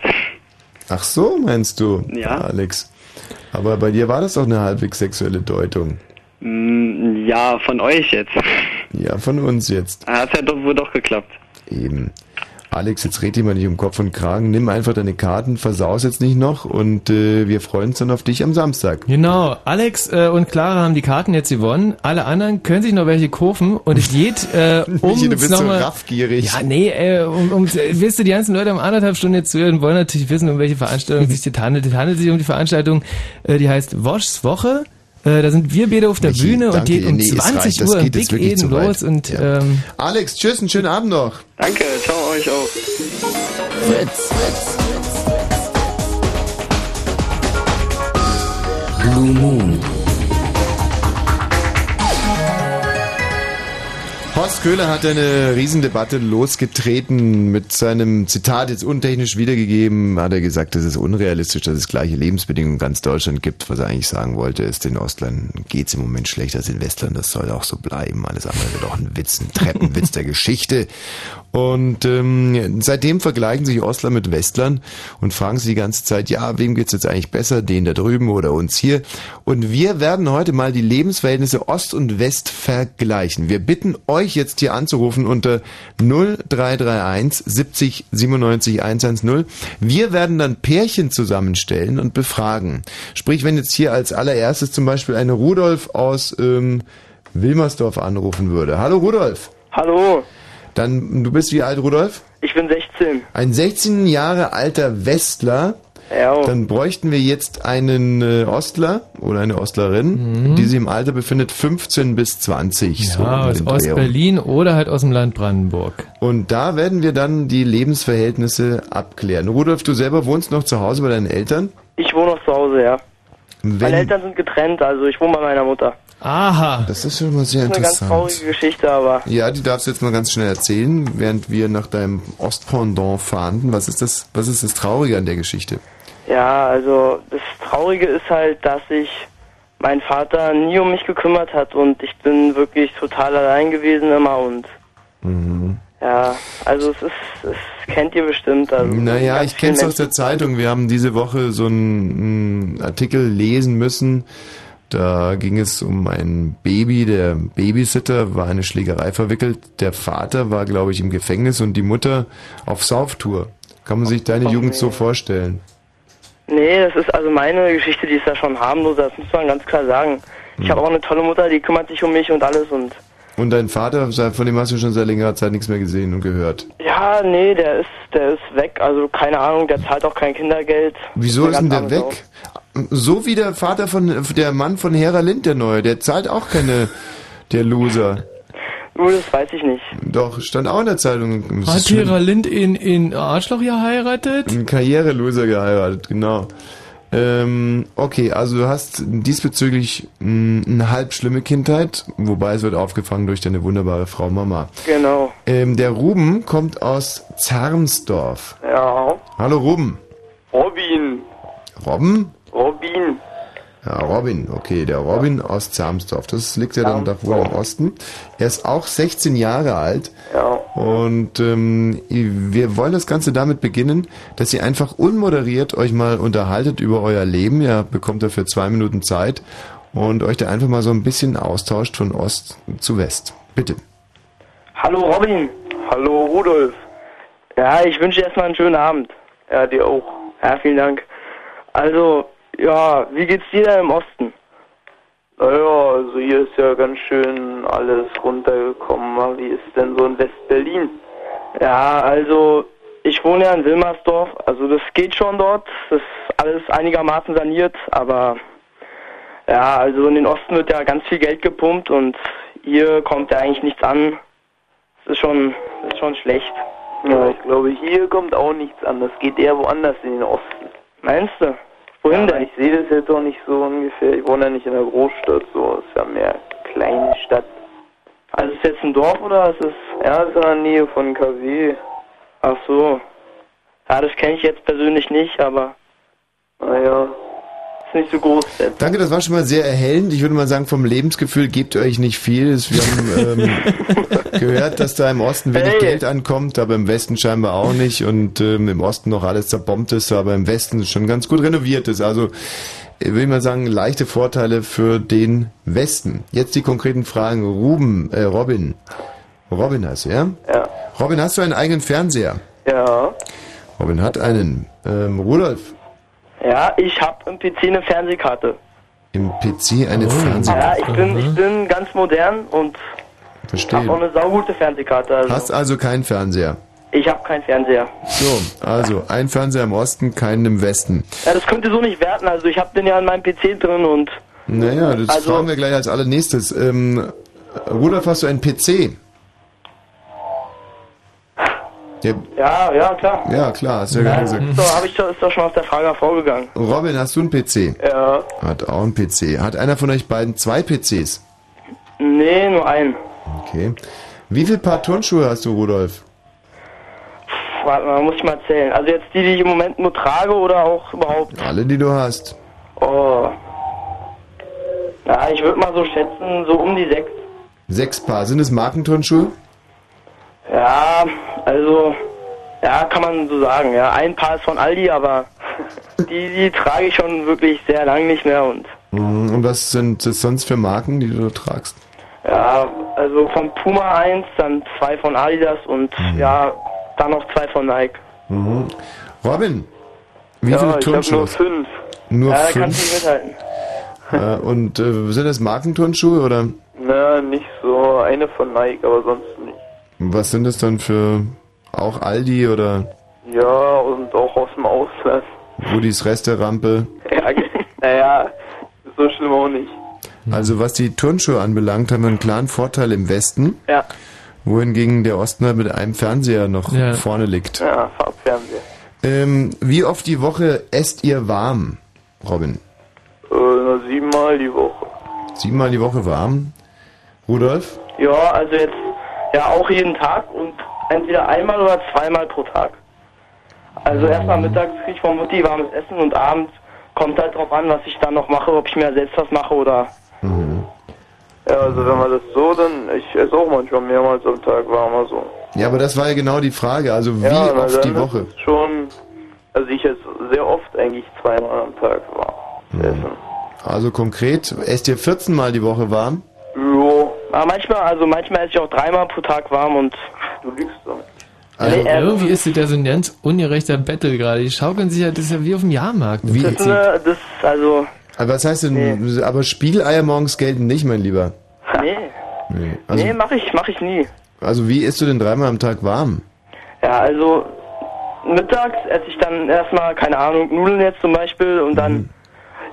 Speaker 1: Ach so, meinst du,
Speaker 8: Ja.
Speaker 1: Alex? Aber bei dir war das doch eine halbwegs sexuelle Deutung.
Speaker 8: Mm, Ja, von euch jetzt.
Speaker 1: Ja, von uns jetzt.
Speaker 8: Hat ja doch wohl doch geklappt.
Speaker 1: Eben. Alex, jetzt red dir mal nicht um Kopf und Kragen. Nimm einfach deine Karten, versaus jetzt nicht noch und äh, wir freuen uns dann auf dich am Samstag.
Speaker 2: Genau, Alex äh, und Clara haben die Karten jetzt gewonnen. Alle anderen können sich noch welche kaufen und es geht äh, um
Speaker 1: du bist so raffgierig.
Speaker 2: Ja, nee, äh, um, um, äh, wisst ihr, die ganzen Leute haben anderthalb Stunden jetzt zuhören und wollen natürlich wissen, um welche Veranstaltung es sich das handelt. Es handelt sich um die Veranstaltung, äh, die heißt Woschs Woche. Äh, da sind wir beide auf der
Speaker 1: Michi,
Speaker 2: Bühne und
Speaker 1: danke
Speaker 2: geht
Speaker 1: dir.
Speaker 2: um
Speaker 1: Nee, es reicht.
Speaker 2: 20
Speaker 1: Das
Speaker 2: Uhr im
Speaker 1: geht jetzt
Speaker 2: Big
Speaker 1: wirklich
Speaker 2: Eden
Speaker 1: zu weit.
Speaker 2: los und
Speaker 1: Ja.
Speaker 2: ähm,
Speaker 1: Alex, tschüss, einen schönen Abend noch.
Speaker 8: Danke, ciao euch auch.
Speaker 3: Fritz. Blue Moon.
Speaker 1: Horst Köhler hat eine Riesendebatte losgetreten mit seinem Zitat, jetzt untechnisch wiedergegeben, hat er gesagt, es ist unrealistisch, dass es gleiche Lebensbedingungen in ganz Deutschland gibt. Was er eigentlich sagen wollte, ist, den Ostlern geht es im Moment schlechter als den Westlern, das soll auch so bleiben. Alles andere wird auch ein Witz, ein Treppenwitz der Geschichte. Und ähm, seitdem vergleichen sich Ostler mit Westlern und fragen sich die ganze Zeit, ja, wem geht's jetzt eigentlich besser, den da drüben oder uns hier? Und wir werden heute mal die Lebensverhältnisse Ost und West vergleichen. Wir bitten euch jetzt hier anzurufen unter 0331 70 97 110. Wir werden dann Pärchen zusammenstellen und befragen. Sprich, wenn jetzt hier als allererstes zum Beispiel eine Rudolf aus ähm, Wilmersdorf anrufen würde. Hallo Rudolf.
Speaker 18: Hallo.
Speaker 1: Dann, du bist wie alt, Rudolf?
Speaker 18: Ich bin 16.
Speaker 1: Ein 16 Jahre alter Westler.
Speaker 18: Ja. oh.
Speaker 1: Dann bräuchten wir jetzt einen äh, Ostler oder eine Ostlerin, die sich im Alter befindet 15 bis 20. so um
Speaker 2: Mhm. ja, ah, aus
Speaker 1: den Dreh rum.
Speaker 2: Ostberlin oder halt aus dem Land Brandenburg.
Speaker 1: Und da werden wir dann die Lebensverhältnisse abklären. Rudolf, du selber wohnst noch zu Hause bei deinen Eltern?
Speaker 18: Ich wohne noch zu Hause, ja. Meine
Speaker 1: Wenn,
Speaker 18: Eltern sind getrennt, also ich wohne bei meiner Mutter.
Speaker 2: Aha.
Speaker 1: Das ist schon mal sehr
Speaker 18: Das ist eine ganz
Speaker 1: interessant.
Speaker 18: traurige Geschichte, aber
Speaker 1: Ja, die darfst du jetzt mal ganz schnell erzählen, während wir nach deinem Ostpendant fahnden. Was ist das, was ist das Traurige an der Geschichte?
Speaker 18: ja, also das Traurige ist halt, dass ich mein Vater nie um mich gekümmert hat und ich bin wirklich total allein gewesen immer und
Speaker 1: Mhm.
Speaker 18: ja, also es ist, es kennt ihr bestimmt. Also
Speaker 1: Naja,
Speaker 18: ganz
Speaker 1: ich kenne es
Speaker 18: viele
Speaker 1: aus der Zeitung. Wir haben diese Woche so einen mm, Artikel lesen müssen. Da ging es um ein Baby. Der Babysitter war in eine Schlägerei verwickelt. Der Vater war, glaube ich, im Gefängnis und die Mutter auf Sauftour. Kann man sich deine Jugend so vorstellen?
Speaker 18: Nee, das ist also meine Geschichte, die ist ja schon harmloser, das muss man ganz klar sagen.
Speaker 1: Mhm.
Speaker 18: Ich habe auch eine tolle Mutter, die kümmert sich um mich und alles und
Speaker 1: Und dein Vater, von dem hast du schon seit längerer Zeit nichts mehr gesehen und gehört.
Speaker 18: ja, nee, der ist der ist weg, also keine Ahnung, der zahlt auch kein Kindergeld.
Speaker 1: Wieso ist denn der
Speaker 18: ganz arme
Speaker 1: weg? So wie der Vater von, der Mann von Hera Lind, der Neue. Der zahlt auch keine, der Loser.
Speaker 18: Sau. Nur das weiß ich nicht.
Speaker 1: Doch, stand auch in der Zeitung. Das ist
Speaker 2: Hat
Speaker 1: schlimm.
Speaker 2: Hera Lind in, in Arschloch geheiratet?
Speaker 1: Ein Karriereloser geheiratet, genau. Ähm, okay, also du hast diesbezüglich mh, eine halb schlimme Kindheit, wobei es wird aufgefangen durch deine wunderbare Frau Mama.
Speaker 18: Genau.
Speaker 1: Ähm, der Ruben kommt aus Zarmsdorf.
Speaker 18: Ja.
Speaker 1: Hallo Ruben.
Speaker 15: Robin.
Speaker 1: Robben?
Speaker 15: Robin.
Speaker 1: Ja, Robin, okay, der Robin aus Zarmsdorf. Das liegt ja dann da wohl im Osten. Er ist auch 16 Jahre alt.
Speaker 18: Ja.
Speaker 1: Und ähm, wir wollen das Ganze damit beginnen, dass ihr einfach unmoderiert euch mal unterhaltet über euer Leben. Ihr bekommt dafür zwei Minuten Zeit und euch da einfach mal so ein bisschen austauscht von Ost zu West. Bitte.
Speaker 18: Hallo Robin.
Speaker 15: Hallo Rudolf.
Speaker 18: Ja, ich wünsche dir erstmal einen schönen Abend.
Speaker 15: Ja, dir auch.
Speaker 18: Ja, vielen Dank. Also, ja, wie geht's dir da im Osten?
Speaker 15: Naja, also hier ist ja ganz schön alles runtergekommen. Aber Wie ist denn so in West-Berlin?
Speaker 18: Ja, also ich wohne ja in Wilmersdorf, also das geht schon dort, das ist alles einigermaßen saniert, aber ja, also in den Osten wird ja ganz viel Geld gepumpt und hier kommt ja eigentlich nichts an. Das ist schon, das ist schon schlecht.
Speaker 15: Ja, ich glaube, hier kommt auch nichts an. Das geht eher woanders in den Osten.
Speaker 18: Meinst du?
Speaker 15: Wohin ja, denn? Ich sehe das jetzt auch nicht so ungefähr. Ich wohne ja nicht in einer Großstadt, so. Es ist ja mehr kleine Stadt.
Speaker 18: Also ist jetzt ein Dorf oder ist es?
Speaker 15: Ja, es ist in der Nähe von KW.
Speaker 18: Ach so. Ja, das kenne ich jetzt persönlich nicht, aber
Speaker 15: naja,
Speaker 18: ist nicht so groß. Jetzt.
Speaker 1: Danke, das war schon mal sehr erhellend. Ich würde mal sagen, vom Lebensgefühl gebt ihr euch nicht viel. Es- Wir haben ähm, gehört, dass da im Osten wenig
Speaker 18: Hey.
Speaker 1: Geld ankommt, aber im Westen scheinbar auch nicht und ähm, im Osten noch alles zerbombt ist, aber im Westen schon ganz gut renoviert ist. Also äh, will ich mal sagen, leichte Vorteile für den Westen. Jetzt die konkreten Fragen. Ruben, äh, Robin. Robin heißt du, ja?
Speaker 15: Ja.
Speaker 1: Robin, hast du einen eigenen Fernseher?
Speaker 18: Ja.
Speaker 1: Robin hat einen. Ähm, Rudolf,
Speaker 18: Ja, ich habe im PC eine Fernsehkarte.
Speaker 1: im PC eine
Speaker 18: Ja,
Speaker 1: Fernseher.
Speaker 18: ich bin, ich bin ganz modern und habe auch
Speaker 1: Verstehe.
Speaker 18: eine saugute Fernsehkarte. Also
Speaker 1: Hast also keinen Fernseher.
Speaker 18: ich habe keinen Fernseher.
Speaker 1: So, also ein Fernseher im Osten, keinen im Westen.
Speaker 18: Ja, das könnt ihr so nicht werten. Also ich habe den ja in meinem PC drin und
Speaker 1: Naja, das
Speaker 18: Also-
Speaker 1: fragen wir gleich als allernächstes. Ähm, Rudolf, hast du einen PC? Ja,
Speaker 18: ja, ja, klar.
Speaker 1: ja klar, hast du ja
Speaker 18: Ja,
Speaker 1: gerade
Speaker 18: ist doch,
Speaker 1: gesagt.
Speaker 18: hab ich doch, ist doch schon aus der Frage hervorgegangen.
Speaker 1: Robin, hast du einen PC?
Speaker 18: Ja.
Speaker 1: Hat auch einen PC. Hat einer von euch beiden zwei PCs?
Speaker 18: Nee, nur einen.
Speaker 1: Okay. Wie viel Paar Turnschuhe hast du, Rudolf?
Speaker 18: Pff, Warte mal, muss ich mal zählen. Also jetzt die, die ich im Moment nur trage oder auch überhaupt.
Speaker 1: Alle, die du hast.
Speaker 18: Oh. Ja, ich würde mal so schätzen, so um die sechs.
Speaker 1: Sechs Paar. Sind es Markenturnschuhe?
Speaker 18: Ja, also, ja, kann man so sagen. Ja, ein Paar ist von Aldi, aber die, die trage ich schon wirklich sehr lang nicht mehr und
Speaker 1: Mhm, Und was sind das sonst für Marken, die du da tragst?
Speaker 18: ja, also von Puma eins, dann zwei von Adidas und ja, dann noch zwei von Nike.
Speaker 1: Mhm. Robin, wie
Speaker 18: ja,
Speaker 1: viele
Speaker 18: ich habe
Speaker 1: Turnschuhe?
Speaker 18: nur fünf.
Speaker 1: Nur
Speaker 18: ja, da
Speaker 1: fünf.
Speaker 18: kannst du nicht mithalten.
Speaker 1: Äh, und äh, sind das Markenturnschuhe oder
Speaker 15: Na, nicht so. Eine von Nike, aber sonst nicht.
Speaker 1: was sind das dann für auch Aldi oder
Speaker 15: Ja, und auch aus dem Ausland.
Speaker 1: Rudis Resterampe?
Speaker 15: Ja, naja, so schlimm auch nicht.
Speaker 1: Also was die Turnschuhe anbelangt, haben wir einen klaren Vorteil im Westen.
Speaker 15: Ja.
Speaker 1: Wohingegen der Osten halt mit einem Fernseher noch
Speaker 15: Ja.
Speaker 1: vorne liegt.
Speaker 15: Ja, Farbfernseher.
Speaker 1: Ähm, wie oft die Woche esst ihr warm, Robin?
Speaker 15: Äh, na, siebenmal die Woche.
Speaker 1: Siebenmal die Woche warm. Rudolf?
Speaker 18: Ja, also jetzt ja auch jeden Tag und entweder einmal oder zweimal pro Tag. Also erstmal mittags krieg ich von Mutti warmes Essen und abends kommt halt drauf an, was ich dann noch mache, ob ich mir selbst was mache oder Mhm.
Speaker 15: Ja, also wenn man das so, dann, ich esse auch manchmal mehrmals am Tag warmer so.
Speaker 1: Ja, aber das war ja genau die Frage. Also wie
Speaker 15: ja, na,
Speaker 1: oft die
Speaker 15: dann ist
Speaker 1: Woche?
Speaker 15: es Schon, also ich esse sehr oft eigentlich zweimal am Tag warm.
Speaker 1: Also konkret, esst ihr 14 Mal die Woche warm?
Speaker 18: Jo. Aber manchmal, also manchmal esse ich auch dreimal pro Tag warm und
Speaker 15: du lügst doch.
Speaker 2: Also
Speaker 18: Nee, äh,
Speaker 2: irgendwie ist das ja so ein ganz ungerechter Battle gerade. Die schaukeln sich ja, das ist ja wie auf dem Jahrmarkt. im
Speaker 1: Wie-
Speaker 2: Prinzip.
Speaker 18: ne, das also
Speaker 1: Aber was heißt denn, aber Spiegeleier morgens gelten nicht, mein Lieber.
Speaker 18: nee,
Speaker 1: Nee. Also,
Speaker 18: nee, mache ich, mache ich nie.
Speaker 1: also wie isst du denn dreimal am Tag warm?
Speaker 18: Ja, also mittags esse ich dann erstmal, keine Ahnung, Nudeln jetzt zum Beispiel und dann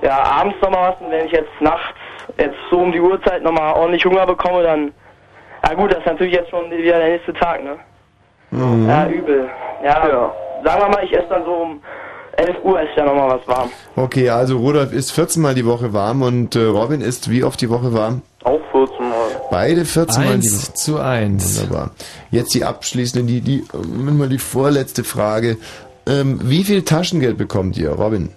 Speaker 18: ja abends nochmal was und wenn ich jetzt nachts jetzt so um die Uhrzeit nochmal ordentlich Hunger bekomme, dann ja gut, das ist natürlich jetzt schon wieder der nächste Tag, ne? Ja, übel. Ja, sagen wir mal, ich esse dann so um 11 Uhr esse ich dann nochmal was warm.
Speaker 1: Okay, also Rudolf isst 14 Mal die Woche warm und äh, Robin isst wie oft die Woche warm?
Speaker 15: Auch 14 Mal.
Speaker 1: Beide 14 Mal die
Speaker 2: Eins
Speaker 1: Woche. zu 1. Wunderbar. Jetzt die abschließende, die, die, wenn mal die vorletzte Frage. Ähm, wie viel Taschengeld bekommt ihr, Robin?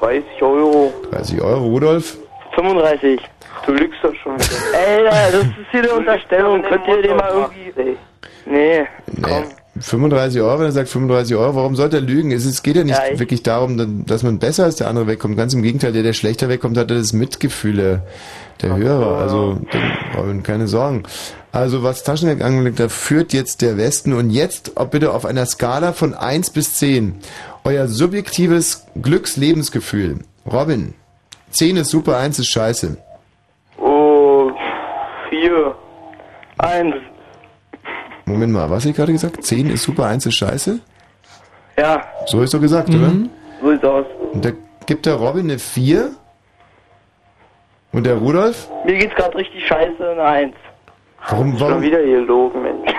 Speaker 15: 30 Euro.
Speaker 1: 30 Euro, Rudolf?
Speaker 18: 35.
Speaker 15: Du lügst doch schon wieder.
Speaker 18: Ey, das ist hier eine Unterstellung, könnt ihr den mal irgendwie... Nee.
Speaker 1: Nee. 35 Euro, wenn er sagt 35 Euro, warum sollte er lügen? Es ist- geht ja nicht wirklich darum, dann- dass man besser als der andere wegkommt. Ganz im Gegenteil, der, der schlechter wegkommt, hat er das Mitgefühl. Der, Der Hörer, also dem- Robin, keine Sorgen. Also was Taschengeld angelegt, da führt jetzt der Westen. Und jetzt ob bitte auf einer Skala von 1 bis 10 euer subjektives Glückslebensgefühl. Robin, 10 ist super, 1 ist scheiße.
Speaker 18: Oh, vier. Eins.
Speaker 1: Moment mal, was hab ich gerade gesagt? 10 ist super, 1 ist scheiße?
Speaker 18: Ja,
Speaker 1: So ist doch gesagt, oder?
Speaker 18: so sieht's aus.
Speaker 1: Und da gibt der Robin eine 4. Und der Rudolf?
Speaker 18: Mir geht's gerade richtig scheiße, eine Eins.
Speaker 1: Warum,
Speaker 18: Schon
Speaker 1: warum,
Speaker 18: wieder hier logen, Mensch.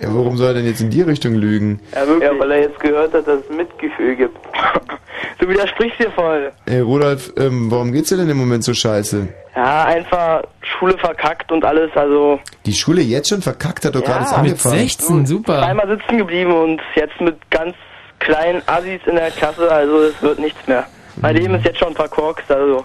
Speaker 1: ja, warum soll er denn jetzt in die Richtung lügen?
Speaker 18: Ja, wirklich. ja, weil er jetzt gehört hat, dass es Mitgefühl gibt. du widersprichst dir voll.
Speaker 1: Ey, Rudolf, ähm, warum geht's dir denn im Moment so scheiße?
Speaker 18: Ja, einfach Schule verkackt und alles, also...
Speaker 1: Die Schule jetzt schon verkackt hat doch gerade erst
Speaker 18: Ja. Mit
Speaker 1: angefangen.
Speaker 18: 16,
Speaker 2: super.
Speaker 18: Einmal sitzen geblieben und jetzt mit ganz kleinen Assis in der Klasse, also es wird nichts mehr. Mein Leben ist jetzt schon verkorkst, also...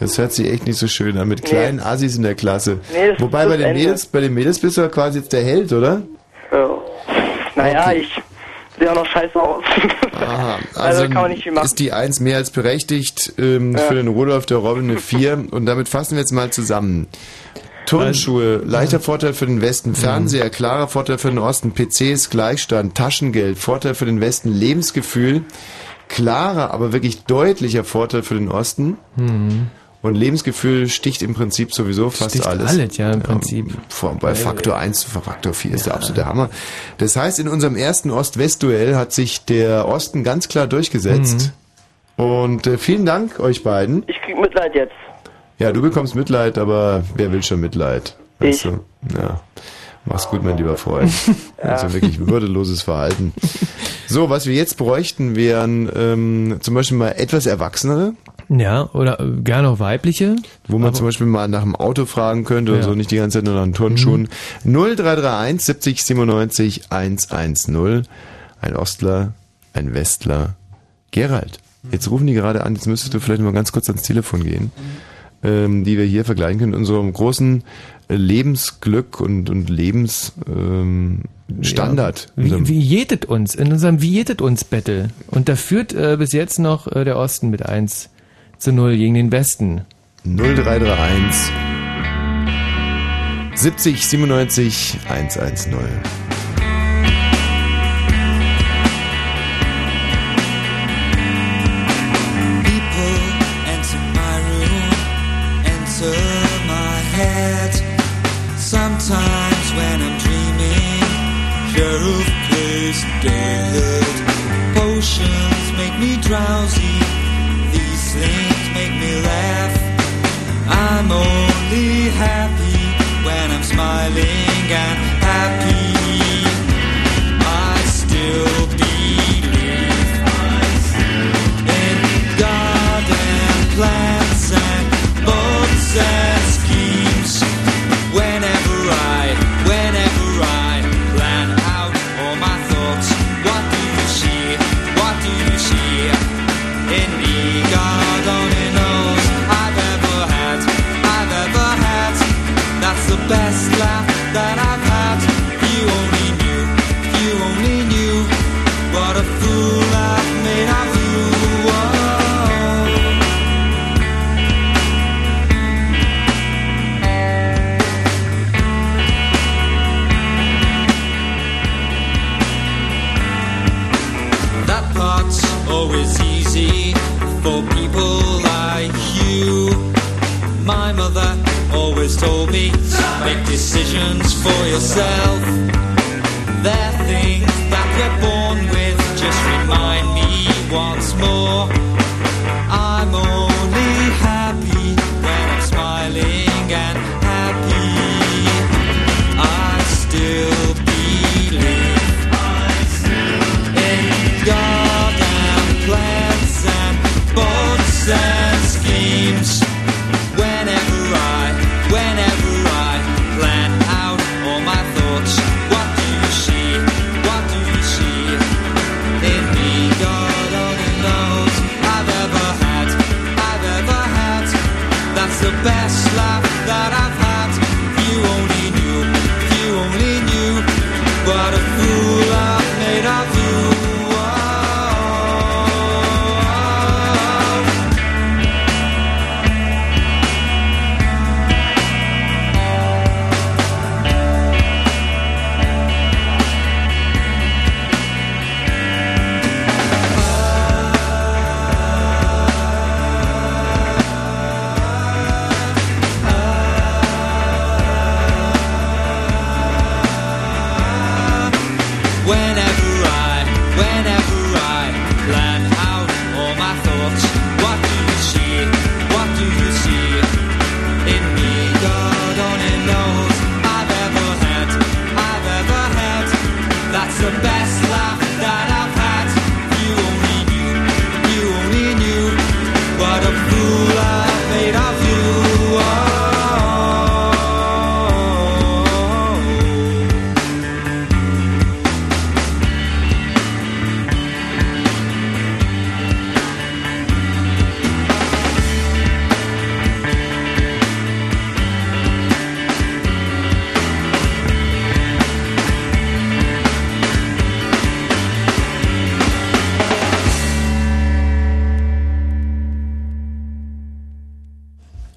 Speaker 1: Das hört sich echt nicht so schön an, mit kleinen Assis in der Klasse.
Speaker 18: Nee, das
Speaker 1: Wobei
Speaker 18: ist
Speaker 1: bei
Speaker 18: das
Speaker 1: den,
Speaker 18: Ende.
Speaker 1: Mädels, bei den Mädels bist du ja quasi jetzt der Held, oder?
Speaker 18: Ja. Naja, ich sehe auch noch scheiße aus.
Speaker 1: Aha, also,
Speaker 18: kann man nicht viel machen.
Speaker 1: ist die 1 mehr als berechtigt ähm, für den Rudolf, der Robin eine 4. Und damit fassen wir jetzt mal zusammen. Turnschuhe, leichter Vorteil für den Westen, Fernseher, klarer Vorteil für den Osten, PCs, Gleichstand, Taschengeld, Vorteil für den Westen, Lebensgefühl, klarer, aber wirklich deutlicher Vorteil für den Osten.
Speaker 2: Hm.
Speaker 1: Und Lebensgefühl sticht im Prinzip sowieso fast
Speaker 2: Sticht
Speaker 1: alles.
Speaker 2: alles, ja, im Äh,
Speaker 1: Prinzip. Vor, bei Faktor 1 zu Faktor 4 ist der absolute Hammer. Das heißt, in unserem ersten Ost-West-Duell hat sich der Osten ganz klar durchgesetzt.
Speaker 2: Mhm.
Speaker 1: Und äh, vielen Dank euch beiden.
Speaker 18: Ich krieg Mitleid jetzt.
Speaker 1: Ja, du bekommst Mitleid, aber wer will schon Mitleid? Weißt du? Ja. Mach's gut, mein lieber Freund. Also wirklich würdeloses Verhalten. So, was wir jetzt bräuchten, wären ähm, zum Beispiel mal etwas Erwachsenere,
Speaker 2: Ja, oder äh, gerne auch weibliche.
Speaker 1: wo man zum Beispiel mal nach dem Auto fragen könnte und
Speaker 2: Ja. Mhm.
Speaker 1: so nicht die ganze Zeit nur nach den Turnschuhen. 0331 70 97 110. Ein Ostler, ein Westler. Gerald,
Speaker 2: Mhm.
Speaker 1: jetzt rufen die gerade an, jetzt müsstest du vielleicht mal ganz kurz ans Telefon gehen, ähm, die wir hier vergleichen können, in unserem großen äh, Lebensglück und, und Lebensstandard. Ähm, Standard.
Speaker 2: Wie, wie jetet uns, in unserem Wie jetet uns Battle. Und da führt äh, bis jetzt noch äh, der Osten mit 1 zu 0 gegen den Westen.
Speaker 1: 0331 70 97 110.
Speaker 19: People enter my room, enter my head. Sometimes when I'm dreaming, sheriff plays dead. Potions make me drowsy, these things make me laugh. I'm only happy when I'm smiling and happy. I still believe. In garden plants and books and schemes. Whenever I, whenever I plan out all my thoughts, what do you see? What do you see? In me, God only knows I've ever had, I've ever had. That's the best laugh that I've had. You only knew, you only knew what a fool I've made of you. Oh. That part's always easy for people like you. My mother always told me make decisions for yourself. They're things that we're born with, just remind me once more. I'm only happy when I'm smiling and happy. I still believe. In God and plants and books and schemes. Whenever I, whenever I plan out all my thoughts, what do you see? What do you see? In me, God only knows. I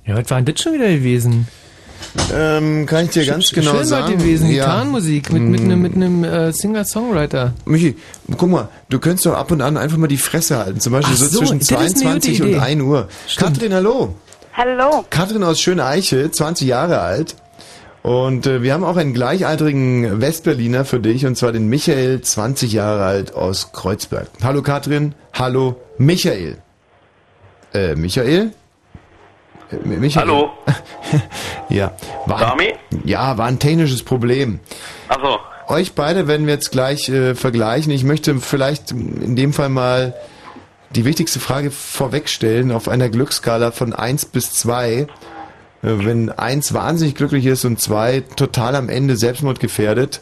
Speaker 2: was war denn das schon wieder gewesen?
Speaker 1: Ähm, kann ich dir
Speaker 2: Sch-
Speaker 1: ganz
Speaker 2: sch-
Speaker 1: genau
Speaker 2: schön
Speaker 1: sagen.
Speaker 2: Schön gewesen,
Speaker 1: Ja.
Speaker 2: Gitarrenmusik mit, mit
Speaker 1: Mm.
Speaker 2: einem, mit einem äh, Singer-Songwriter.
Speaker 1: Michi, guck mal, du könntest doch ab und an einfach mal die Fresse halten. Zum Beispiel
Speaker 2: Ach
Speaker 1: so,
Speaker 2: so,
Speaker 1: zwischen
Speaker 2: das ist eine gute
Speaker 1: 22 und
Speaker 2: Idee.
Speaker 1: 1 Uhr. Katrin, hallo.
Speaker 20: Hallo.
Speaker 1: Katrin aus Schöneiche, 20 Jahre alt. Und äh, wir haben auch einen gleichaltrigen Westberliner für dich, und zwar den Michael, 20 Jahre alt, aus Kreuzberg. Hallo Katrin, hallo Michael. Äh, Michael? Äh, Mi- Michael.
Speaker 15: Hallo.
Speaker 1: Ja. War,
Speaker 15: Sami?
Speaker 1: Ja, war ein technisches Problem.
Speaker 15: Achso.
Speaker 1: Euch beide werden wir jetzt gleich äh, vergleichen. Ich möchte vielleicht in dem Fall mal die wichtigste Frage vorwegstellen auf einer Glücksskala von 1 bis 2. Äh, wenn 1 wahnsinnig glücklich ist und 2 total am Ende Selbstmord gefährdet,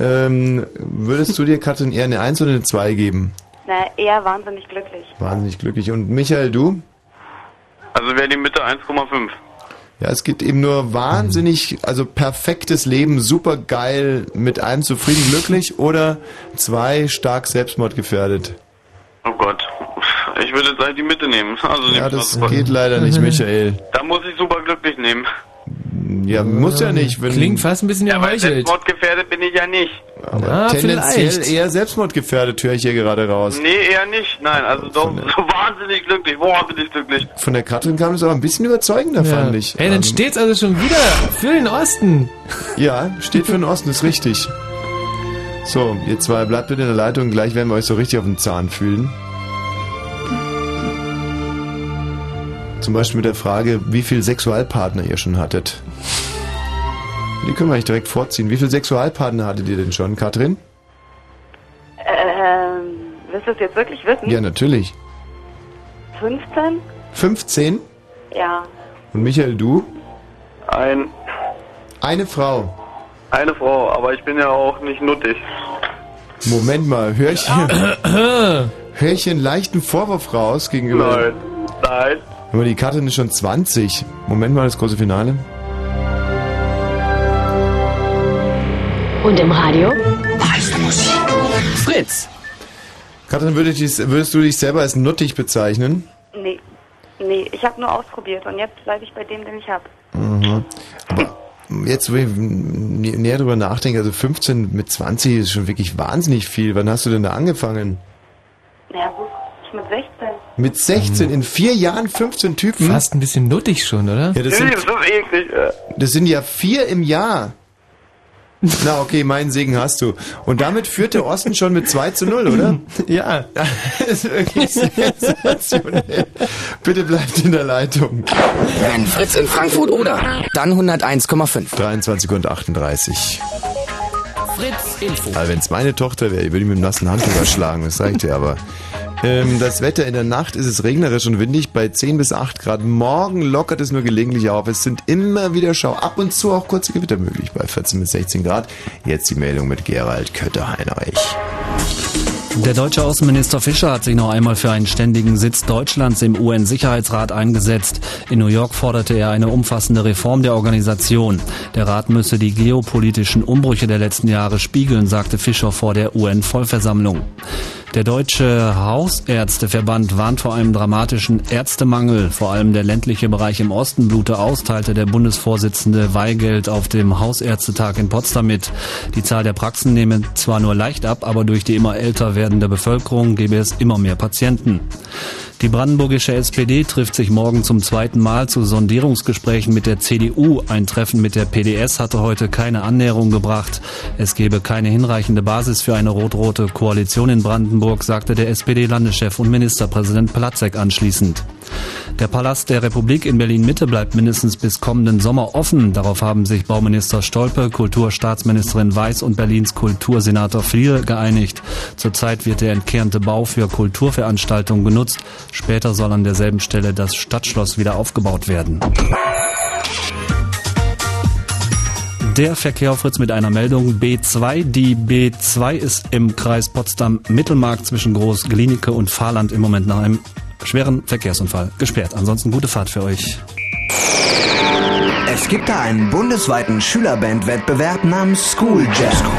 Speaker 1: ähm, würdest du dir, Katrin, eher eine 1 oder eine 2 geben?
Speaker 20: Na, eher wahnsinnig glücklich.
Speaker 1: Wahnsinnig glücklich. Und Michael, du?
Speaker 15: Also wäre die Mitte 1,5.
Speaker 1: Ja, es gibt eben nur wahnsinnig, also perfektes Leben, super geil, mit einem zufrieden, glücklich oder zwei stark selbstmordgefährdet.
Speaker 15: Oh Gott. Ich würde jetzt halt die Mitte nehmen. Also nehm
Speaker 1: Ja,
Speaker 15: ich mal
Speaker 1: das
Speaker 15: super.
Speaker 1: geht leider nicht, Michael.
Speaker 15: Da muss ich super glücklich nehmen.
Speaker 1: Ja, muss ja nicht. Wenn
Speaker 2: Klingt fast ein bisschen ja, geheuchelt.
Speaker 15: Mordgefährdet bin ich ja nicht.
Speaker 1: Aber
Speaker 2: Ah,
Speaker 1: tendenziell
Speaker 2: vielleicht.
Speaker 1: eher selbstmordgefährdet, höre ich hier gerade raus.
Speaker 15: Nee, eher nicht. Nein, also doch so wahnsinnig glücklich. Boah, bin ich glücklich.
Speaker 1: Von der Katrin kam es aber ein bisschen überzeugender, fand ich.
Speaker 2: Ey, dann
Speaker 1: Also,
Speaker 2: steht's also schon wieder für den Osten.
Speaker 1: ja, steht für den Osten, ist richtig. So, ihr zwei, bleibt bitte in der Leitung, gleich werden wir euch so richtig auf den Zahn fühlen. Zum Beispiel mit der Frage, wie viel Sexualpartner ihr schon hattet. Die können wir eigentlich direkt vorziehen. Wie viel Sexualpartner hattet ihr denn schon, Katrin?
Speaker 20: Ähm, willst du es jetzt wirklich wissen?
Speaker 1: Ja, natürlich.
Speaker 20: 15?
Speaker 1: 15?
Speaker 20: Ja.
Speaker 1: Und Michael, du?
Speaker 15: Ein.
Speaker 1: Eine Frau.
Speaker 15: Eine Frau, aber ich bin ja auch nicht nuttig.
Speaker 1: Moment mal, hör ich hier, hör ich hier einen leichten Vorwurf raus gegenüber.
Speaker 15: Nein. Nein.
Speaker 1: Aber die Katrin ist schon 20. Moment mal, das große Finale.
Speaker 3: Und im Radio? Weiße Musik. Fritz.
Speaker 1: Katrin, würde ich, dies- würdest du dich selber als nuttig bezeichnen?
Speaker 20: Nee. Nee, ich habe nur ausprobiert und jetzt bleibe ich bei dem, den ich habe.
Speaker 1: Mhm. Aber jetzt, wo ich nä- näher drüber nachdenke, also 15 mit 20 ist schon wirklich wahnsinnig viel. Wann hast du denn da angefangen?
Speaker 20: Naja, gut, ich mit 16.
Speaker 1: Mit 16, in vier Jahren 15 Typen?
Speaker 2: Mhm. Fast ein bisschen nuttig schon, oder?
Speaker 1: Ja, das sind, das sind ja vier im Jahr. Na, okay, meinen Segen hast du. Und damit führt der Osten schon mit 2 zu 0, oder?
Speaker 2: Ja.
Speaker 1: Das ist wirklich sensationell. Bitte bleibt in der Leitung.
Speaker 11: Wenn Fritz in Frankfurt oder, dann 101,5.
Speaker 1: 23 und 38.
Speaker 11: Fritz Info.
Speaker 1: Also wenn es meine Tochter wäre, die würde ich mit dem nassen Handtuch erschlagen, das sag ich dir aber. Ähm, das Wetter in der Nacht ist es regnerisch und windig bei 10 bis 8 Grad. Morgen lockert es nur gelegentlich auf. Es sind immer wieder Schau. Ab und zu auch kurze Gewitter möglich bei 14 bis 16 Grad. Jetzt die Meldung mit Gerald Kötter-Heinrich.
Speaker 12: Der deutsche Außenminister Fischer hat sich noch einmal für einen ständigen Sitz Deutschlands im UN-Sicherheitsrat eingesetzt. In New York forderte er eine umfassende Reform der Organisation. Der Rat müsse die geopolitischen Umbrüche der letzten Jahre spiegeln, sagte Fischer vor der UN-Vollversammlung. Der Deutsche Hausärzteverband warnt vor einem dramatischen Ärztemangel. Vor allem der ländliche Bereich im Osten blute aus, teilte der Bundesvorsitzende Weigelt auf dem Hausärztetag in Potsdam mit. Die Zahl der Praxen nehme zwar nur leicht ab, aber durch die immer älter werdende Bevölkerung gebe es immer mehr Patienten. Die brandenburgische SPD trifft sich morgen zum zweiten Mal zu Sondierungsgesprächen mit der CDU. Ein Treffen mit der PDS hatte heute keine Annäherung gebracht. Es gebe keine hinreichende Basis für eine rot-rote Koalition in Brandenburg, sagte der SPD-Landeschef und Ministerpräsident Platzek anschließend. Der Palast der Republik in Berlin-Mitte bleibt mindestens bis kommenden Sommer offen. Darauf haben sich Bauminister Stolpe, Kulturstaatsministerin Weiß und Berlins Kultursenator Friel geeinigt. Zurzeit wird der entkernte Bau für Kulturveranstaltungen genutzt. Später soll an derselben Stelle das Stadtschloss wieder aufgebaut werden. Der Verkehr auf Fritz mit einer Meldung B2. Die B2 ist im Kreis Potsdam-Mittelmark zwischen Groß-Glienicke und Fahrland im Moment nach einem schweren Verkehrsunfall gesperrt. Ansonsten gute Fahrt für euch.
Speaker 13: Es gibt da einen bundesweiten Schülerbandwettbewerb namens School Jam.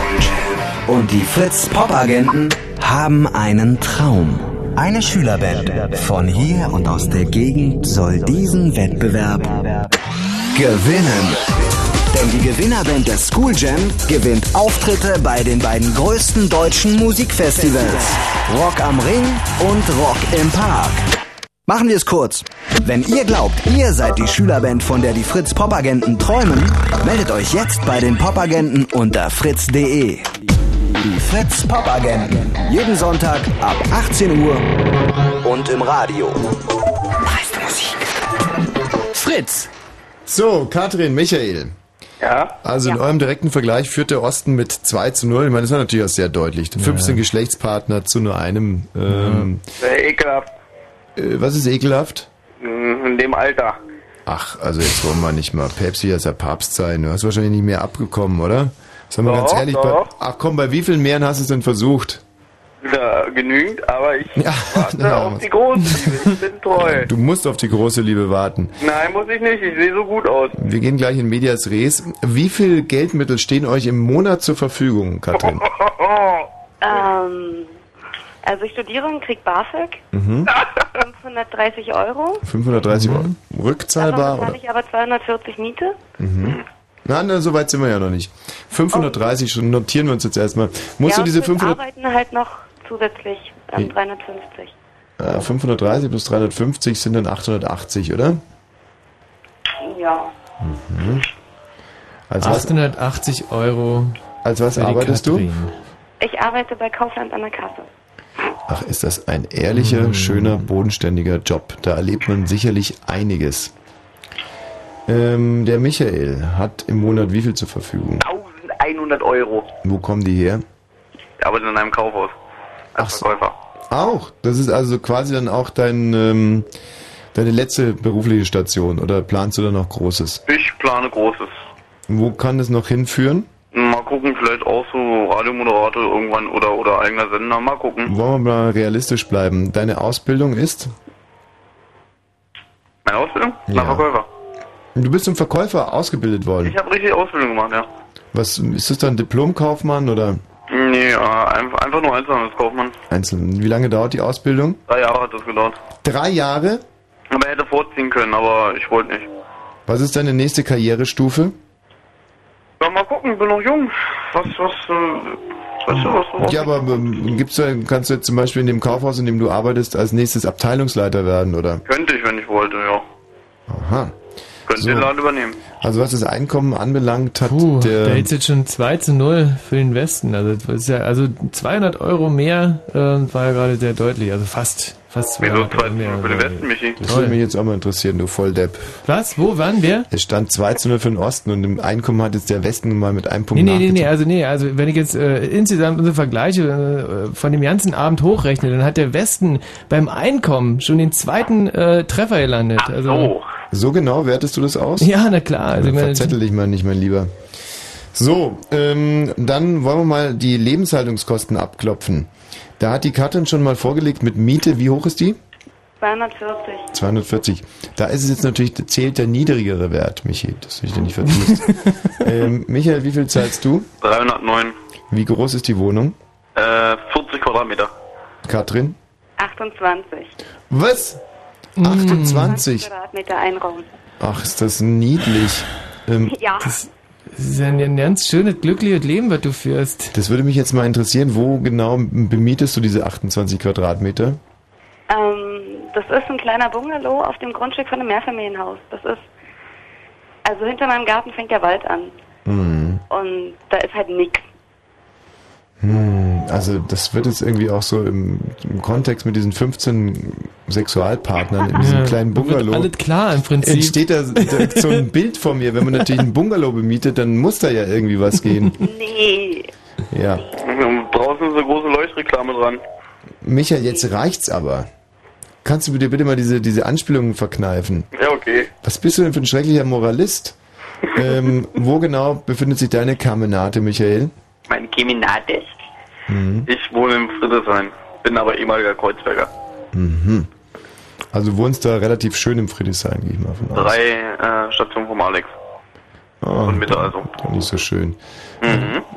Speaker 13: Und die Fritz Pop Agenten haben einen Traum. Eine Schülerband von hier und aus der Gegend soll diesen Wettbewerb gewinnen. Denn die Gewinnerband der School Jam gewinnt Auftritte bei den beiden größten deutschen Musikfestivals. Rock am Ring und Rock im Park. Machen wir es kurz. Wenn ihr glaubt, ihr seid die Schülerband, von der die Fritz-Pop-Agenten träumen, meldet euch jetzt bei den Pop-Agenten unter fritz.de. Die Fritz Pop Agenten. Jeden Sonntag ab 18 Uhr und im Radio. Meiste Musik.
Speaker 1: Fritz. So, Katrin, Michael.
Speaker 14: Ja.
Speaker 1: Also in eurem direkten Vergleich führt der Osten mit 2 zu 0. Ich meine, das war natürlich auch sehr deutlich. 15 Geschlechtspartner zu nur einem. Ähm,
Speaker 15: Sehr ekelhaft.
Speaker 1: äh, was ist ekelhaft?
Speaker 15: Mm, In dem Alter.
Speaker 1: Ach, also jetzt wollen wir nicht mal Pepsi als der Papst sein. Du hast wahrscheinlich nicht mehr abgekommen, oder? Sagen wir ganz
Speaker 15: Doch,
Speaker 1: ehrlich.
Speaker 15: doch.
Speaker 1: Bei, ach komm, bei wie vielen Meeren hast du es denn versucht?
Speaker 15: Wieder genügend, aber ich warte
Speaker 1: na,
Speaker 15: auf
Speaker 1: was-
Speaker 15: die Großliebe. Ich bin treu.
Speaker 1: Du musst auf die große Liebe warten.
Speaker 15: Nein, muss ich nicht. Ich sehe so gut aus.
Speaker 1: Wir gehen gleich in Medias Res. Wie viel Geldmittel stehen euch im Monat zur Verfügung, Katrin? oh.
Speaker 20: Ähm, also ich studiere und krieg BAföG,
Speaker 1: Mhm.
Speaker 20: 530 Euro.
Speaker 15: Mhm.
Speaker 1: 530 Euro. Rückzahlbar?
Speaker 21: Also,
Speaker 20: Davon
Speaker 1: Oder?
Speaker 20: habe ich aber 240 Miete.
Speaker 1: Mhm. Na, na, so weit sind wir ja noch nicht. 530 Stunden notieren wir uns jetzt erstmal. Musst
Speaker 20: ja,
Speaker 1: du
Speaker 20: und
Speaker 1: diese
Speaker 20: fürs
Speaker 1: 500,
Speaker 20: Arbeiten halt noch zusätzlich ähm,
Speaker 1: Wie?
Speaker 20: 350.
Speaker 1: äh, 530 plus 350 sind dann 880, oder?
Speaker 20: Ja.
Speaker 1: Mhm. Also Als was,
Speaker 2: 880 Euro.
Speaker 1: als was
Speaker 2: für die
Speaker 1: arbeitest
Speaker 2: Katrin.
Speaker 1: du?
Speaker 20: Ich arbeite bei Kaufland an der Kasse.
Speaker 1: Ach, ist das ein ehrlicher, schöner, bodenständiger Job. Da erlebt man sicherlich einiges. Ähm, der Michael hat im Monat wie viel zur Verfügung?
Speaker 15: 100 Euro.
Speaker 1: Wo kommen die her?
Speaker 15: Aber in einem Kaufhaus. Als Verkäufer.
Speaker 1: Auch. Das ist also quasi dann auch dein, ähm, deine letzte berufliche Station oder planst du da noch Großes?
Speaker 15: Ich plane Großes.
Speaker 1: Wo kann es noch hinführen?
Speaker 15: Mal gucken, vielleicht auch so Radiomoderator irgendwann oder, oder eigener Sender. Mal gucken.
Speaker 1: Wollen wir mal realistisch bleiben. Deine Ausbildung ist?
Speaker 15: Meine Ausbildung? Na, Verkäufer.
Speaker 1: Du bist zum Verkäufer ausgebildet worden.
Speaker 15: Ich habe richtig Ausbildung gemacht, ja.
Speaker 1: Was ist das dann Diplomkaufmann oder
Speaker 15: Nee, ja, einfach, einfach nur einzelnes Kaufmann.
Speaker 1: einzeln? Wie lange dauert die Ausbildung?
Speaker 15: Drei Jahre hat das gedauert.
Speaker 1: Drei Jahre?
Speaker 15: Aber er hätte vorziehen können, aber ich wollte nicht.
Speaker 1: Was ist deine nächste Karrierestufe?
Speaker 15: Ja, mal gucken, ich bin noch jung. Was, was, äh, weißt du, was, was?
Speaker 1: Ja, aber ähm, gibt's da, kannst du jetzt zum Beispiel in dem Kaufhaus, in dem du arbeitest, als nächstes Abteilungsleiter werden, oder?
Speaker 15: Könnte ich, wenn ich wollte, ja.
Speaker 1: Aha.
Speaker 15: Könnte
Speaker 1: So.
Speaker 15: den Laden übernehmen.
Speaker 1: Also was das Einkommen anbelangt, hat
Speaker 2: Da
Speaker 1: der...
Speaker 2: hält jetzt schon 2 zu 0 für den Westen. Also, das ist ja, also 200 Euro mehr äh, war ja gerade sehr deutlich. Also fast, fast 200 Euro mehr. also
Speaker 15: Für den Westen, Michi.
Speaker 1: Das würde mich jetzt auch mal interessieren, du Volldepp.
Speaker 2: Was? Wo? Wann? Wer?
Speaker 1: Es stand 2 zu 0 für den Osten und im Einkommen hat jetzt der Westen mal mit einem
Speaker 2: Nee,
Speaker 1: Punkt
Speaker 2: nee, nee, nee,
Speaker 1: nachgezogen.
Speaker 2: also nee, also wenn ich jetzt äh, insgesamt unsere Vergleiche äh, von dem ganzen Abend hochrechne, dann hat der Westen beim Einkommen schon den zweiten äh, Treffer gelandet. also,
Speaker 1: So genau wertest du das aus?
Speaker 2: Ja, na klar.
Speaker 1: Also
Speaker 2: Also, ich meine,
Speaker 1: verzettel dich mal nicht, mein Lieber. So, ähm, dann wollen wir mal die Lebenshaltungskosten abklopfen. Da hat die Katrin schon mal vorgelegt mit Miete. Wie hoch ist die?
Speaker 20: 240.
Speaker 1: 240. Da ist es jetzt natürlich, zählt der niedrigere Wert, Michi, dass du dich da nicht vertust. ähm, Michael, wie viel zahlst du?
Speaker 15: 309,
Speaker 1: Wie groß ist die Wohnung?
Speaker 15: äh, 40 Quadratmeter.
Speaker 1: Katrin?
Speaker 20: 28.
Speaker 1: Was? 28?
Speaker 20: Quadratmeter Einraum.
Speaker 1: Ach, ist das niedlich. Ähm,
Speaker 20: Ja.
Speaker 2: das ist ja ein, ein ganz schönes, glückliches Leben, was du führst.
Speaker 1: Das würde mich jetzt mal interessieren, wo genau bemietest du diese 28 Quadratmeter?
Speaker 20: Ähm, das ist ein kleiner Bungalow auf dem Grundstück von einem Mehrfamilienhaus. Das ist, also hinter meinem Garten fängt der Wald an.
Speaker 1: Hm.
Speaker 20: Und da ist halt nichts.
Speaker 1: Hm. Also das wird jetzt irgendwie auch so im, im Kontext mit diesen 15 Sexualpartnern in diesem
Speaker 2: Ja,
Speaker 1: kleinen
Speaker 2: wird
Speaker 1: Bungalow.
Speaker 2: alles klar im Prinzip.
Speaker 1: Entsteht da direkt so ein Bild von mir. Wenn man natürlich einen Bungalow bemietet, dann muss da ja irgendwie was gehen.
Speaker 20: Nee.
Speaker 1: Ja.
Speaker 15: Und Draußen ist eine große Leuchtreklame dran.
Speaker 1: Michael, jetzt reicht's aber. Kannst du dir bitte mal diese, diese Anspielungen verkneifen?
Speaker 15: Ja, okay.
Speaker 1: Was bist du denn für ein schrecklicher Moralist? ähm, wo genau befindet sich deine Kamenate, Michael?
Speaker 15: Meine Keminate. Ich wohne in Friedrichshain, bin aber ehemaliger Kreuzberger.
Speaker 1: Mhm. Also wohnst da relativ schön im Friedrichshain, gehe ich mal von aus.
Speaker 15: Drei äh, Stationen vom Alex.
Speaker 1: Oh,
Speaker 15: Mitte also. Mhm.
Speaker 1: doch nicht so schön.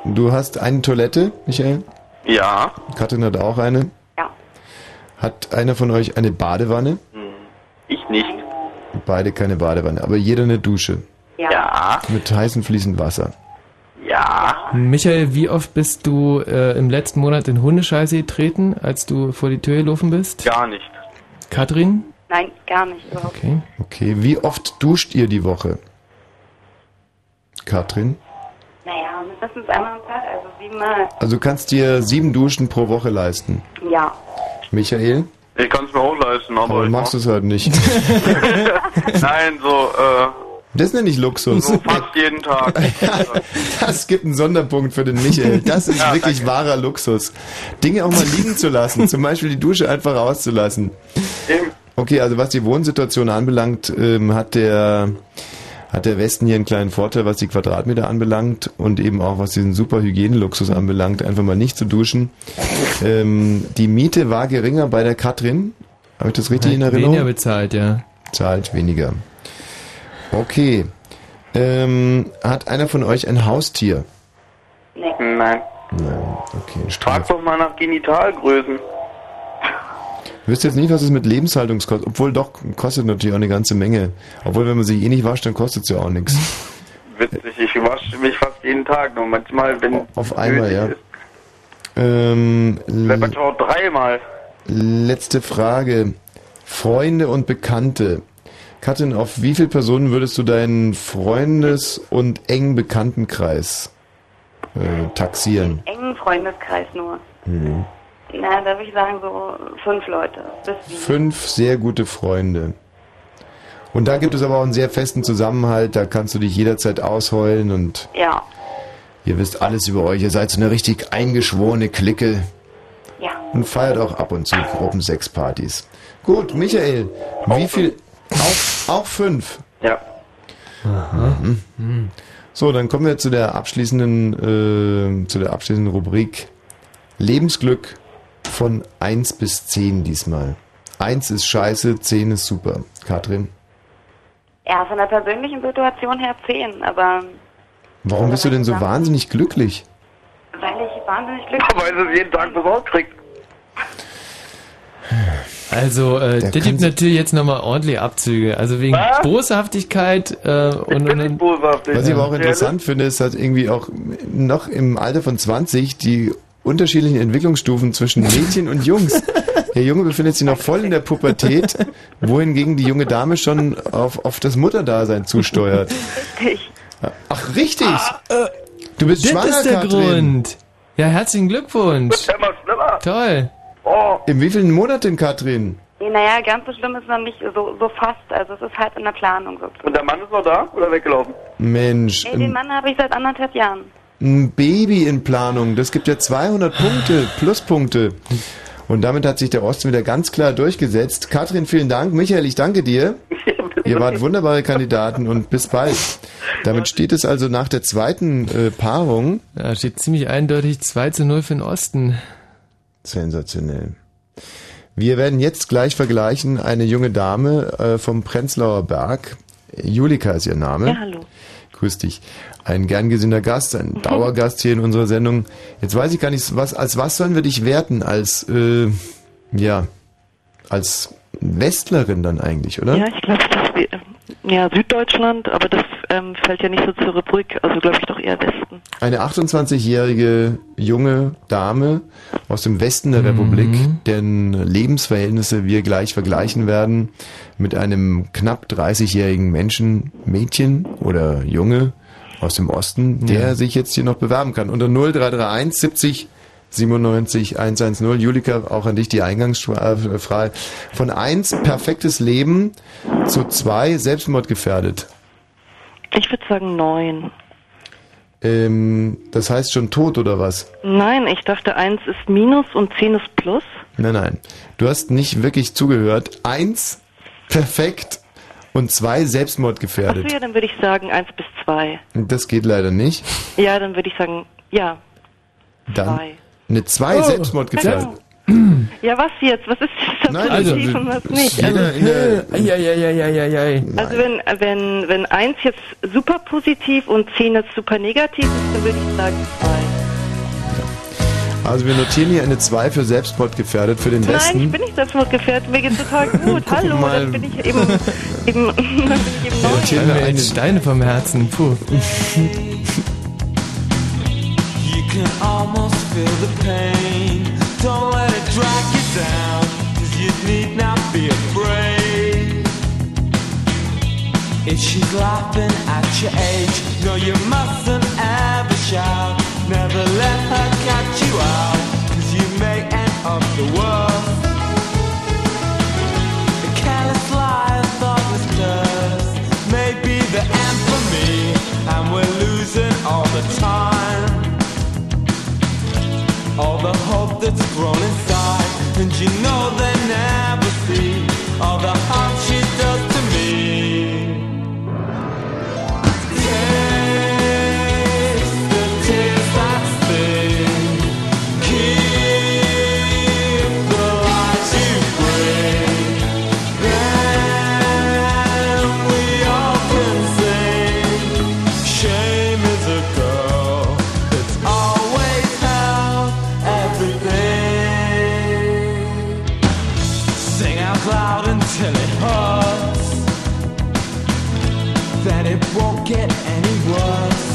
Speaker 1: Du hast eine Toilette, Michael?
Speaker 15: Ja,
Speaker 1: Katrin hat auch eine.
Speaker 20: Ja.
Speaker 1: Hat einer von euch eine Badewanne?
Speaker 15: Hm. Ich nicht.
Speaker 1: Beide keine Badewanne, aber jeder eine Dusche.
Speaker 15: Ja.
Speaker 1: Mit heißem fließend Wasser.
Speaker 15: Ja.
Speaker 2: Michael, wie oft bist du äh, im letzten Monat in Hundescheiße getreten, als du vor die Tür gelaufen bist?
Speaker 15: Gar nicht.
Speaker 2: Katrin?
Speaker 20: Nein, gar nicht überhaupt.
Speaker 2: Okay.
Speaker 1: Okay, wie oft duscht ihr die Woche? Katrin?
Speaker 20: Naja, mindestens einmal am Tag, also siebenmal.
Speaker 1: Also du kannst dir sieben Duschen pro Woche leisten.
Speaker 20: Ja.
Speaker 1: Michael?
Speaker 15: Ich kann es mir auch leisten, aber.
Speaker 1: Aber du machst es halt nicht.
Speaker 15: Nein, so, äh,
Speaker 1: Das nenne ich Luxus.
Speaker 15: so fast jeden Tag.
Speaker 1: Das gibt einen Sonderpunkt für den Michael. Das ist
Speaker 15: Ja,
Speaker 1: wirklich wahrer Luxus. Dinge auch mal liegen zu lassen, zum Beispiel die Dusche einfach rauszulassen. Okay, also was die Wohnsituation anbelangt, ähm, hat der hat der Westen hier einen kleinen Vorteil, was die Quadratmeter anbelangt und eben auch was diesen super Hygieneluxus anbelangt, einfach mal nicht zu duschen. Ähm, die Miete war geringer bei der Katrin. Habe ich das richtig in
Speaker 2: Hat
Speaker 1: Erinnerung?
Speaker 2: weniger bezahlt, ja.
Speaker 1: Zahlt weniger. Okay. Ähm, hat einer von euch ein Haustier?
Speaker 15: Nein.
Speaker 1: Nein, okay. Straf.
Speaker 15: Frag doch mal nach Genitalgrößen.
Speaker 1: Wisst jetzt nicht, was es mit Lebenshaltungskosten, obwohl doch, kostet natürlich auch eine ganze Menge. Obwohl, wenn man sich eh nicht wascht, dann kostet es ja auch nichts.
Speaker 15: Witzig, ich wasche mich fast jeden Tag, nur manchmal, wenn.
Speaker 1: Auf einmal, ja. Ähm, l-
Speaker 15: Manchmal auch dreimal.
Speaker 1: letzte Frage. Freunde und Bekannte. Katrin, auf wie viele Personen würdest du deinen Freundes- und engen Bekanntenkreis äh, taxieren?
Speaker 20: Engen Freundeskreis nur.
Speaker 1: Mhm.
Speaker 20: Na, da würde ich sagen, so fünf Leute. Bis sieben.
Speaker 1: Fünf sehr gute Freunde. Und da gibt es aber auch einen sehr festen Zusammenhalt, da kannst du dich jederzeit ausheulen und
Speaker 20: Ja.
Speaker 1: ihr wisst alles über euch. Ihr seid so eine richtig eingeschworene Clique.
Speaker 20: Ja.
Speaker 1: Und feiert auch ab und zu Gruppen sechs Partys. Gut, Michael, wie viel? Auch, auch fünf.
Speaker 15: Ja.
Speaker 1: Mhm. So, dann kommen wir zu der abschließenden, äh, zu der abschließenden Rubrik Lebensglück von 1 bis 10 diesmal. 1 ist scheiße, 10 ist super. Katrin,
Speaker 20: Ja, von der persönlichen Situation her zehn, aber
Speaker 1: warum bist du denn so wahnsinnig glücklich?
Speaker 20: weil ich wahnsinnig glücklich bin.
Speaker 15: Weil sie es jeden Tag besorgt kriegt.
Speaker 2: Also, äh, der gibt natürlich jetzt nochmal ordentlich Abzüge. Also wegen Boshaftigkeit äh, und, und, und
Speaker 1: Was ich aber auch interessant finde, ist, dass irgendwie auch noch im Alter von 20 die unterschiedlichen Entwicklungsstufen zwischen Mädchen und Jungs. Der Junge befindet sich noch voll in der Pubertät, wohingegen die junge Dame schon auf, auf das Mutterdasein zusteuert.
Speaker 20: Richtig.
Speaker 1: Ach, richtig! du bist
Speaker 2: Ah, äh, das
Speaker 1: schwanger,
Speaker 2: ist der
Speaker 1: Katrin.
Speaker 2: Grund. Ja, herzlichen Glückwunsch. Toll.
Speaker 1: Im wievielten Monat denn, Katrin?
Speaker 20: Nee, naja, ganz so schlimm ist noch nicht so, so fast. Also es ist halt in der Planung sozusagen.
Speaker 15: Und der Mann ist noch da oder weggelaufen?
Speaker 1: Mensch,
Speaker 20: Nee, den
Speaker 1: ein,
Speaker 20: Mann habe ich seit anderthalb Jahren.
Speaker 1: ein Baby in Planung, das gibt ja 200 Punkte, Pluspunkte. Und damit hat sich der Osten wieder ganz klar durchgesetzt. Katrin, vielen Dank. Michael, ich danke dir. Ihr wart wunderbare Kandidaten und bis bald. Damit steht es also nach der zweiten äh, Paarung.
Speaker 2: Da steht ziemlich eindeutig 2 zu 0 für den Osten.
Speaker 1: Sensationell. Wir werden jetzt gleich vergleichen eine junge Dame äh, vom Prenzlauer Berg. Julika ist ihr Name.
Speaker 22: Ja, hallo.
Speaker 1: Grüß dich. Ein gern gesehener Gast, ein Dauergast hier in unserer Sendung. Jetzt weiß ich gar nicht, was, als was sollen wir dich werten? Als, äh, ja, als Westlerin dann eigentlich, oder?
Speaker 22: Ja, ich glaube, das wär- ähm, ja, Süddeutschland, aber das ähm, fällt ja nicht so zur Rubrik, also glaube ich doch eher Westen.
Speaker 1: Eine 28-jährige junge Dame aus dem Westen der Republik, deren Lebensverhältnisse wir gleich vergleichen werden mit einem knapp 30-jährigen Menschen, Mädchen oder Junge aus dem Osten, der
Speaker 2: Ja.
Speaker 1: sich jetzt hier noch bewerben kann. Unter 0331 70 97 110. Julika, auch an dich die Eingangsfrage. Von 1 perfektes Leben zu 2 selbstmordgefährdet.
Speaker 22: Ich würde sagen neun.
Speaker 1: Ähm, das heißt schon tot oder was?
Speaker 22: Nein, ich dachte eins ist Minus und zehn ist Plus.
Speaker 1: Nein, nein. Du hast nicht wirklich zugehört. Eins, perfekt. Und zwei,
Speaker 22: Achso,
Speaker 1: selbstmordgefährdet.
Speaker 22: ja, dann würde ich sagen eins bis zwei.
Speaker 1: Das geht leider nicht.
Speaker 22: Ja, dann würde ich sagen, ja.
Speaker 1: Dann
Speaker 22: Zwei.
Speaker 1: eine zwei,
Speaker 22: Oh,
Speaker 1: selbstmordgefährdet.
Speaker 22: Ja, was jetzt? Was ist jetzt da positiv und was nicht? Also,
Speaker 1: jeder in der-
Speaker 2: Eieieiei.
Speaker 22: also wenn, wenn, wenn eins jetzt super positiv und zehn jetzt super negativ ist, dann würde ich sagen zwei.
Speaker 1: Also wir notieren hier eine 2 für selbstmordgefährdet für den
Speaker 22: Nein, ich
Speaker 1: Besten.
Speaker 22: bin nicht selbstmordgefährdet. Mir geht's total gut. Hallo,
Speaker 1: mal.
Speaker 22: dann bin ich eben, eben, dann bin ich eben neu.
Speaker 2: Notieren wir eine Steine vom Herzen. Puh.
Speaker 5: You can almost feel the pain. Don't let it drag you down, cause you need not be afraid. If she's laughing at your age, no, you mustn't ever shout. Never let her catch you out, cause you may end up the worst. A careless lie, a thoughtless curse may be the end for me, and we're losing all the time. All the hope that's grown inside And you know they never see All the harm she does to me Taste the tears that sting Keep the lies you bring Then we all can sing Shame is a girl that's always held everything. Sing out loud until it hurts. That it won't get any worse.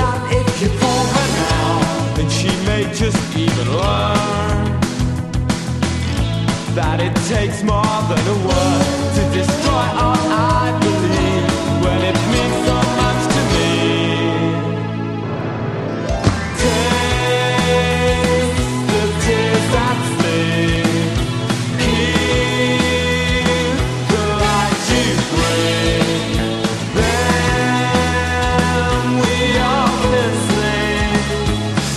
Speaker 5: Not if you fool her now. And she may just even learn that it takes more than a word to destroy all I believe when it means so much to me.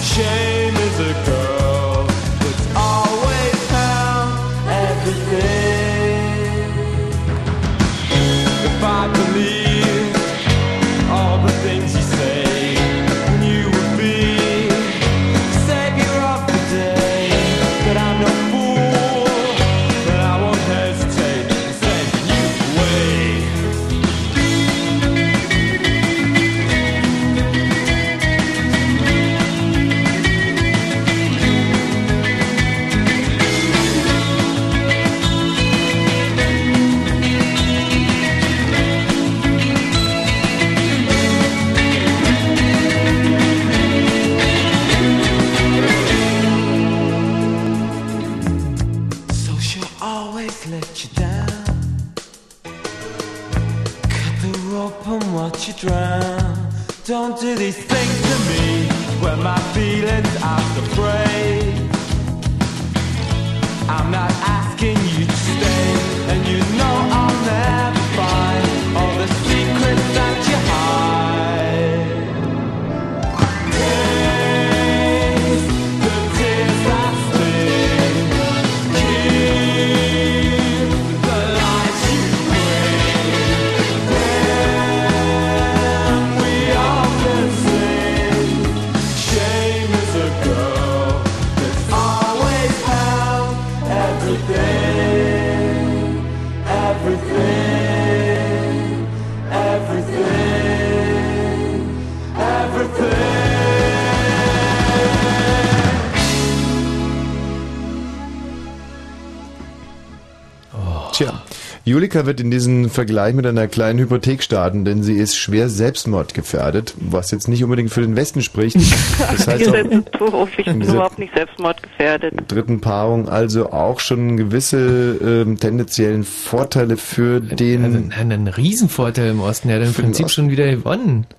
Speaker 5: Shame is a girl that's always found everything. If I believe all the things you say, then you would be savior of the day. But I'm no fool, but I won't hesitate in sending you away. So she'll always let you down. Cut the rope and watch you drown. Don't do these things to me when my feelings are the prey. I'm not asking you to stay, and you know I'll never find all the secrets that you hide. Taste the tears that sting. Keep the lies you bring. Then we all can sing. Shame is a girl that's always held everything, everything, everything, everything.
Speaker 1: Tja, Julika wird in diesen Vergleich mit einer kleinen Hypothek starten, denn sie ist schwer selbstmordgefährdet, was jetzt nicht unbedingt für den Westen spricht. Das heißt
Speaker 22: Ihr
Speaker 1: auch
Speaker 22: seid so doof. Ich bin
Speaker 1: Diese-
Speaker 22: überhaupt nicht selbstmordgefährdet.
Speaker 1: dritten Paarung, also auch schon gewisse ähm, tendenziellen Vorteile für den... Also
Speaker 2: einen Riesenvorteil im Osten, ja, im
Speaker 1: Für den
Speaker 2: Prinzip schon wieder gewonnen. Also-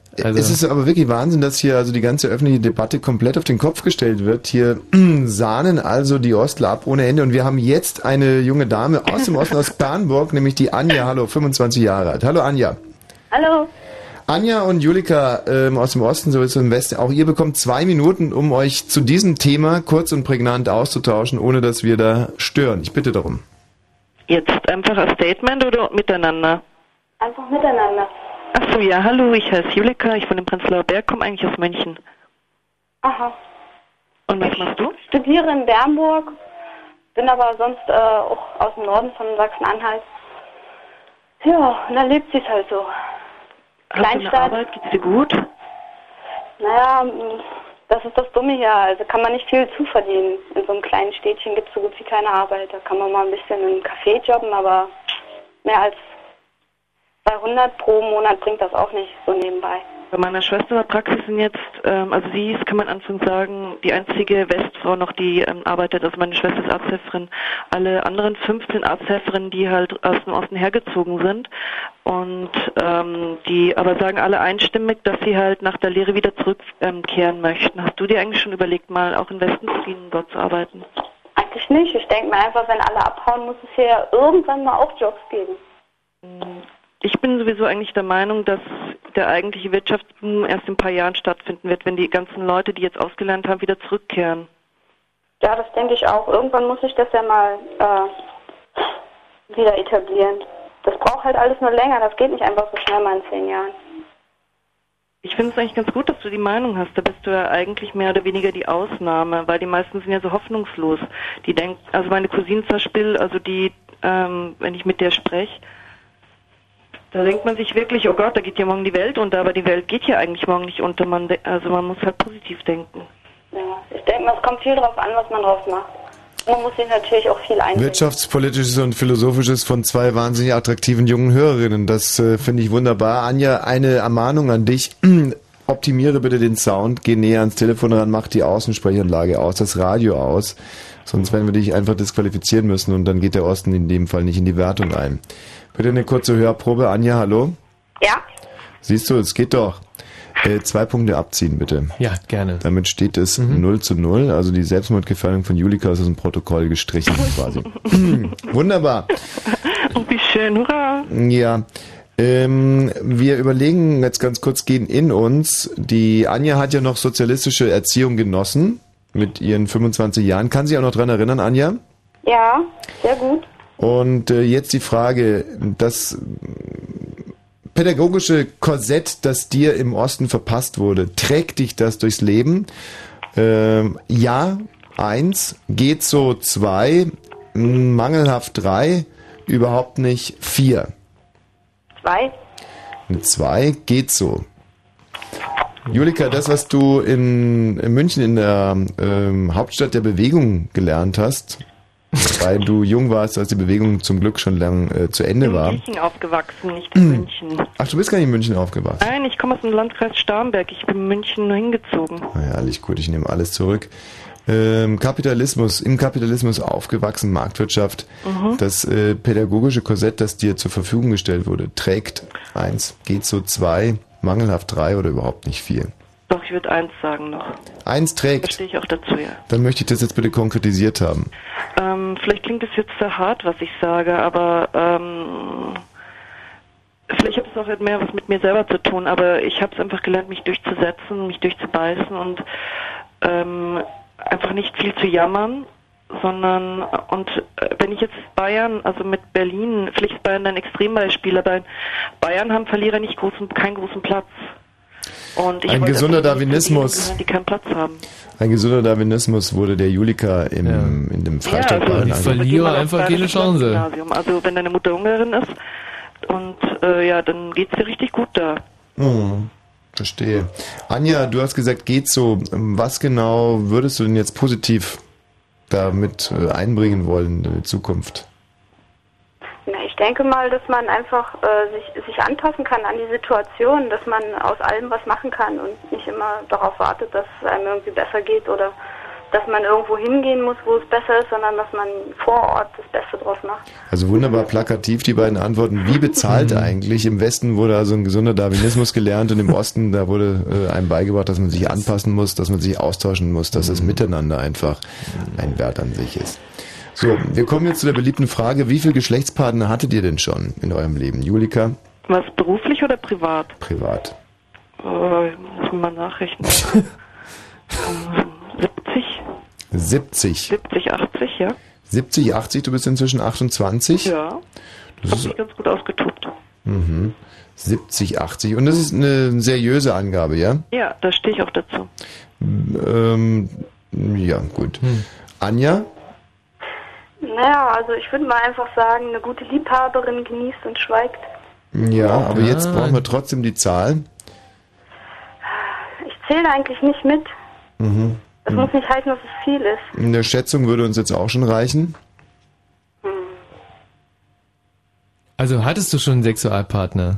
Speaker 1: Äh, es ist aber wirklich Wahnsinn, dass hier also die ganze öffentliche Debatte komplett auf den Kopf gestellt wird. Hier sahnen also die Ostler ab ohne Ende und wir haben jetzt eine junge Dame aus dem Osten, aus Bernburg, nämlich die Anja, hallo, 25 Jahre alt. Hallo Anja.
Speaker 21: Hallo.
Speaker 1: Anja und Julika ähm, aus dem Osten, so ist es im Westen. Auch ihr bekommt zwei Minuten, um euch zu diesem Thema kurz und prägnant auszutauschen, ohne dass wir da stören. Ich bitte darum.
Speaker 22: Jetzt einfach ein Statement oder miteinander?
Speaker 21: Einfach miteinander.
Speaker 22: Achso, ja, hallo, ich heiße Julika, ich wohne im Prenzlauer Berg, komme eigentlich aus München.
Speaker 21: Aha.
Speaker 22: Und was machst du?
Speaker 21: Ich studiere in Bernburg, bin aber sonst äh, auch aus dem Norden von Sachsen-Anhalt. Ja, und da lebt sich halt so.
Speaker 22: Hast du eine
Speaker 21: Kleinstadt.
Speaker 22: Arbeit? Geht's dir gut?
Speaker 21: Naja, mm, Das ist das Dumme hier. Also kann man nicht viel zuverdienen. In so einem kleinen Städtchen gibt es so gut wie keine Arbeit. Da kann man mal ein bisschen im Café jobben, aber mehr als 200 pro Monat bringt das auch nicht so nebenbei.
Speaker 22: Bei meiner Schwester in der Praxis sind jetzt, ähm, also sie ist, kann man anfangs sagen, die einzige Westfrau noch, die ähm, arbeitet. Also meine Schwester ist Arzthelferin. Alle anderen 15 Arzthelferinnen, die halt aus dem Osten hergezogen sind und ähm, die aber sagen alle einstimmig, dass sie halt nach der Lehre wieder zurückkehren möchten. Hast du dir eigentlich schon überlegt, mal auch in Westen zu gehen, dort zu arbeiten?
Speaker 21: Eigentlich nicht. Ich denke mir einfach, wenn alle abhauen, muss es hier ja irgendwann mal auch Jobs geben.
Speaker 22: Ich bin sowieso eigentlich der Meinung, dass der eigentliche Wirtschaftsboom erst in ein paar Jahren stattfinden wird, wenn die ganzen Leute, die jetzt ausgelernt haben, wieder zurückkehren.
Speaker 21: Ja, das denke ich auch. Irgendwann muss ich das ja mal äh, wieder etablieren. Das braucht halt alles nur länger. Das geht nicht einfach so schnell mal in zehn Jahren.
Speaker 22: Ich finde es eigentlich ganz gut, dass du die Meinung hast. Da bist du ja eigentlich mehr oder weniger die Ausnahme, weil die meisten sind ja so hoffnungslos. Die denken, also meine Cousine zum Beispiel, also die, ähm, wenn ich mit der spreche, da denkt man sich wirklich, oh Gott, da geht ja morgen die Welt unter, aber die Welt geht ja eigentlich morgen nicht unter. Man de- also man muss halt positiv denken.
Speaker 21: Ja, ich denke mal, es kommt viel drauf an, was man draus macht. Man muss sich natürlich auch viel ein.
Speaker 1: Wirtschaftspolitisches und Philosophisches von zwei wahnsinnig attraktiven jungen Hörerinnen. Das äh, finde ich wunderbar. Anja, eine Ermahnung an dich. Optimiere bitte den Sound, geh näher ans Telefon ran, mach die Außensprechanlage aus, das Radio aus. Sonst werden wir dich einfach disqualifizieren müssen und dann geht der Osten in dem Fall nicht in die Wertung ein. Bitte eine kurze Hörprobe. Anja, hallo?
Speaker 23: Ja?
Speaker 1: Siehst du, es geht doch. Äh, zwei Punkte abziehen, bitte.
Speaker 2: Ja, gerne. Mhm.
Speaker 1: Damit steht es 0 zu 0. Also die Selbstmordgefährdung von Julika ist aus dem Protokoll gestrichen quasi. Wunderbar.
Speaker 22: Und Oh, wie schön, hurra!
Speaker 1: Ja. Ähm, wir überlegen jetzt ganz kurz, gehen in uns. Die Anja hat ja noch sozialistische Erziehung genossen mit ihren 25 Jahren. Kann sie auch noch dran erinnern, Anja?
Speaker 21: Ja, sehr gut.
Speaker 1: Und äh, jetzt die Frage, das pädagogische Korsett, das dir im Osten verpasst wurde, trägt dich das durchs Leben? Ähm, ja, eins, geht so zwei, m, mangelhaft drei, überhaupt nicht vier.
Speaker 21: Zwei?
Speaker 1: Eine zwei, geht so. Julika, das, was du in, in München in der ähm, Hauptstadt der Bewegung gelernt hast, weil du jung warst, als die Bewegung zum Glück schon lang äh, zu Ende war.
Speaker 22: München aufgewachsen, nicht in München.
Speaker 1: Ach, du bist gar nicht in München aufgewachsen.
Speaker 22: Nein, ich komme aus dem Landkreis Starnberg. Ich bin in München nur hingezogen.
Speaker 1: Na ja, Ah, Herrlich, gut, ich nehme alles zurück. Ähm, Kapitalismus, im Kapitalismus aufgewachsen, Marktwirtschaft.
Speaker 22: Mhm.
Speaker 1: Das äh, pädagogische Korsett, das dir zur Verfügung gestellt wurde, trägt eins, geht so zwei, mangelhaft drei oder überhaupt nicht vier.
Speaker 22: Doch, ich würde eins sagen noch.
Speaker 1: Eins
Speaker 22: Da
Speaker 1: trägt.
Speaker 22: stehe ich auch dazu, ja.
Speaker 1: Dann möchte ich das jetzt bitte konkretisiert haben.
Speaker 22: Ähm, vielleicht klingt es jetzt sehr hart, was ich sage, aber ähm, vielleicht hat es auch halt mehr was mit mir selber zu tun, aber ich habe es einfach gelernt, mich durchzusetzen, mich durchzubeißen und ähm, einfach nicht viel zu jammern, sondern und äh, wenn ich jetzt Bayern, also mit Berlin, vielleicht ist Bayern ein Extrembeispiel, aber in Bayern haben Verlierer nicht großen, keinen großen Platz. Und ich
Speaker 1: Ein
Speaker 22: wollte
Speaker 1: gesunder
Speaker 22: einfach nicht zu denen
Speaker 1: Darwinismus.
Speaker 22: gehören, Die keinen Platz haben.
Speaker 1: Ein gesunder Darwinismus wurde der Julika im, in dem Freistaat
Speaker 22: also
Speaker 1: Bayern
Speaker 22: die
Speaker 1: angetan.
Speaker 22: verlieren einfach keine Chance. Also wenn deine Mutter Ungarin ist und äh, ja, dann geht's dir richtig gut da.
Speaker 1: Hm, verstehe. Anja, du hast gesagt, geht so. Ähm, Was genau würdest du denn jetzt positiv damit äh, einbringen wollen in die Zukunft?
Speaker 21: Na, ich denke mal, dass man einfach äh, sich, sich anpassen kann an die Situation, dass man aus allem was machen kann und nicht immer darauf wartet, dass es einem irgendwie besser geht oder dass man irgendwo hingehen muss, wo es besser ist, sondern dass man vor Ort das Beste draus macht.
Speaker 1: Also wunderbar plakativ die beiden Antworten. Wie bezahlt eigentlich? Im Westen wurde also ein gesunder Darwinismus gelernt und im Osten, da wurde äh, einem beigebracht, dass man sich anpassen muss, dass man sich austauschen muss, dass es miteinander einfach ein Wert an sich ist. So, wir kommen jetzt zu der beliebten Frage, wie viele Geschlechtspartner hattet ihr denn schon in eurem Leben? Julika,
Speaker 22: Was beruflich oder privat?
Speaker 1: privat.
Speaker 22: Äh, muss man mal nachrechnen. Ähm, 70,
Speaker 1: 70.
Speaker 22: 70, 80, ja.
Speaker 1: 70, 80, du bist inzwischen 28.
Speaker 22: Ja.
Speaker 1: Das
Speaker 22: Hab
Speaker 1: ist,
Speaker 22: mich ganz gut ausgetobt.
Speaker 1: mhm. 70, 80. Und das ist eine seriöse Angabe, ja?
Speaker 22: Ja, da stehe ich auch dazu.
Speaker 1: Ähm, ja, gut. Anja,
Speaker 21: Naja, also ich würde mal einfach sagen, eine gute Liebhaberin genießt und schweigt.
Speaker 1: ja, aber jetzt brauchen wir trotzdem die Zahl.
Speaker 21: Ich zähle eigentlich nicht mit.
Speaker 1: Mhm.
Speaker 21: Das muss nicht heißen, dass es viel ist.
Speaker 1: Eine Schätzung würde uns jetzt auch schon reichen.
Speaker 2: Also hattest du schon einen Sexualpartner?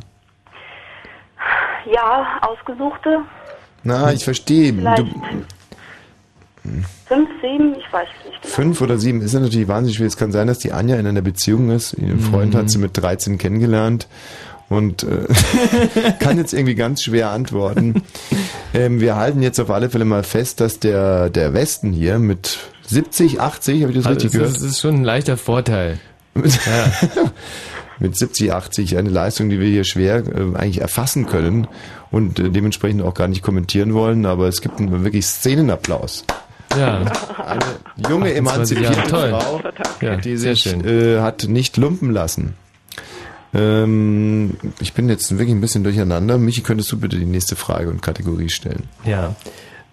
Speaker 21: Ja, ausgesuchte.
Speaker 1: Na, ich verstehe. Du, Hm.
Speaker 21: Vielleicht fünf, sieben, ich weiß es nicht.
Speaker 1: fünf oder sieben ist ja natürlich wahnsinnig schwierig. Es kann sein, dass die Anja in einer Beziehung ist. Ihren
Speaker 2: Mhm.
Speaker 1: Freund hat sie mit 13 kennengelernt und äh, kann jetzt irgendwie ganz schwer antworten. ähm, wir halten jetzt auf alle Fälle mal fest, dass der, der Westen hier mit 70, 80, habe ich das
Speaker 2: Also
Speaker 1: richtig
Speaker 2: es
Speaker 1: gehört?
Speaker 2: ist, es ist schon ein leichter Vorteil.
Speaker 1: mit 70, 80 eine Leistung, die wir hier schwer äh, eigentlich erfassen können und äh, dementsprechend auch gar nicht kommentieren wollen, aber es gibt einen wirklich Szenenapplaus.
Speaker 2: Ja.
Speaker 1: Eine junge
Speaker 2: 28
Speaker 1: emanzipierte
Speaker 2: Jahre, toll.
Speaker 1: Frau,
Speaker 2: Ja,
Speaker 1: die
Speaker 2: sehr
Speaker 1: sich äh, hat nicht lumpen lassen. Ähm, ich bin jetzt wirklich ein bisschen durcheinander. Michi, könntest du bitte die nächste Frage und Kategorie stellen?
Speaker 2: Ja.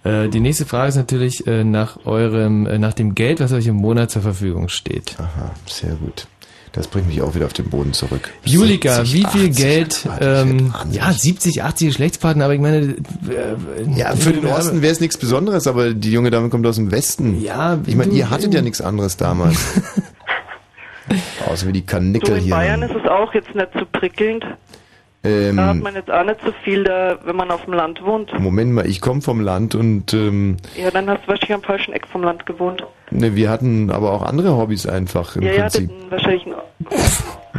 Speaker 2: Äh, die nächste Frage ist natürlich äh, nach eurem, äh, nach dem Geld, was euch im Monat zur Verfügung steht.
Speaker 1: Aha, sehr gut. Das bringt mich auch wieder auf den Boden zurück.
Speaker 2: Julika,
Speaker 1: 70,
Speaker 2: wie viel
Speaker 1: 80,
Speaker 2: Geld? Ähm, ja, 70, 80 Geschlechtspartner, aber ich meine. Äh,
Speaker 1: Ja, für den Osten wäre es nichts Besonderes, aber die junge Dame kommt aus dem Westen.
Speaker 2: Ja,
Speaker 1: ich meine,
Speaker 2: du- äh,
Speaker 1: ihr hattet ja nichts anderes damals. Außer wie die
Speaker 22: Du,
Speaker 1: Kanickel
Speaker 22: in
Speaker 1: hier.
Speaker 22: Bayern ist es auch jetzt nicht so prickelnd. Da hat
Speaker 1: ähm,
Speaker 22: man jetzt auch nicht so viel da, wenn man auf dem Land wohnt.
Speaker 1: Moment mal, ich komme vom Land und ähm,
Speaker 22: Ja, dann hast du wahrscheinlich am falschen Eck vom Land gewohnt.
Speaker 1: ne, wir hatten aber auch andere Hobbys einfach im
Speaker 22: ja, ihr hattet
Speaker 1: Prinzip.
Speaker 22: einen- wahrscheinlich einen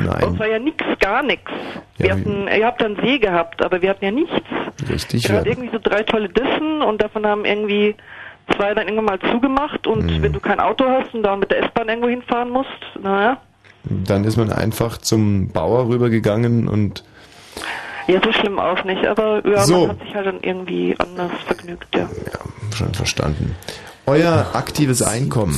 Speaker 1: Nein,
Speaker 22: Das war ja nix, gar nix. Wir
Speaker 1: Ja,
Speaker 22: hatten, ihr habt einen See gehabt, aber wir hatten ja nichts.
Speaker 1: richtig.
Speaker 22: ihr
Speaker 1: Wir
Speaker 22: habt irgendwie so drei tolle Dissen und davon haben irgendwie zwei dann irgendwann mal zugemacht und
Speaker 1: Mhm.
Speaker 22: wenn du kein Auto hast und dann mit der S-Bahn irgendwo hinfahren musst, naja.
Speaker 1: Dann ist man einfach zum Bauer rübergegangen und
Speaker 22: Ja, so schlimm auch nicht, aber ja,
Speaker 1: So.
Speaker 22: man hat sich halt dann irgendwie anders vergnügt, ja.
Speaker 1: schon verstanden. Euer aktives Einkommen.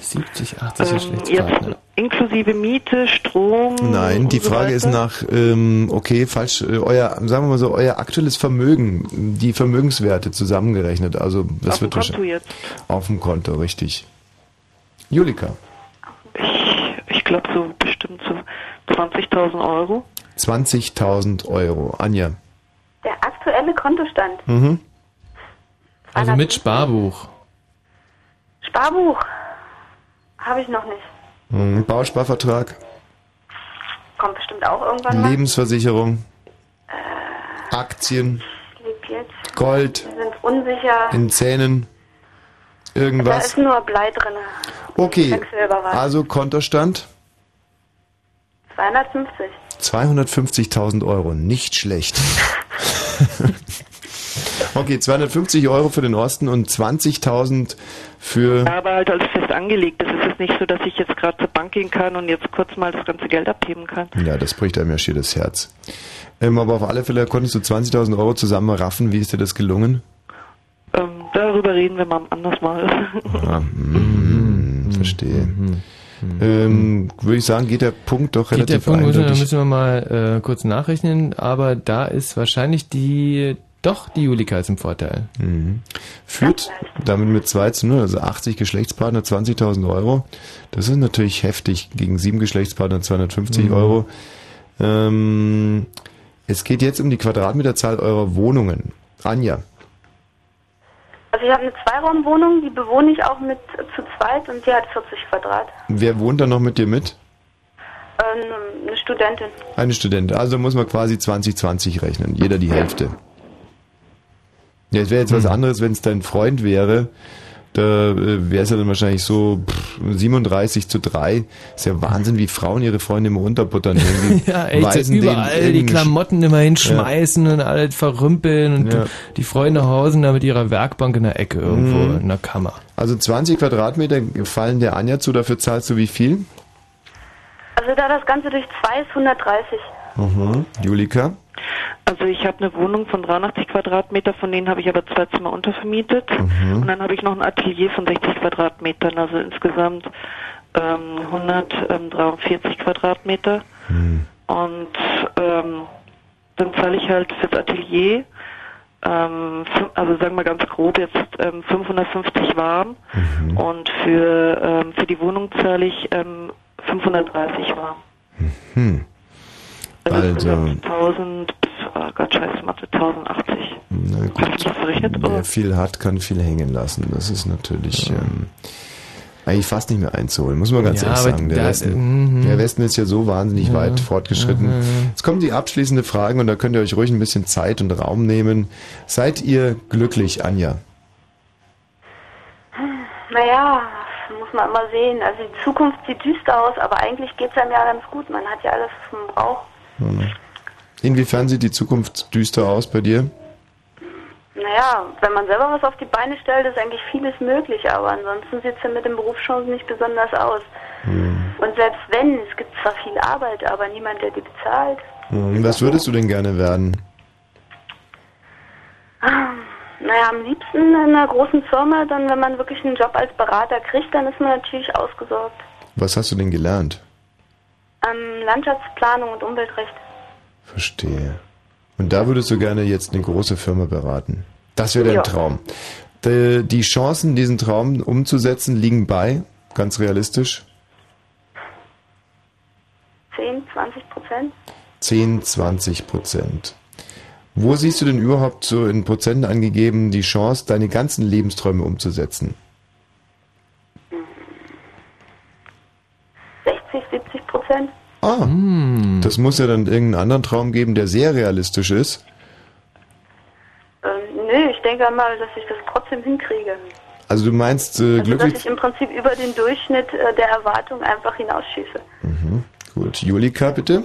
Speaker 2: 70, 80
Speaker 22: Ähm, jetzt inklusive Miete, Strom.
Speaker 1: Nein,
Speaker 22: und
Speaker 1: die
Speaker 22: so
Speaker 1: Frage
Speaker 22: weiter.
Speaker 1: ist nach, ähm, okay, falsch, äh, euer, sagen wir mal so, euer aktuelles Vermögen, die Vermögenswerte zusammengerechnet, also das
Speaker 22: Auf dem
Speaker 1: wird
Speaker 22: Konto
Speaker 1: wahrscheinlich-
Speaker 22: jetzt.
Speaker 1: auf dem Konto, richtig. Julika,
Speaker 22: Ich glaube so bestimmt so 20.000 Euro.
Speaker 1: 20.000 Euro. Anja,
Speaker 21: Der aktuelle Kontostand.
Speaker 1: mhm.
Speaker 2: Also mit Sparbuch.
Speaker 21: Sparbuch habe ich noch nicht.
Speaker 1: Mhm. Bausparvertrag,
Speaker 21: Kommt bestimmt auch irgendwann mal.
Speaker 1: Lebensversicherung, Aktien,
Speaker 21: Ich lebe jetzt.
Speaker 1: Gold,
Speaker 21: Wir sind unsicher.
Speaker 1: in Zähnen,
Speaker 21: da
Speaker 1: irgendwas.
Speaker 21: ist nur Blei drin.
Speaker 1: Okay,
Speaker 21: Quecksilberwatt.
Speaker 1: also Kontostand
Speaker 21: 250.
Speaker 1: 250.000 Euro, nicht schlecht. okay, 250 Euro für den Osten und 20.000 für...
Speaker 22: Aber halt als fest angelegt. Das ist jetzt nicht so, dass ich jetzt gerade zur Bank gehen kann und jetzt kurz mal das ganze Geld abheben kann.
Speaker 1: Ja, das bricht einem ja schier das Herz. Ähm, aber auf alle Fälle konntest du 20.000 Euro zusammenraffen. Wie ist dir das gelungen?
Speaker 22: Ähm, darüber reden wir mal anders mal.
Speaker 1: Ah,
Speaker 2: Mhm.
Speaker 1: mm, verstehe. Ähm, Würde ich sagen, geht der Punkt doch
Speaker 2: Geht der
Speaker 1: relativ
Speaker 2: Punkt, müssen wir,
Speaker 1: eindeutig.
Speaker 2: müssen wir mal äh, kurz nachrechnen, aber da ist wahrscheinlich die, doch die Julika ist im Vorteil.
Speaker 1: Mhm. Führt damit mit 2 zu 0, also 80 Geschlechtspartner, 20.000 Euro. Das ist natürlich heftig gegen 7 Geschlechtspartner, 250
Speaker 2: Mhm.
Speaker 1: Euro. Ähm, es geht jetzt um die Quadratmeterzahl eurer Wohnungen. Anja,
Speaker 21: Also ich habe eine Zweiraumwohnung, die bewohne ich auch mit äh, zu zweit und die hat 40 Quadrat.
Speaker 1: wer wohnt da noch mit dir mit?
Speaker 21: Ähm, eine Studentin.
Speaker 1: Eine Studentin. Also muss man quasi 20-20 rechnen. Jeder die Hälfte. Ja, es wäre jetzt was
Speaker 2: Hm.
Speaker 1: anderes, wenn es dein Freund wäre. Da wäre es ja dann wahrscheinlich so pff, 37 zu 3. Ist ja Wahnsinn, wie Frauen ihre Freunde immer unterbuttern. Irgendwie
Speaker 2: Ja, echt,
Speaker 1: weisen denen
Speaker 2: überall die
Speaker 1: irgendeinen
Speaker 2: Klamotten immer
Speaker 1: Ja.
Speaker 2: hinschmeißen und alles verrümpeln und
Speaker 1: Ja.
Speaker 2: die Freunde hausen da mit ihrer Werkbank in der Ecke irgendwo
Speaker 1: Mhm.
Speaker 2: in der Kammer.
Speaker 1: Also 20 Quadratmeter fallen der Anja zu, dafür zahlst du wie viel?
Speaker 21: Also da das Ganze durch zwei ist 130.
Speaker 1: Mhm. Julika?
Speaker 22: Also ich habe eine Wohnung von 83 Quadratmeter, von denen habe ich aber zwei Zimmer untervermietet. Und dann habe ich noch ein Atelier von 60 Quadratmetern, also insgesamt ähm, 143 Quadratmeter. Und ähm, dann zahle ich halt fürs Atelier, ähm, fün- also sagen wir ganz grob jetzt ähm, 550 warm und für, ähm, für die Wohnung zahle ich ähm, 530 warm.
Speaker 1: Hm. Also,
Speaker 22: 1000, pf, oh Gott, scheiß ah Mathe, 1080.
Speaker 1: na gut.
Speaker 22: Unrecht verrichtet.
Speaker 1: Wer viel hat, kann viel hängen lassen. Das ist natürlich ähm, eigentlich fast nicht mehr einzuholen, muss man ganz
Speaker 2: Ja,
Speaker 1: ehrlich
Speaker 2: aber
Speaker 1: sagen. Der,
Speaker 2: da-
Speaker 1: Westen,
Speaker 2: mhm.
Speaker 1: der Westen ist ja so wahnsinnig
Speaker 2: Ja.
Speaker 1: weit fortgeschritten.
Speaker 2: Mhm.
Speaker 1: Jetzt kommen die abschließenden Fragen und da könnt ihr euch ruhig ein bisschen Zeit und Raum nehmen. Seid ihr glücklich, Anja?
Speaker 21: Naja, muss man immer sehen. Also die Zukunft sieht düster aus, aber eigentlich geht's einem ja ganz gut. Man hat ja alles, was man braucht.
Speaker 1: Hm. Inwiefern sieht die Zukunft düster aus bei dir?
Speaker 21: Naja, wenn man selber was auf die Beine stellt, ist eigentlich vieles möglich, aber ansonsten sieht's ja mit dem Beruf schon nicht besonders aus. Und selbst wenn, es gibt zwar viel Arbeit, aber niemand, der die bezahlt.
Speaker 1: Hm, Was würdest du denn gerne werden?
Speaker 21: Ah, Naja, am liebsten in einer großen Firma, dann wenn man wirklich einen Job als Berater kriegt, dann ist man natürlich ausgesorgt.
Speaker 1: Was hast du denn gelernt?
Speaker 21: Ähm, Landschaftsplanung und Umweltrecht.
Speaker 1: Verstehe. Und da würdest du gerne jetzt eine große Firma beraten. Das wäre dein
Speaker 21: Ja.
Speaker 1: Traum. Die, die Chancen, diesen Traum umzusetzen, liegen bei, ganz realistisch,
Speaker 21: 10, 20 Prozent?
Speaker 1: 10, 20 Prozent. Wo siehst du denn überhaupt so in Prozenten angegeben die Chance, deine ganzen Lebensträume umzusetzen?
Speaker 21: 60, 70 Prozent?
Speaker 1: Ah, das muss ja dann irgendeinen anderen Traum geben, der sehr realistisch ist.
Speaker 21: Ähm, nö, ich denke mal, dass ich das trotzdem hinkriege.
Speaker 1: Also du meinst äh,
Speaker 21: Also, dass
Speaker 1: glücklich...
Speaker 21: ich im Prinzip über den Durchschnitt äh, der Erwartung einfach hinausschieße.
Speaker 1: Mhm. Gut, Julika bitte.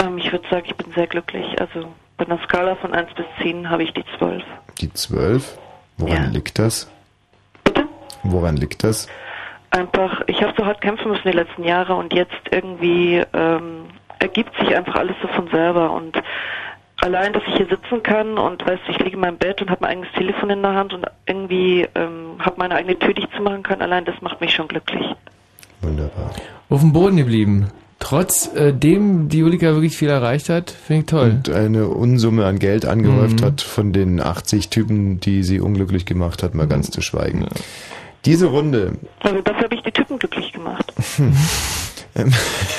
Speaker 22: Ähm, ich würde sagen, ich bin sehr glücklich. Also bei einer Skala von 1 bis 10 habe ich die 12.
Speaker 1: Die 12. Woran liegt das? Woran liegt das?
Speaker 22: Einfach, ich habe so hart kämpfen müssen die letzten Jahre und jetzt irgendwie ähm, ergibt sich einfach alles so von selber. Und allein, dass ich hier sitzen kann und weißt du, ich liege in meinem Bett und habe mein eigenes Telefon in der Hand und irgendwie ähm, habe meine eigene Tür, die ich zumachen kann, allein das macht mich schon glücklich.
Speaker 2: Auf dem Boden geblieben. Trotz äh, dem, die Julika wirklich viel erreicht hat, finde ich toll.
Speaker 1: Und eine Unsumme an Geld
Speaker 2: Mhm.
Speaker 1: angehäuft hat von den 80 Typen, die sie unglücklich gemacht hat, mal
Speaker 2: Mhm.
Speaker 1: ganz zu schweigen. Diese Runde
Speaker 22: Also dafür habe ich die Typen glücklich gemacht.
Speaker 1: ähm,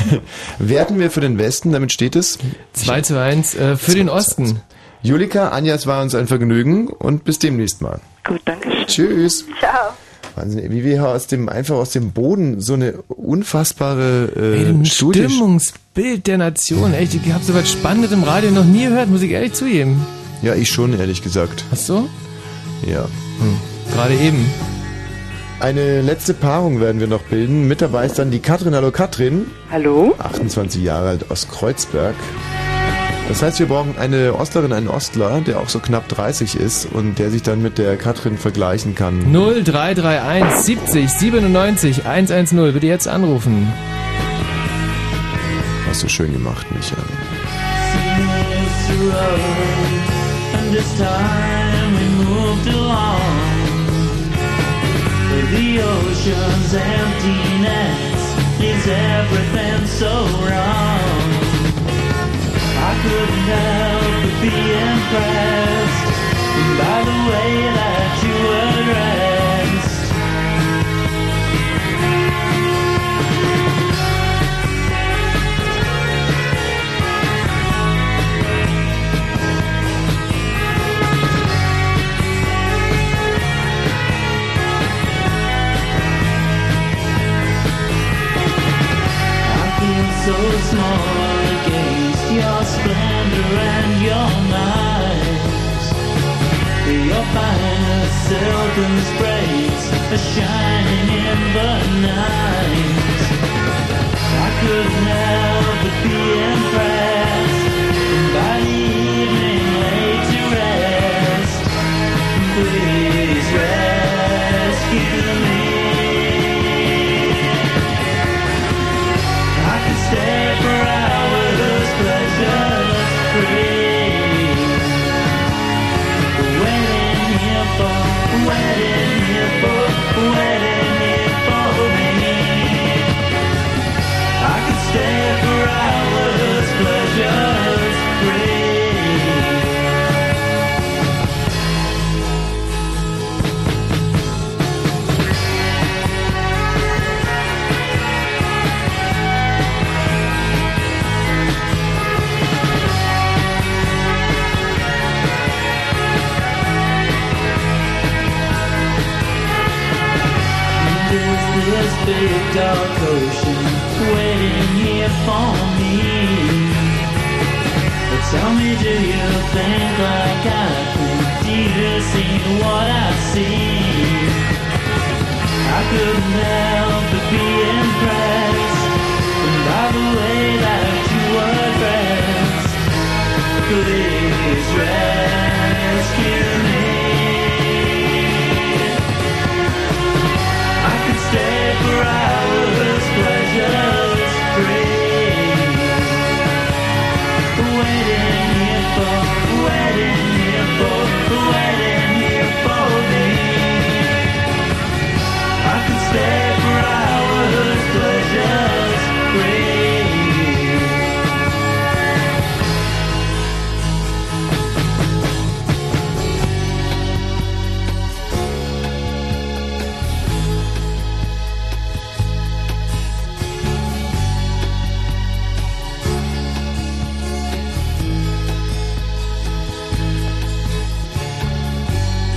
Speaker 1: werten wir für den Westen, damit steht es. 2
Speaker 2: zu 1 für den Osten.
Speaker 1: Julika, Anja, es war uns ein Vergnügen und bis demnächst mal.
Speaker 22: Gut, danke schön.
Speaker 1: Tschüss.
Speaker 21: Ciao.
Speaker 1: Wahnsinn, wie wir hier aus dem, einfach aus dem Boden so eine unfassbare äh,
Speaker 2: Ey, ein
Speaker 1: Studie
Speaker 2: Stimmungsbild der Nation. Echt, ich habe so was Spannendes im Radio noch nie gehört, muss ich ehrlich zugeben.
Speaker 1: Ja, ich schon, ehrlich gesagt.
Speaker 2: Ach so? Hm.
Speaker 1: Ja.
Speaker 2: Gerade eben.
Speaker 1: Eine letzte Paarung werden wir noch bilden. Mit dabei ist dann die Katrin. Hallo Katrin.
Speaker 23: Hallo.
Speaker 1: 28 Jahre alt aus Kreuzberg. Das heißt, wir brauchen eine Ostlerin, einen Ostler, der auch so knapp 30 ist und der sich dann mit der Katrin vergleichen kann.
Speaker 2: 0331 70 97 110. Bitte jetzt anrufen.
Speaker 1: Hast du schön gemacht, Michael.
Speaker 5: It's the road, and this time we moved along with the ocean's emptiness. Is everything so wrong? I couldn't help but be impressed by the way that you were dressed. I feel so small against your splendor and your knives. Your finest silken sprays are shining in the night. I couldn't help but be impressed by the evening laid to rest. Please rescue me. I could stay for hours, pleasures free. Waiting here for, waiting here for, waiting here for me. I could stay dark ocean waiting here for me. But tell me, do you think like I think? Do you see what I see? I couldn't help but be impressed by the way that you were dressed. Please rescue me. I could stay for hours, pleasures free. Waiting here for, waiting here for, waiting here for me. I could stay for hours, pleasures free.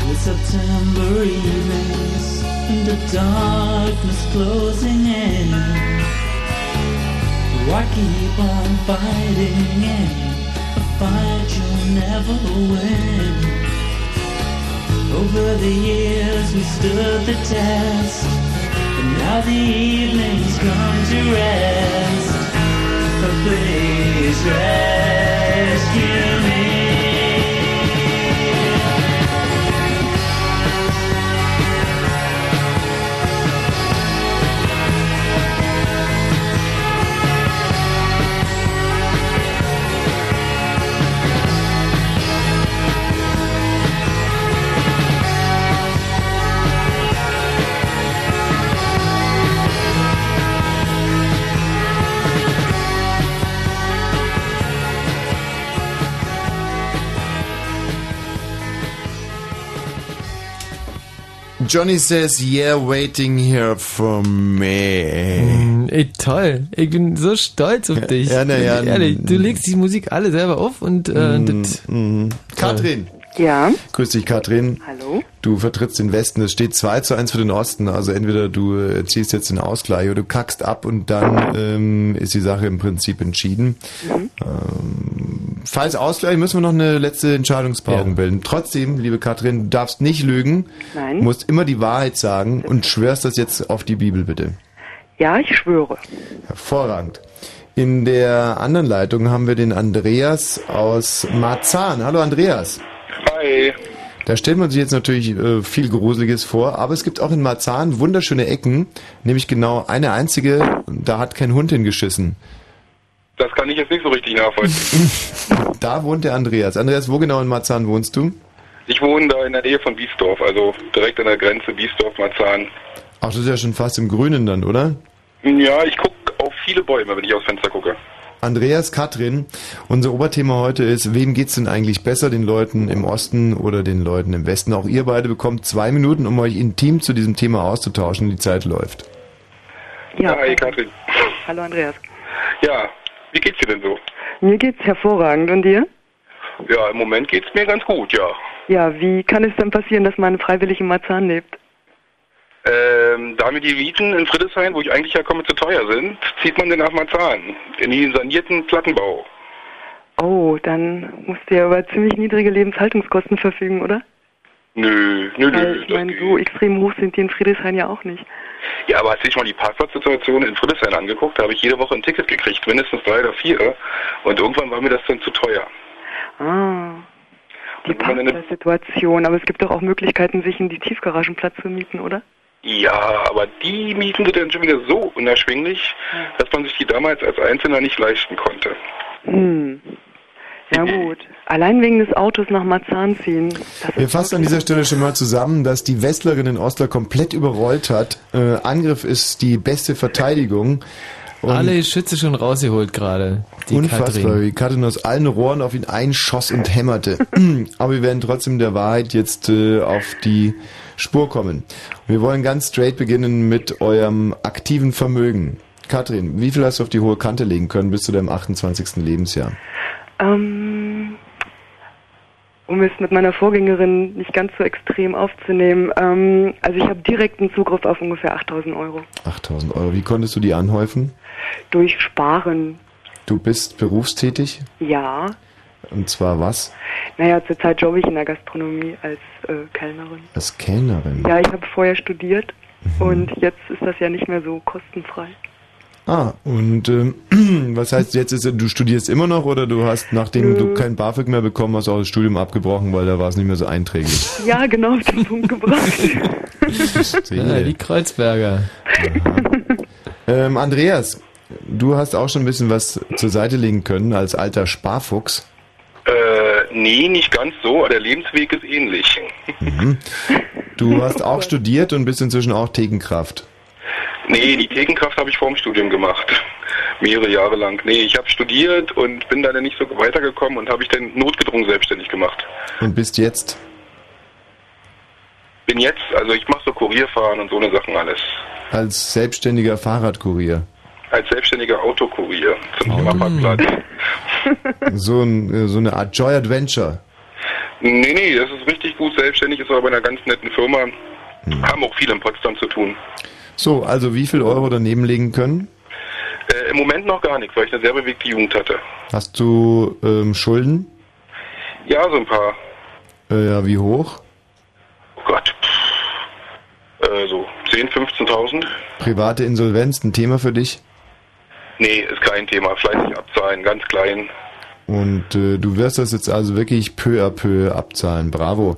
Speaker 5: The September evenings and the darkness closing in. Why keep on fighting in a fight you'll never win? Over the years we stood the test, but now the evenings come to rest. Oh, please rescue me.
Speaker 1: Johnny says, yeah, waiting here for me.
Speaker 2: Mm, Ey, toll. Ich bin so stolz auf dich.
Speaker 1: Ja, na ja,
Speaker 2: Ehrlich,
Speaker 1: mm.
Speaker 2: du legst die Musik alle selber auf und äh,
Speaker 1: Mm,
Speaker 2: das
Speaker 1: mm. Katrin.
Speaker 23: Ja.
Speaker 1: Grüß dich, Katrin.
Speaker 23: Hallo.
Speaker 1: Du vertrittst den Westen. Es steht 2 zu 1 für den Osten. Also entweder du äh, ziehst jetzt den Ausgleich oder du kackst ab und dann ähm, ist die Sache im Prinzip entschieden. Ähm, falls Ausgleich, müssen wir noch eine letzte Entscheidungspaarung bilden. Trotzdem, liebe Katrin, du darfst nicht lügen.
Speaker 23: Nein.
Speaker 1: Du musst immer die Wahrheit sagen und schwörst das jetzt auf die Bibel, bitte.
Speaker 23: Ja, ich schwöre.
Speaker 1: Hervorragend. In der anderen Leitung haben wir den Andreas aus Marzahn. Hallo Andreas.
Speaker 17: Hi.
Speaker 1: Da stellt man sich jetzt natürlich äh, viel Gruseliges vor, aber es gibt auch in Marzahn wunderschöne Ecken, nämlich genau eine einzige, da hat kein Hund hingeschissen.
Speaker 17: Das kann ich jetzt nicht so richtig nachvollziehen.
Speaker 1: Da wohnt der Andreas. Andreas, wo genau in Marzahn wohnst du?
Speaker 17: ich wohne da in der Nähe von Biesdorf, also direkt an der Grenze Biesdorf-Marzahn.
Speaker 1: Ach, das ist ja schon fast im Grünen dann, oder?
Speaker 17: Ja, ich gucke auf viele Bäume, wenn ich aufs Fenster gucke.
Speaker 1: Andreas, Katrin, unser Oberthema heute ist, wem geht's denn eigentlich besser, den Leuten im Osten oder den Leuten im Westen? Auch ihr beide bekommt zwei Minuten, um euch intim zu diesem Thema auszutauschen. Die Zeit läuft.
Speaker 17: Ja. Hi, Katrin.
Speaker 23: Hallo Andreas.
Speaker 17: Ja, wie geht's dir denn so?
Speaker 23: Mir geht's hervorragend und dir?
Speaker 17: Ja, im Moment geht's mir ganz gut, ja.
Speaker 23: Ja, wie kann es denn passieren, dass man freiwillig in Marzahn lebt?
Speaker 17: Ähm, da mir die Mieten in Friedrichshain, wo ich eigentlich herkomme, zu teuer sind, zieht man den nach Marzahn, in den sanierten Plattenbau.
Speaker 23: Oh, dann musst du ja über ziemlich niedrige Lebenshaltungskosten verfügen, oder?
Speaker 17: Nö, nö,
Speaker 23: Weil
Speaker 17: nö.
Speaker 23: ich meine, so extrem hoch sind die in Friedrichshain ja auch nicht.
Speaker 17: Ja, aber hast du dich mal die Parkplatzsituation in Friedrichshain angeguckt? Da habe ich jede Woche ein Ticket gekriegt, mindestens drei oder vier. Und irgendwann war mir das dann zu teuer.
Speaker 23: Ah, die
Speaker 17: wenn man eine-
Speaker 23: Parkplatzsituation. Aber es gibt doch auch Möglichkeiten, sich in die Tiefgaragenplatz zu mieten, oder?
Speaker 17: Ja, aber die Mieten sind dann schon wieder so unerschwinglich, dass man sich die damals als Einzelner nicht leisten konnte.
Speaker 23: Hm. Ja gut. Allein wegen des Autos nach Marzahn ziehen.
Speaker 1: Wir fassen an dieser Stelle schon mal zusammen, dass die Westlerin den Ostler komplett überrollt hat. Äh, Angriff ist die beste Verteidigung. Und
Speaker 2: alle Schütze schon rausgeholt gerade. Die
Speaker 1: unfassbar,
Speaker 2: Katrin.
Speaker 1: wie Katrin aus allen Rohren auf ihn einschoss und hämmerte. Aber wir werden trotzdem der Wahrheit jetzt äh, auf die Spur kommen. Wir wollen ganz straight beginnen mit eurem aktiven Vermögen. Katrin, wie viel hast du auf die hohe Kante legen können bis zu deinem 28. Lebensjahr?
Speaker 23: Ähm, um es mit meiner Vorgängerin nicht ganz so extrem aufzunehmen. Ähm, also ich habe direkten Zugriff auf ungefähr 8000 Euro
Speaker 1: 8000 Euro. Wie konntest du die anhäufen?
Speaker 23: durch Sparen.
Speaker 1: Du bist berufstätig.
Speaker 23: Ja,
Speaker 1: Und zwar was?
Speaker 23: naja, zurzeit jobbe ich in der Gastronomie als äh, Kellnerin.
Speaker 1: Als Kellnerin.
Speaker 23: Ja, ich habe vorher studiert
Speaker 1: Mhm.
Speaker 23: und jetzt ist das ja nicht mehr so kostenfrei.
Speaker 1: Ah, und ähm, was heißt jetzt, ist, du studierst immer noch oder du hast, nachdem du kein BAföG mehr bekommen hast, auch das Studium abgebrochen, weil da war es nicht mehr so einträglich.
Speaker 23: Ja, genau auf den Punkt gebracht.
Speaker 1: Ja, die Kreuzberger. ähm, Andreas, du hast auch schon ein bisschen was zur Seite legen können als alter Sparfuchs.
Speaker 17: Äh, nee, nicht ganz so, aber der Lebensweg ist ähnlich.
Speaker 1: Mhm. Du hast auch studiert und bist inzwischen auch Thekenkraft.
Speaker 17: Nee, die Thekenkraft habe ich vor dem Studium gemacht. Mehrere Jahre lang. Nee, ich habe studiert und bin leider nicht so weitergekommen und habe ich dann notgedrungen selbstständig gemacht.
Speaker 1: Und bist jetzt,
Speaker 17: Bin jetzt, also ich mache so Kurierfahren und so eine Sachen alles.
Speaker 1: als selbstständiger Fahrradkurier.
Speaker 17: Als selbstständiger Autokurier zum Thema Parkplatz.
Speaker 1: Mhm. So, ein, äh, so eine Art Joy Adventure.
Speaker 17: Nee, nee, das ist richtig gut. Selbstständig ist aber bei einer ganz netten Firma.
Speaker 1: Hm.
Speaker 17: Haben auch viel in Potsdam zu tun.
Speaker 1: So, also wie viel Euro daneben legen können?
Speaker 17: Äh, Im Moment noch gar nichts, weil ich eine sehr bewegte Jugend hatte.
Speaker 1: Hast du ähm, Schulden?
Speaker 17: Ja, so ein paar.
Speaker 1: Äh, ja, wie hoch?
Speaker 17: Oh Gott. pff, Äh, so 10, 15.000?
Speaker 1: Private Insolvenz, ein Thema für dich?
Speaker 17: Nee, ist kein Thema. Fleißig abzahlen, ganz klein.
Speaker 1: Und äh, du wirst das jetzt also wirklich peu à peu abzahlen. Bravo.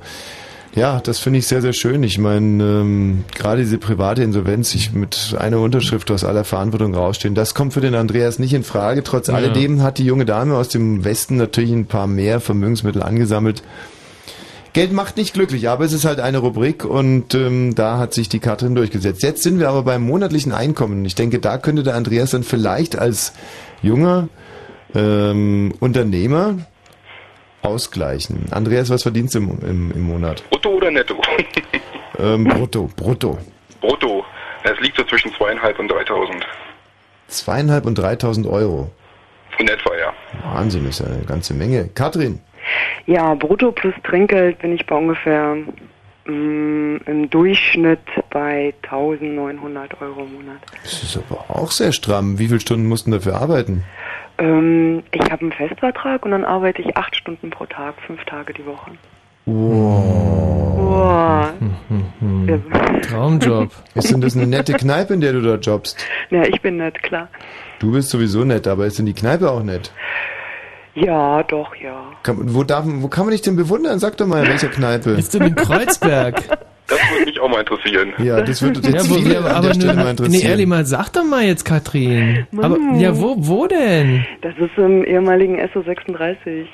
Speaker 1: Ja, das finde ich sehr, sehr schön. Ich meine, ähm, gerade diese private Insolvenz, ich mit einer Unterschrift aus aller Verantwortung rausstehen, das kommt für den Andreas nicht in Frage. Trotz
Speaker 2: Ja.
Speaker 1: alledem hat die junge Dame aus dem Westen natürlich ein paar mehr Vermögensmittel angesammelt. Geld macht nicht glücklich, aber es ist halt eine Rubrik und ähm, da hat sich die Katrin durchgesetzt. Jetzt sind wir aber beim monatlichen Einkommen. Ich denke, da könnte der Andreas dann vielleicht als junger ähm, Unternehmer ausgleichen. Andreas, was verdienst du im, im, im Monat?
Speaker 17: Brutto oder netto?
Speaker 1: Ähm, brutto, brutto.
Speaker 17: Brutto. Es liegt so zwischen zweieinhalb und 3.000.
Speaker 1: Zweieinhalb und 3.000 Euro.
Speaker 17: In etwa, ja.
Speaker 1: Wahnsinn, ist ja eine ganze Menge. Katrin,
Speaker 23: Ja, brutto plus Trinkgeld bin ich bei ungefähr mm, im Durchschnitt bei 1900 Euro im Monat.
Speaker 1: das ist aber auch sehr stramm. Wie viele Stunden mussten dafür arbeiten?
Speaker 23: Ähm, ich habe einen Festvertrag und dann arbeite ich acht Stunden pro Tag, fünf Tage die Woche.
Speaker 1: Wow.
Speaker 23: Boah.
Speaker 1: Traumjob. Ist denn das eine nette Kneipe, in der du da jobbst?
Speaker 23: Ja, ich bin nett, klar.
Speaker 1: Du bist sowieso nett, aber ist denn die Kneipe auch nett?
Speaker 23: Ja, doch, ja.
Speaker 1: Kann, wo, darf, wo kann man dich denn bewundern? Sag doch mal, in welcher Kneipe? Ist
Speaker 2: du in Kreuzberg?
Speaker 17: Das würde mich auch mal interessieren.
Speaker 1: Ja, das würde
Speaker 2: Ja,
Speaker 1: jetzt
Speaker 2: wo
Speaker 1: viele
Speaker 2: wir-
Speaker 1: an der Stelle mal interessieren.
Speaker 2: Nee, ehrlich mal, sag doch mal jetzt, Katrin. Aber,
Speaker 23: Mann.
Speaker 2: ja, wo, wo denn?
Speaker 23: Das ist im ehemaligen SO 36.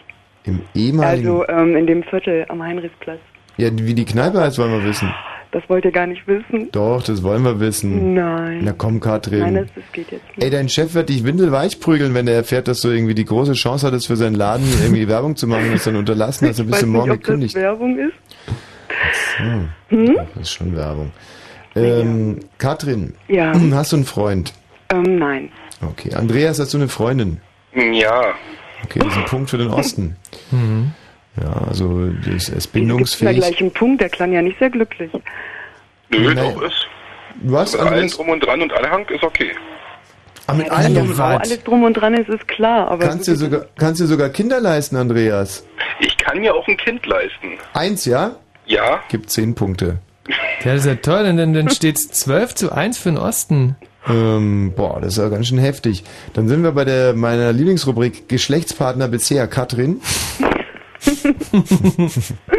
Speaker 1: Im ehemaligen...
Speaker 23: Also ähm, in dem Viertel am Heinrichsplatz.
Speaker 1: ja, wie die Kneipe heißt, wollen wir wissen.
Speaker 23: Das wollt ihr gar nicht wissen.
Speaker 1: Doch, das wollen wir wissen.
Speaker 23: Nein.
Speaker 1: Hm. Na komm, Katrin.
Speaker 23: Nein, das, das geht jetzt nicht.
Speaker 1: Ey, dein Chef wird dich windelweich prügeln, wenn er erfährt, dass du irgendwie die große Chance hattest, für seinen Laden irgendwie Werbung zu machen und es dann unterlassen hast. Dann
Speaker 23: ich
Speaker 1: bist du
Speaker 23: weiß nicht, ob
Speaker 1: morgen
Speaker 23: das
Speaker 1: gekündigt.
Speaker 23: Werbung ist.
Speaker 1: Hm.
Speaker 23: Hm?
Speaker 1: Das ist schon Werbung. Ähm, Katrin,
Speaker 23: Ja.
Speaker 1: hast du einen Freund?
Speaker 23: Ähm, nein.
Speaker 1: Okay. Andreas, hast du eine Freundin?
Speaker 17: Ja.
Speaker 1: Okay, das ist ein Punkt für den Osten. Ja, also das ist
Speaker 23: Gibt's da
Speaker 1: bindungsfähig.
Speaker 23: gleich einen Punkt, der klang ja nicht sehr glücklich.
Speaker 17: Nö, doch ist.
Speaker 1: Was?
Speaker 17: Mit allem drum und dran und Anhang ist okay.
Speaker 1: Ah, mit
Speaker 23: Wenn
Speaker 1: allem
Speaker 23: die
Speaker 1: drum und
Speaker 23: Frau
Speaker 1: dran.
Speaker 23: alles drum und dran ist, ist klar. Aber
Speaker 1: Kannst dir sogar, kannst dir sogar Kinder leisten, Andreas.
Speaker 17: Ich kann mir auch ein Kind leisten.
Speaker 1: Eins, ja?
Speaker 17: Ja.
Speaker 1: Gibt zehn Punkte.
Speaker 2: Ja, das ist ja toll, denn dann, dann steht's 12 zu 1 für den Osten.
Speaker 1: Ähm, boah, das ist ja ganz schön heftig. Dann sind wir bei der meiner Lieblingsrubrik Geschlechtspartner bisher, Katrin.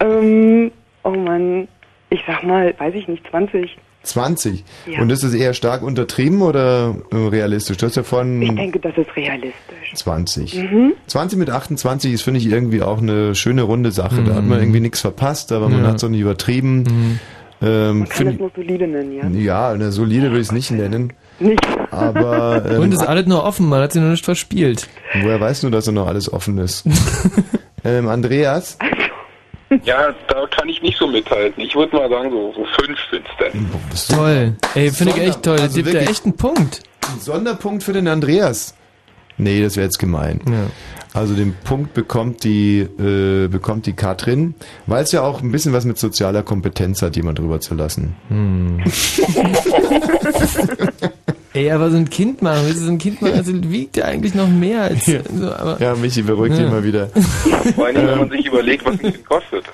Speaker 23: Ähm, oh Mann, ich sag mal, weiß ich nicht, 20.
Speaker 1: 20.
Speaker 23: Ja.
Speaker 1: Und ist das eher stark untertrieben oder äh, realistisch? Du hast ja
Speaker 23: Ich
Speaker 1: von
Speaker 23: denke, das ist realistisch.
Speaker 1: 20.
Speaker 23: Mhm.
Speaker 1: 20 mit 28 ist, finde ich, irgendwie auch eine schöne runde Sache. Da hat
Speaker 2: Mhm.
Speaker 1: man irgendwie nichts verpasst, aber man
Speaker 23: Ja.
Speaker 1: hat es auch nicht übertrieben. Ähm,
Speaker 23: Kann das
Speaker 1: find,
Speaker 23: nur solide nennen,
Speaker 1: ja,
Speaker 23: ja?
Speaker 1: eine solide würde ich es nicht nennen.
Speaker 23: Nicht.
Speaker 1: Aber ähm,
Speaker 2: Und ist alles nur offen, man hat sie noch nicht verspielt.
Speaker 1: woher weißt du, dass da noch alles offen ist? ähm, Andreas?
Speaker 17: Ja, da kann ich nicht so mithalten. Ich würde mal sagen, so, so fünf sind's denn.
Speaker 2: Toll. Ey, finde ich
Speaker 1: Sonder-
Speaker 2: echt toll.
Speaker 1: also
Speaker 2: Also gibt ja
Speaker 1: wirklich-
Speaker 2: echt einen Punkt.
Speaker 1: Ein Sonderpunkt für den Andreas. Nee, das wäre jetzt gemein. Also den Punkt bekommt die, äh, bekommt die Katrin, weil es ja auch ein bisschen was mit sozialer Kompetenz hat, jemand drüber zu lassen.
Speaker 2: Hm. Ey, aber so ein Kind machen, willst du so ein Kind machen, also wiegt ja eigentlich noch mehr als so, aber
Speaker 1: Ja, Michi, beruhig dich
Speaker 2: Ja.
Speaker 1: mal wieder. Ähm.
Speaker 17: Vor allen Dingen, wenn man sich überlegt, was mich denn kostet.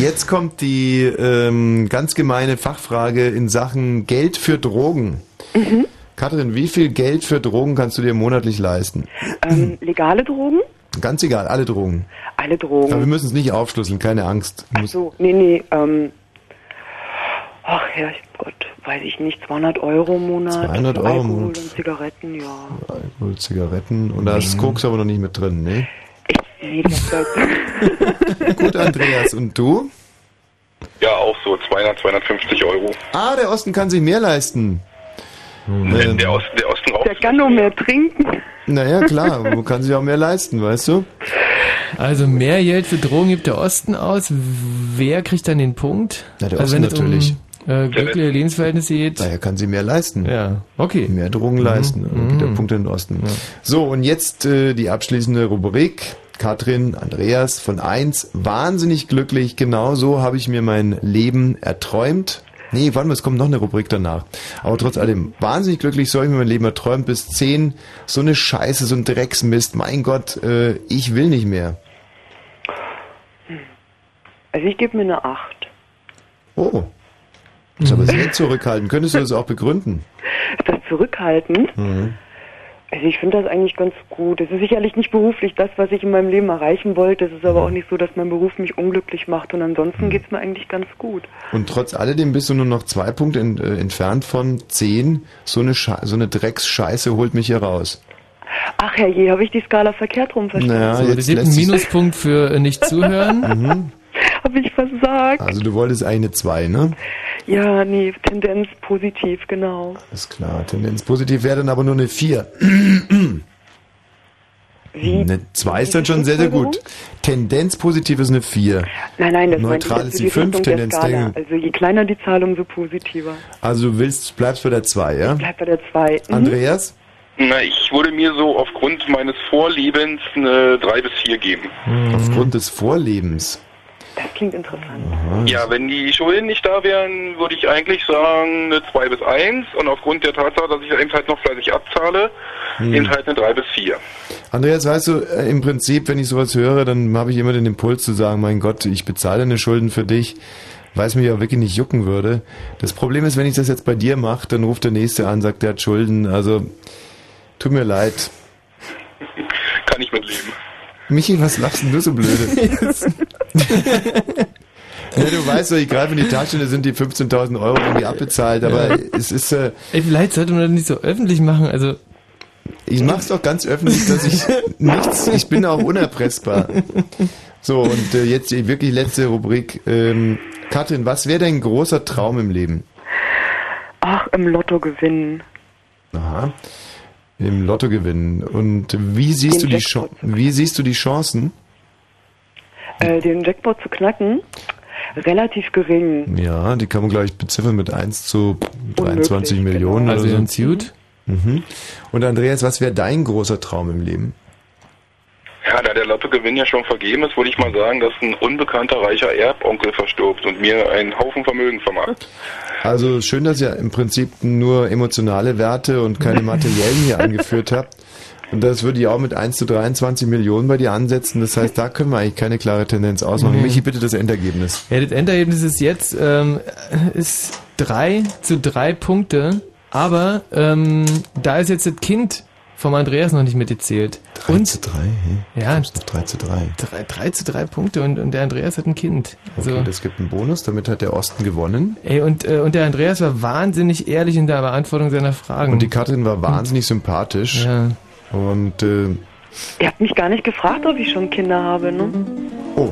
Speaker 1: Jetzt kommt die ähm, ganz gemeine Fachfrage in Sachen Geld für Drogen.
Speaker 23: Mhm.
Speaker 1: Katrin, wie viel Geld für Drogen kannst du dir monatlich leisten?
Speaker 23: Ähm, legale Drogen?
Speaker 1: Ganz egal, alle Drogen.
Speaker 23: Alle Drogen.
Speaker 1: Aber wir müssen es nicht aufschlüsseln, keine Angst.
Speaker 23: Oh. Ach so, nee, nee. Ähm, ach ja, ich, Gott, weiß ich nicht. 200 Euro im Monat.
Speaker 1: 200
Speaker 23: für
Speaker 1: Euro im
Speaker 23: Alkohol
Speaker 1: Monat.
Speaker 23: und Zigaretten, ja.
Speaker 1: Alkohol, Zigaretten und da ist Koks aber noch nicht mit drin, ne?
Speaker 23: Nee, das halt-
Speaker 1: Gut, Andreas, und du?
Speaker 17: Ja, auch so 200, 250 Euro.
Speaker 1: Ah, der Osten kann sich mehr leisten. Ähm,
Speaker 17: Der, Osten, der Osten raucht.
Speaker 23: Der kann nur mehr trinken.
Speaker 1: Äh, naja, klar, man kann sich auch mehr leisten, weißt du?
Speaker 2: Also mehr Geld für Drogen gibt der Osten aus. Wer kriegt dann den Punkt?
Speaker 1: Na, der
Speaker 2: also
Speaker 1: Osten
Speaker 2: wenn es um,
Speaker 1: natürlich.
Speaker 2: äh, glückliche Lebensverhältnisse geht.
Speaker 1: Daher kann sie mehr leisten.
Speaker 2: Ja, okay. Mhm.
Speaker 1: Mehr Drogen leisten. Dann geht Der Punkt in den Osten. So, und jetzt äh, die abschließende Rubrik. Katrin, Andreas von 1, wahnsinnig glücklich. Genau so habe ich mir mein Leben erträumt. Nee, warte mal, es kommt noch eine Rubrik danach. Aber trotz allem, wahnsinnig glücklich, so habe ich mir mein Leben erträumt. Bis 10, so eine Scheiße, so ein Drecksmist. Mein Gott, äh, ich will nicht mehr.
Speaker 23: Also ich gebe mir eine 8.
Speaker 1: Oh, das
Speaker 2: Mhm.
Speaker 1: ist aber sehr zurückhaltend. Könntest du das auch begründen?
Speaker 23: Ist das zurückhaltend?
Speaker 1: Mhm.
Speaker 23: Also ich finde das eigentlich ganz gut. Es ist sicherlich nicht beruflich das, was ich in meinem Leben erreichen wollte. Es ist aber auch
Speaker 1: Mhm.
Speaker 23: nicht so, dass mein Beruf mich unglücklich macht. Und ansonsten geht's mir eigentlich ganz gut.
Speaker 1: Und trotz alledem bist du nur noch zwei Punkte en- äh, entfernt von zehn. So eine, Sche so eine Drecksscheiße holt mich hier raus.
Speaker 23: Ach herrje, habe ich die Skala verkehrt rum verstanden?
Speaker 1: Naja,
Speaker 2: so,
Speaker 1: jetzt
Speaker 2: es gibt
Speaker 1: lässt
Speaker 2: einen
Speaker 1: sich-
Speaker 2: Minuspunkt für äh, nicht zuhören.
Speaker 23: Habe ich versagt?
Speaker 1: Also du wolltest eine zwei, ne?
Speaker 23: Ja, nee, Tendenz positiv, genau.
Speaker 1: Ist klar. Tendenz positiv wäre dann aber nur eine vier. Eine zwei ist dann schon sehr, sehr gut. Tendenz positiv ist eine vier.
Speaker 23: Nein, nein, das
Speaker 1: Neutral
Speaker 23: meinte ich
Speaker 1: ist die
Speaker 23: jetzt für
Speaker 1: fünf,
Speaker 23: Richtung der
Speaker 1: Tendenz
Speaker 23: Skala.
Speaker 1: der-
Speaker 23: Also je kleiner die Zahl, umso positiver.
Speaker 1: Also du willst, bleibst bei der zwei, ja?
Speaker 23: Bleibt bei der Hm? 2.
Speaker 1: Andreas?
Speaker 17: Na, ich würde mir so aufgrund meines Vorlebens eine 3 bis 4 geben.
Speaker 1: Aufgrund des Vorlebens.
Speaker 23: Das klingt interessant.
Speaker 17: Ja, wenn die Schulden nicht da wären, würde ich eigentlich sagen eine 2 bis 1 und aufgrund der Tatsache, dass ich eben halt noch fleißig abzahle,
Speaker 1: Hm.
Speaker 17: eben halt eine 3 bis 4.
Speaker 1: Andreas, weißt du, äh, im Prinzip, wenn ich sowas höre, dann habe ich immer den Impuls zu sagen, mein Gott, ich bezahle deine Schulden für dich, weil es mich auch wirklich nicht jucken würde. Das Problem ist, wenn ich das jetzt bei dir mache, dann ruft der Nächste an, sagt, der hat Schulden. Also, tut mir leid.
Speaker 17: Kann ich mitleben.
Speaker 1: Michi, was lachst denn du so blöde? Ja, du weißt doch, ich greife in die Tasche, da sind die 15.000 Euro irgendwie abbezahlt, aber
Speaker 2: Ja.
Speaker 1: es ist... Äh,
Speaker 2: Ey, vielleicht sollte man das nicht so öffentlich machen. Also
Speaker 1: Ich mach's doch ganz öffentlich, dass ich nichts, ich bin auch unerpressbar. So, und äh, jetzt die wirklich letzte Rubrik. Ähm, Katrin, was wäre dein großer Traum im Leben?
Speaker 23: Ach, im Lotto gewinnen.
Speaker 1: Aha. Im Lotto gewinnen. Und wie siehst du
Speaker 23: Den
Speaker 1: die Chan- wie siehst du die Chancen?
Speaker 23: Äh, den Jackpot zu knacken? Relativ gering.
Speaker 1: Ja, die kann man gleich beziffern mit 1 zu 23 Millionen.
Speaker 2: Also
Speaker 1: oder
Speaker 2: ganz
Speaker 1: so.
Speaker 2: gut.
Speaker 1: Mhm. Und Andreas, was wäre dein großer Traum im Leben?
Speaker 17: Ja, da der Lottogewinn ja schon vergeben ist, würde ich mal sagen, dass ein unbekannter reicher Erbonkel verstirbt und mir einen Haufen Vermögen vermacht.
Speaker 1: Also schön, dass ihr im Prinzip nur emotionale Werte und keine materiellen hier angeführt habt. Und das würde ich auch mit 1 zu 23 Millionen bei dir ansetzen. Das heißt, da können wir eigentlich keine klare Tendenz ausmachen.
Speaker 2: Mhm.
Speaker 1: Michi, bitte das Endergebnis.
Speaker 2: Ja, das Endergebnis ist jetzt ähm, ist 3 zu 3 Punkte, aber ähm, da ist jetzt das Kind vom Andreas noch nicht mitgezählt.
Speaker 1: 3 zu 3?
Speaker 2: Ja.
Speaker 1: 3 zu 3.
Speaker 2: 3, zu 3 Punkte und, und der Andreas hat ein Kind.
Speaker 1: Okay,
Speaker 2: So.
Speaker 1: das gibt einen Bonus. Damit hat der Osten gewonnen.
Speaker 2: Ey, und, äh, und der Andreas war wahnsinnig ehrlich in der Beantwortung seiner Fragen.
Speaker 1: Und die Katrin war wahnsinnig sympathisch.
Speaker 2: Ja.
Speaker 1: Und, äh,
Speaker 23: Ihr habt mich gar nicht gefragt, ob ich schon Kinder habe, ne?
Speaker 1: oh.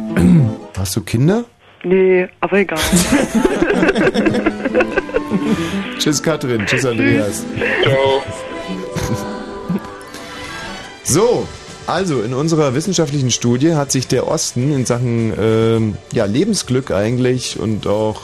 Speaker 1: Hast du Kinder?
Speaker 23: Nee, aber egal.
Speaker 1: Tschüss Katrin, tschüss Andreas.
Speaker 17: Ciao.
Speaker 1: So, also in unserer wissenschaftlichen Studie hat sich der Osten in Sachen ähm, ja, Lebensglück eigentlich und auch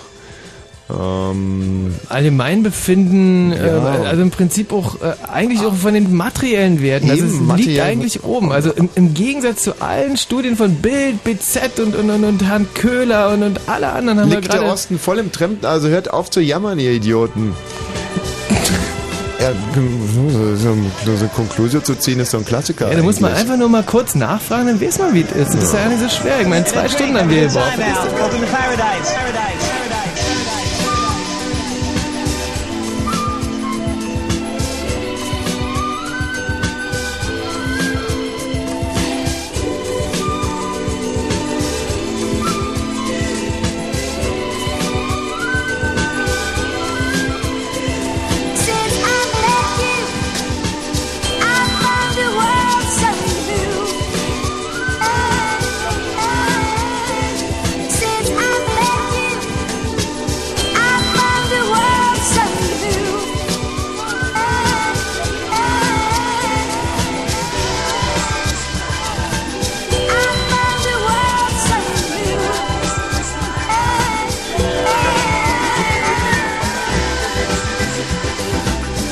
Speaker 1: Ähm,
Speaker 2: Allgemeinbefinden, äh,
Speaker 1: Ja.
Speaker 2: also im Prinzip auch äh, eigentlich auch von den materiellen Werten. Also
Speaker 1: Eben,
Speaker 2: es liegt
Speaker 1: materiell-
Speaker 2: eigentlich oben. Also im, im Gegensatz zu allen Studien von Bild, BZ und und und, und Herrn Köhler und und alle anderen haben
Speaker 1: liegt
Speaker 2: wir
Speaker 1: der
Speaker 2: gerade.
Speaker 1: Osten voll im Trend, also hört auf zu jammern, ihr Idioten. Ja, so, so, so eine Konklusion zu ziehen ist so ein Klassiker.
Speaker 2: Ja, da muss man
Speaker 1: eigentlich.
Speaker 2: einfach nur mal kurz nachfragen, dann weiß man, wie es ist. Das ist ja gar nicht so schwer. Ich meine, zwei Stunden haben wir gebraucht.
Speaker 4: Welcome to paradise. Paradise.
Speaker 24: Since I met you, I found a world so new. Since I met you, I found a world so new. I found a world so new.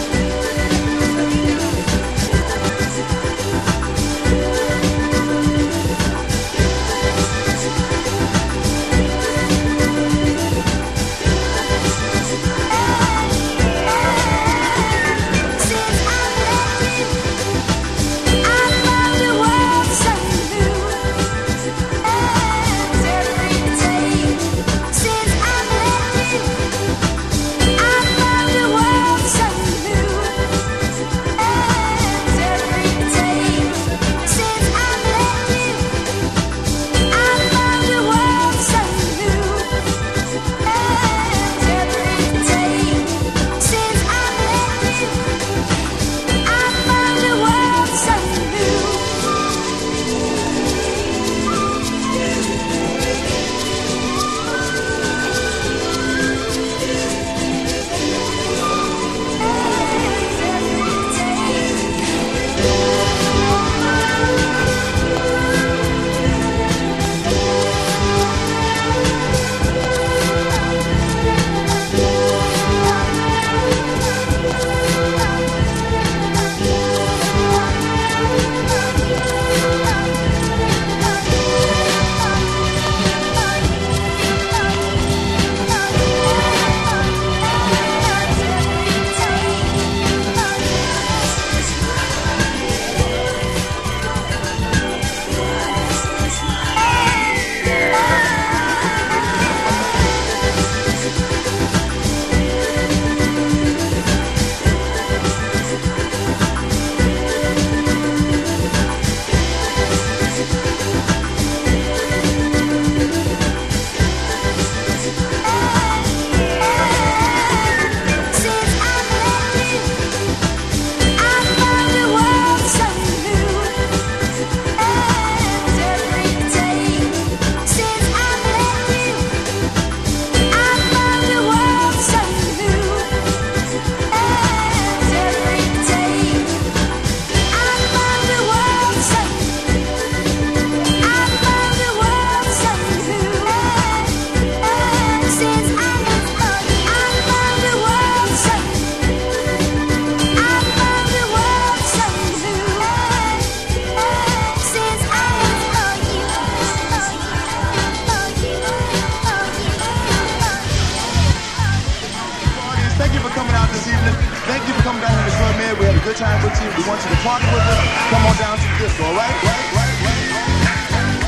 Speaker 5: Thank you for coming out this evening. Thank you for coming down here to Slim Air. We had a good time with you. We want you to party with us. Come on down to the disco, all right? Right, right, right.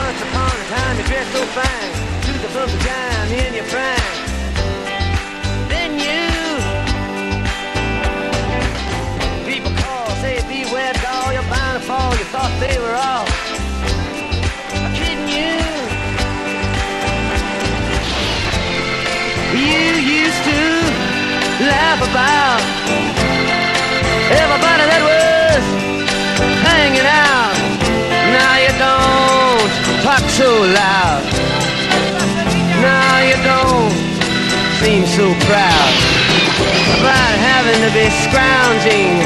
Speaker 4: Once upon a time you dressed so fine, to the pump of dime in your prime. Then you, people call, say beware doll, you're bound to fall. You thought they were all kidding you. You used to laugh about Everybody that was hanging out, now you don't talk so loud. Now you don't seem so proud about having to be scrounging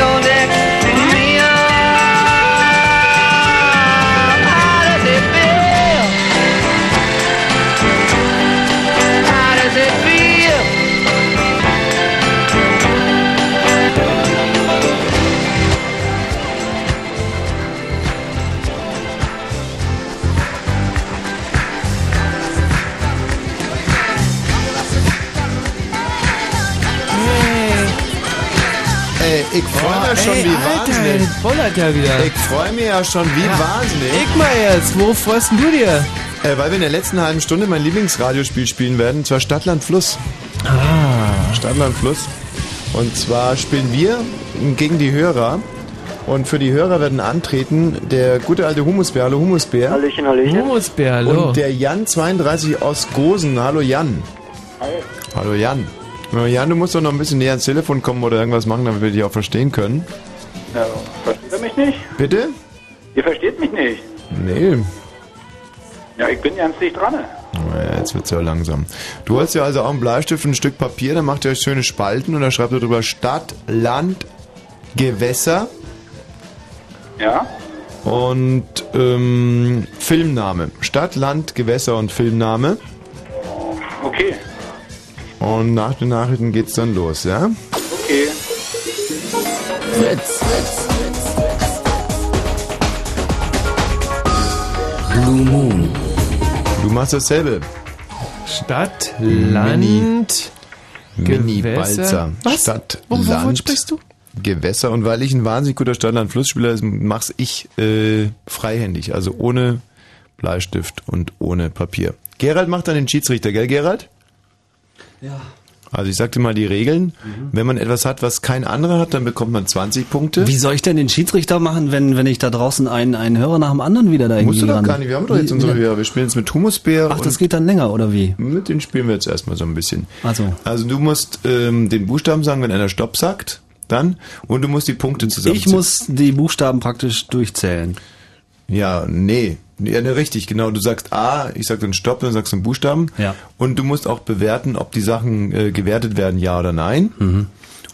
Speaker 4: your next meal. How does it feel? How does it feel?
Speaker 1: Ey, ich freue
Speaker 2: Oh,
Speaker 1: mich schon
Speaker 2: ey,
Speaker 1: wie
Speaker 2: Alter,
Speaker 1: wahnsinnig.
Speaker 2: das Vollalter wieder.
Speaker 1: Ich freue mich ja schon wie
Speaker 2: Ja,
Speaker 1: wahnsinnig.
Speaker 2: ich mal jetzt, worauf freust du dir?
Speaker 1: Äh, weil wir in der letzten halben Stunde mein Lieblingsradiospiel spielen werden, und zwar Stadtland Fluss.
Speaker 2: Ah.
Speaker 1: Stadtland Fluss. Und zwar spielen wir gegen die Hörer. Und für die Hörer werden antreten der gute alte Humusbär. Hallo Humusbär.
Speaker 10: Hallöchen, hallöchen.
Speaker 2: Humusbär,
Speaker 10: hallo.
Speaker 1: Und der Jan32 aus Gosen. Hallo Jan. Hallo Jan. Äh, Jan, du musst doch noch ein bisschen näher ans Telefon kommen oder irgendwas machen, damit wir dich auch verstehen können.
Speaker 10: Ja, versteht ihr mich nicht?
Speaker 1: Bitte?
Speaker 10: Ihr versteht mich nicht.
Speaker 1: Nee.
Speaker 10: Ja, ich bin ganz dicht dran.
Speaker 1: Naja, jetzt wird's ja langsam. Du hast ja also auch einen Bleistift und ein Stück Papier, dann macht ihr euch schöne Spalten und da schreibt ihr drüber Stadt, Land, Gewässer
Speaker 10: Ja?
Speaker 1: und ähm, Filmname. Stadt, Land, Gewässer und Filmname.
Speaker 10: Okay,
Speaker 1: Und nach den Nachrichten geht's dann los, ja?
Speaker 10: okay.
Speaker 1: Fritz.
Speaker 2: Blue Moon.
Speaker 1: Du machst dasselbe.
Speaker 2: Stadt, Land,
Speaker 1: Mini
Speaker 2: Gewässer.
Speaker 1: Balzer.
Speaker 2: Was?
Speaker 1: Stadt,
Speaker 2: Wovon- wovon
Speaker 1: Land,
Speaker 2: sprichst du?
Speaker 1: Gewässer. Und weil ich ein wahnsinnig guter Stadtland-Flussspieler bin, mach's ich äh, freihändig, also ohne Bleistift und ohne Papier. Gerald macht dann den Schiedsrichter, gell, Gerald?
Speaker 12: Ja. Mhm.
Speaker 1: Also ich sagte mal die Regeln. Wenn man etwas hat, was kein anderer hat, dann bekommt man 20 Punkte.
Speaker 12: Wie soll ich denn den Schiedsrichter machen, wenn, wenn ich da draußen einen, einen Hörer nach dem anderen wieder da irgendwie
Speaker 1: Musst du doch
Speaker 12: ran-
Speaker 1: gar nicht, wir haben doch jetzt
Speaker 12: Wie-
Speaker 1: unsere
Speaker 12: wie-
Speaker 1: Hörer. Wir spielen jetzt mit Humusbär.
Speaker 12: Ach, das geht dann länger, oder wie?
Speaker 1: Mit denen spielen wir jetzt erstmal so ein bisschen.
Speaker 12: Also.
Speaker 1: Also du musst ähm, den Buchstaben sagen, wenn einer Stopp sagt, dann. Und du musst die Punkte zusammen.
Speaker 12: Ich muss die Buchstaben praktisch durchzählen.
Speaker 1: Ja, nee. Ja, ne, richtig, genau. Du sagst A, ich sag dann Stopp, dann sagst du einen Buchstaben.
Speaker 12: Ja.
Speaker 1: Und du musst auch bewerten, ob die Sachen äh, gewertet werden, ja oder nein.
Speaker 12: Mhm.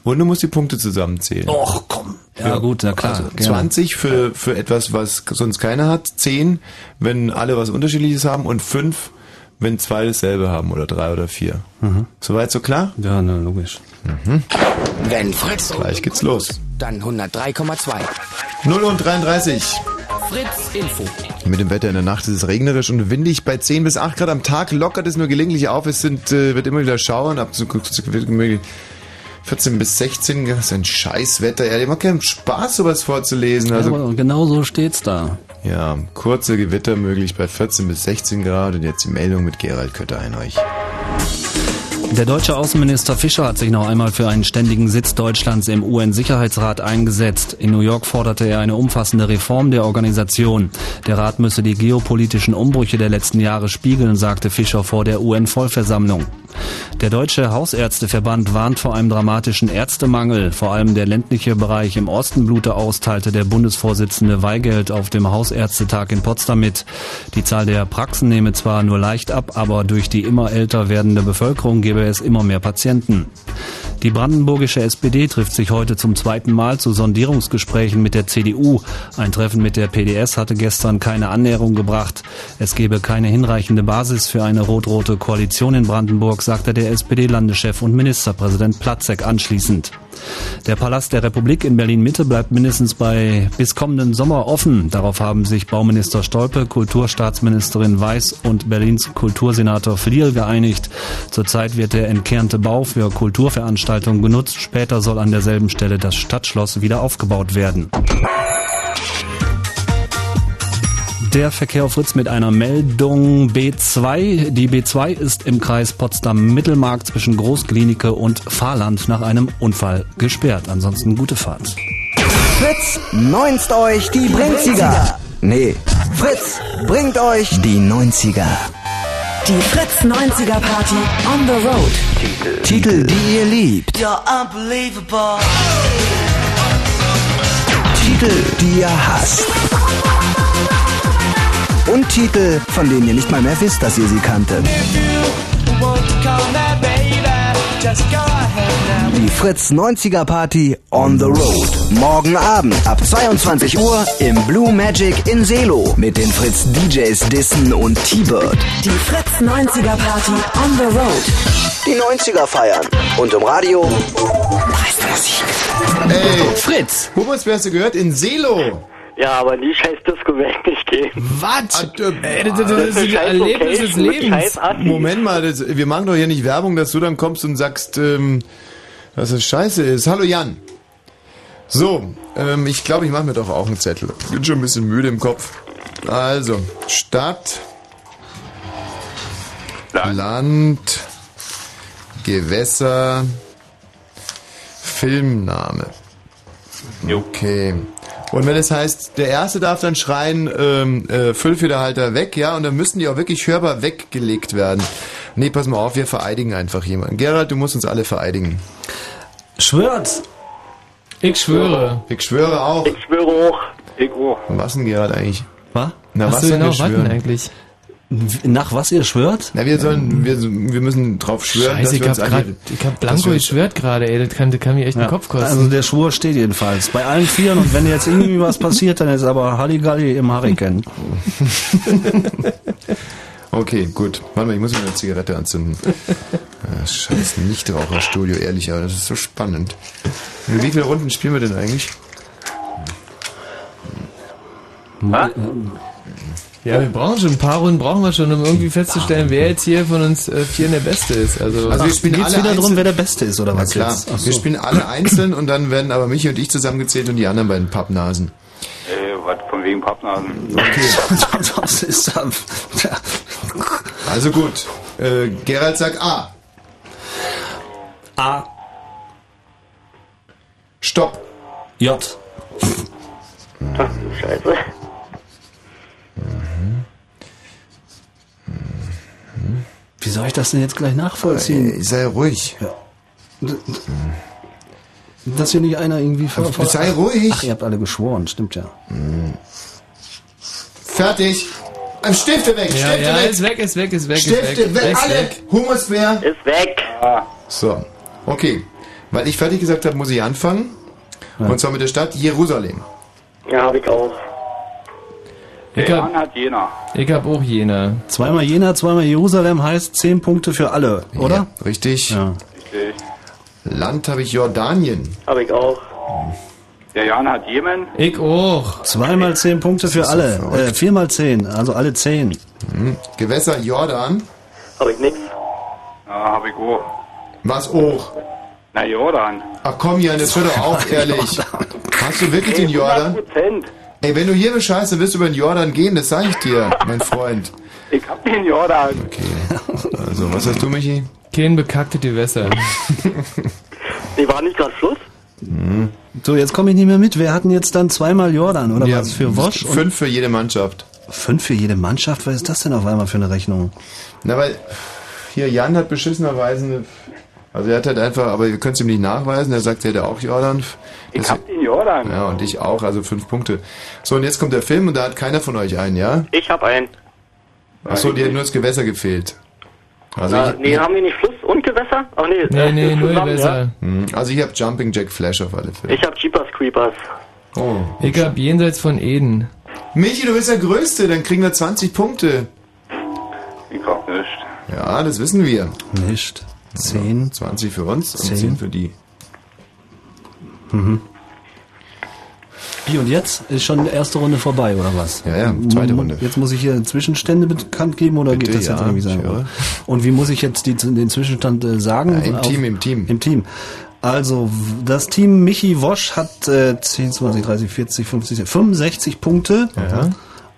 Speaker 1: Und du musst die Punkte zusammenzählen.
Speaker 12: Och, komm. Ja, gut, na klar.
Speaker 1: Also
Speaker 12: gerne.
Speaker 1: 20 für, für etwas, was sonst keiner hat, 10, wenn alle was Unterschiedliches haben und 5, wenn zwei dasselbe haben oder drei oder vier.
Speaker 12: Mhm.
Speaker 1: Soweit so klar?
Speaker 12: Ja, na, logisch.
Speaker 1: Mhm.
Speaker 11: Wenn Fritz,
Speaker 1: Gleich geht's los.
Speaker 11: dann 103,2.
Speaker 1: 0 und 33.
Speaker 11: Fritz Info.
Speaker 1: Mit dem Wetter in der Nacht ist es regnerisch und windig bei 10 bis 8 Grad am Tag. Lockert es nur gelegentlich auf. Es sind, äh, wird immer wieder Schauern. Ab zu- zu- wird gemöglich 14 bis 16 Grad. Das ist ein Scheißwetter. Ja, macht keinen Spaß, sowas vorzulesen. Also,
Speaker 12: aber genau so steht's da.
Speaker 1: Ja, kurze Gewitter möglich bei 14 bis 16 Grad. Und jetzt die Meldung mit Gerald Kötter-Heinrich.
Speaker 12: Der deutsche Außenminister Fischer hat sich noch einmal für einen ständigen Sitz Deutschlands im UN-Sicherheitsrat eingesetzt. In New York forderte er eine umfassende Reform der Organisation. Der Rat müsse die geopolitischen Umbrüche der letzten Jahre spiegeln, sagte Fischer vor der UN-Vollversammlung. Der Deutsche Hausärzteverband warnt vor einem dramatischen Ärztemangel. Vor allem der ländliche Bereich im Osten blute aus, teilte der Bundesvorsitzende Weigelt auf dem Hausärztetag in Potsdam mit. Die Zahl der Praxen nehme zwar nur leicht ab, aber durch die immer älter werdende Bevölkerung gebe es immer mehr Patienten. Die brandenburgische SPD trifft sich heute zum zweiten Mal zu Sondierungsgesprächen mit der CDU. Ein Treffen mit der PDS hatte gestern keine Annäherung gebracht. Es gebe keine hinreichende Basis für eine rot-rote Koalition in Brandenburg, sagte der SPD-Landeschef und Ministerpräsident Platzek anschließend. Der Palast der Republik in Berlin-Mitte bleibt mindestens bei bis kommenden Sommer offen. Darauf haben sich Bauminister Stolpe, Kulturstaatsministerin Weiß und Berlins Kultursenator Flier geeinigt. Zurzeit wird der entkernte Bau für Kulturveranstaltungen genutzt. Später soll an derselben Stelle das Stadtschloss wieder aufgebaut werden. Der Verkehr auf Fritz mit einer Meldung B2. Die B2 ist im Kreis Potsdam-Mittelmark zwischen Großklinike und Fahrland nach einem Unfall gesperrt. Ansonsten gute Fahrt.
Speaker 13: Fritz neunst euch die Brinziger. Nee, Fritz bringt euch die 90er.
Speaker 7: Die Fritz 90er Party on the road.
Speaker 13: Titel, die ihr liebt.
Speaker 7: You're unbelievable.
Speaker 13: Titel, die ihr hasst. Und Titel, von denen ihr nicht mal mehr wisst, dass ihr sie kanntet. Die Fritz 90er Party on the road. Morgen Abend ab 22 Uhr im Blue Magic in Selo mit den Fritz DJs Dissen und T-Bird.
Speaker 7: Die Fritz 90er Party on the road.
Speaker 13: Die 90er feiern. Und im Radio. Meiste Musik.
Speaker 1: Ey, Fritz! Hummels, wie hast du gehört? In Selo!
Speaker 16: Ja, aber die scheiß Disco werde ich nicht gehen.
Speaker 11: Ah,
Speaker 16: Ah,
Speaker 1: Was?
Speaker 2: Ey, das- das- das ist ein Erlebnis des Lebens.
Speaker 1: Moment mal, das, wir machen doch hier nicht Werbung, dass du dann kommst und sagst, ähm, dass es scheiße ist. Hallo Jan. So, ähm, ich glaube, ich mache mir doch auch einen Zettel. Ich bin schon ein bisschen müde im Kopf. Also, Stadt, Land, Gewässer, Filmname. Okay. Und wenn es heißt, der Erste darf dann schreien, ähm, äh, Füllfederhalter weg, ja, und dann müssen die auch wirklich hörbar weggelegt werden. Nee, pass mal auf, wir vereidigen einfach jemanden. Gerald, du musst uns alle vereidigen.
Speaker 12: Schwört!
Speaker 2: Ich schwöre.
Speaker 1: Ich schwöre auch.
Speaker 16: Ich schwöre hoch.
Speaker 10: Ich hoch.
Speaker 1: Was denn, Gerald, eigentlich?
Speaker 12: Was?
Speaker 1: Na,
Speaker 12: Was
Speaker 1: was
Speaker 12: soll
Speaker 1: denn
Speaker 12: genau
Speaker 1: wir
Speaker 12: was denn
Speaker 1: schwören?
Speaker 12: eigentlich? Nach was ihr schwört?
Speaker 1: Na, wir sollen, wir, wir müssen drauf schwören,
Speaker 2: Scheiße, ich
Speaker 1: wir
Speaker 2: hab,
Speaker 1: uns
Speaker 2: grad,
Speaker 1: alle-
Speaker 2: ich hab
Speaker 1: dass wir
Speaker 2: Blanco
Speaker 1: uns-
Speaker 2: geschwört gerade, ey, das kann, das kann mir echt den Kopf kosten.
Speaker 12: Also der Schwur steht jedenfalls. Bei allen Vieren und wenn jetzt irgendwie was passiert, dann ist aber Halligalli im Hurricane.
Speaker 1: Okay, gut. Warte mal, ich muss mir eine Zigarette anzünden. Ah, scheiß Nichtraucherstudio, ehrlich, aber das ist so spannend. In wie vielen Runden spielen wir denn eigentlich?
Speaker 2: Ja, wir brauchen schon ein paar Runden, brauchen wir schon, um irgendwie festzustellen, wer jetzt hier von uns äh, vieren der Beste ist. Also,
Speaker 1: Also wir spielen
Speaker 2: Geht's
Speaker 1: alle
Speaker 2: wieder
Speaker 1: einzeln-
Speaker 2: drum,
Speaker 12: wer der Beste ist oder
Speaker 1: Na
Speaker 12: was
Speaker 1: klar.
Speaker 12: jetzt? Ach so.
Speaker 1: Wir spielen alle einzeln und dann werden aber Michi und ich zusammengezählt und die anderen beiden Pappnasen.
Speaker 10: Äh, was von wegen Pappnasen.
Speaker 12: das ist dann.
Speaker 1: Also gut. Äh, Gerald sagt A.
Speaker 12: A.
Speaker 1: Stopp.
Speaker 12: J.
Speaker 16: Scheiße.
Speaker 12: Wie soll ich das denn jetzt gleich nachvollziehen?
Speaker 1: Äh, Sei ruhig.
Speaker 12: Dass hier nicht einer irgendwie ver- ver-
Speaker 1: Sei ruhig.
Speaker 12: Ach, ihr habt alle geschworen, stimmt ja.
Speaker 1: Fertig. Ein Stifte weg,
Speaker 2: Ja,
Speaker 1: Stifte
Speaker 2: ja,
Speaker 1: weg.
Speaker 2: ist weg, ist weg, ist weg.
Speaker 1: Stifte
Speaker 2: ist weg,
Speaker 1: weg.
Speaker 2: ist
Speaker 1: Alle
Speaker 2: weg.
Speaker 1: Humusbär.
Speaker 16: Ist weg.
Speaker 1: So. Okay. Weil ich fertig gesagt habe, muss ich anfangen. Und zwar mit der Stadt Jerusalem.
Speaker 16: Ja, hab ich auch.
Speaker 2: Ich hab,
Speaker 10: hat Jena.
Speaker 2: ich hab auch Jena.
Speaker 12: Zweimal Jena, zweimal Jerusalem heißt 10 Punkte für alle, oder?
Speaker 1: Ja, richtig.
Speaker 10: Richtig.
Speaker 1: Land habe ich Jordanien.
Speaker 16: Hab ich auch.
Speaker 10: Der Jan hat Jemen.
Speaker 2: Ich auch.
Speaker 12: Zweimal 10 Punkte für alle. Äh, viermal 10, also alle 10.
Speaker 1: Gewässer Jordan.
Speaker 16: Hab ich nix.
Speaker 10: Ja, hab ich auch.
Speaker 1: Was auch?
Speaker 10: Na, Jordan.
Speaker 1: Ach komm, Jan, das hör doch auf, ehrlich. Hast du wirklich den Jordan? Ey, wenn du hier eine Scheiße willst über den Jordan gehen, das sag ich dir, mein Freund.
Speaker 10: Ich hab den Jordan.
Speaker 1: Also, was hast du, Michi?
Speaker 2: Kein bekackte Gewässer.
Speaker 16: Nee, war nicht gerade Schluss?
Speaker 12: So, jetzt komme ich nicht mehr mit. Wer hatten jetzt dann zweimal Jordan oder
Speaker 1: Ja,
Speaker 12: was für Wosch? und-
Speaker 1: Fünf für jede Mannschaft.
Speaker 12: Fünf für jede Mannschaft? Was ist das denn auf einmal für eine Rechnung?
Speaker 1: Na, weil hier Jan hat beschissenerweise eine. Also, er hat halt einfach, aber wir können es ihm nicht nachweisen, er sagt, er hätte auch Jordan. Ich hab
Speaker 10: den Jordan.
Speaker 1: Ja, und ich auch, also fünf Punkte. So, und jetzt kommt der Film und da hat keiner von euch einen, ja?
Speaker 16: Ich hab einen.
Speaker 1: Achso, dir hat nur das Gewässer gefehlt. Also,
Speaker 16: Na,
Speaker 1: ich,
Speaker 16: nee, haben wir nicht Fluss und Gewässer? Ach nee, äh,
Speaker 1: Nee, nee,
Speaker 16: nur
Speaker 2: Gewässer.
Speaker 1: Hm, also ich habe Jumping Jack Flash auf alle Fälle.
Speaker 16: Ich hab Jeepers Creepers.
Speaker 1: Oh.
Speaker 2: Ich hab jenseits von Eden.
Speaker 1: Michi, du bist der Größte, dann kriegen wir 20 Punkte.
Speaker 10: Ich hab nichts.
Speaker 1: Ja, das wissen wir.
Speaker 12: Nicht. 10.
Speaker 1: 20 für uns und 10,
Speaker 12: Zehn.
Speaker 1: für die.
Speaker 12: Mhm. Wie und jetzt? Ist schon die erste Runde vorbei, oder was?
Speaker 1: Ja, ja, zweite Runde.
Speaker 12: Jetzt muss ich hier Zwischenstände bekannt geben oder geht das
Speaker 1: ja,
Speaker 12: jetzt irgendwie
Speaker 1: ich höre.
Speaker 12: sagen? Und wie muss ich jetzt die, den Zwischenstand äh, sagen?
Speaker 1: Ja, im Team, im Team.
Speaker 12: Im Team. Also, w- das Team Michi Wosch hat äh, 10, 20, 30, 40, 50, 65 Punkte.
Speaker 1: Ja.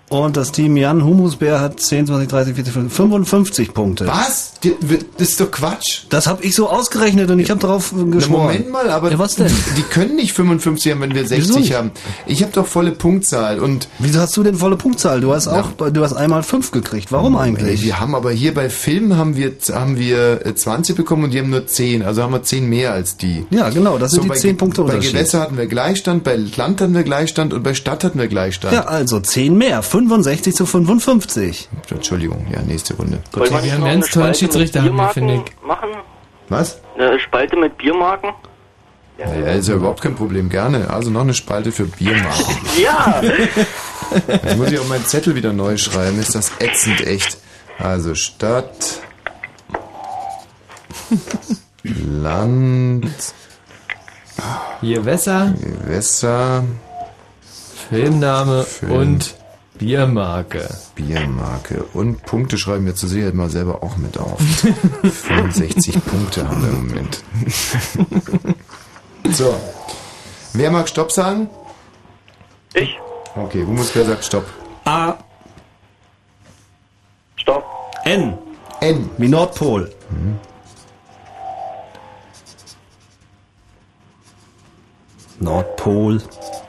Speaker 12: Und das Team Jan Humusbär hat 10, 20, 30, 40, 50, 55 Punkte.
Speaker 1: Was? Die- w- Das ist doch Quatsch.
Speaker 12: Das habe ich so ausgerechnet und ich habe darauf äh,
Speaker 1: Na,
Speaker 12: geschworen.
Speaker 1: Moment mal, aber
Speaker 12: Ja, was denn?
Speaker 1: die können nicht 55 haben, wenn wir
Speaker 12: Wieso
Speaker 1: 60
Speaker 12: nicht?
Speaker 1: haben. Ich habe doch volle Punktzahl und
Speaker 12: Wieso hast du denn volle Punktzahl? Du hast auch, du hast einmal 5 gekriegt. Warum eigentlich?
Speaker 1: Hm, Ey, wir haben aber hier bei Filmen haben wir haben wir äh, 20 bekommen und die haben nur 10, also haben wir 10 mehr als die.
Speaker 12: Ja, genau, das sind die
Speaker 1: bei
Speaker 12: 10
Speaker 1: Ge-
Speaker 12: Punkte
Speaker 1: Bei
Speaker 12: Unterschied.
Speaker 1: Gewässer hatten wir Gleichstand, bei Land hatten wir Gleichstand und bei Stadt hatten wir Gleichstand.
Speaker 12: Ja, also 10 mehr. 65 zu 55.
Speaker 1: Entschuldigung, ja, nächste Runde.
Speaker 16: Soll man nicht noch eine Spalte mit Biermarken Machen?
Speaker 1: Was?
Speaker 16: Eine Spalte mit Biermarken?
Speaker 1: Ja, ja, ist ja überhaupt kein Problem, gerne. Also noch eine Spalte für Biermarken.
Speaker 16: Ja!
Speaker 1: Jetzt muss ich auch meinen Zettel wieder neu schreiben, ist das ätzend echt. Also Stadt, Land,
Speaker 2: Gewässer,
Speaker 1: Gewässer,
Speaker 2: Filmname
Speaker 1: Film.
Speaker 2: und Biermarke.
Speaker 1: Biermarke und Punkte schreiben wir zur Sicherheit mal selber auch mit auf. 65 Punkte haben wir im Moment. so. Wer mag Stopp sagen?
Speaker 16: Ich.
Speaker 1: Okay, wo muss wer sagt Stopp? Ah,
Speaker 12: A.
Speaker 16: Stopp.
Speaker 12: N.
Speaker 1: N. Mhm.
Speaker 12: Wie Nordpol. Nordpol.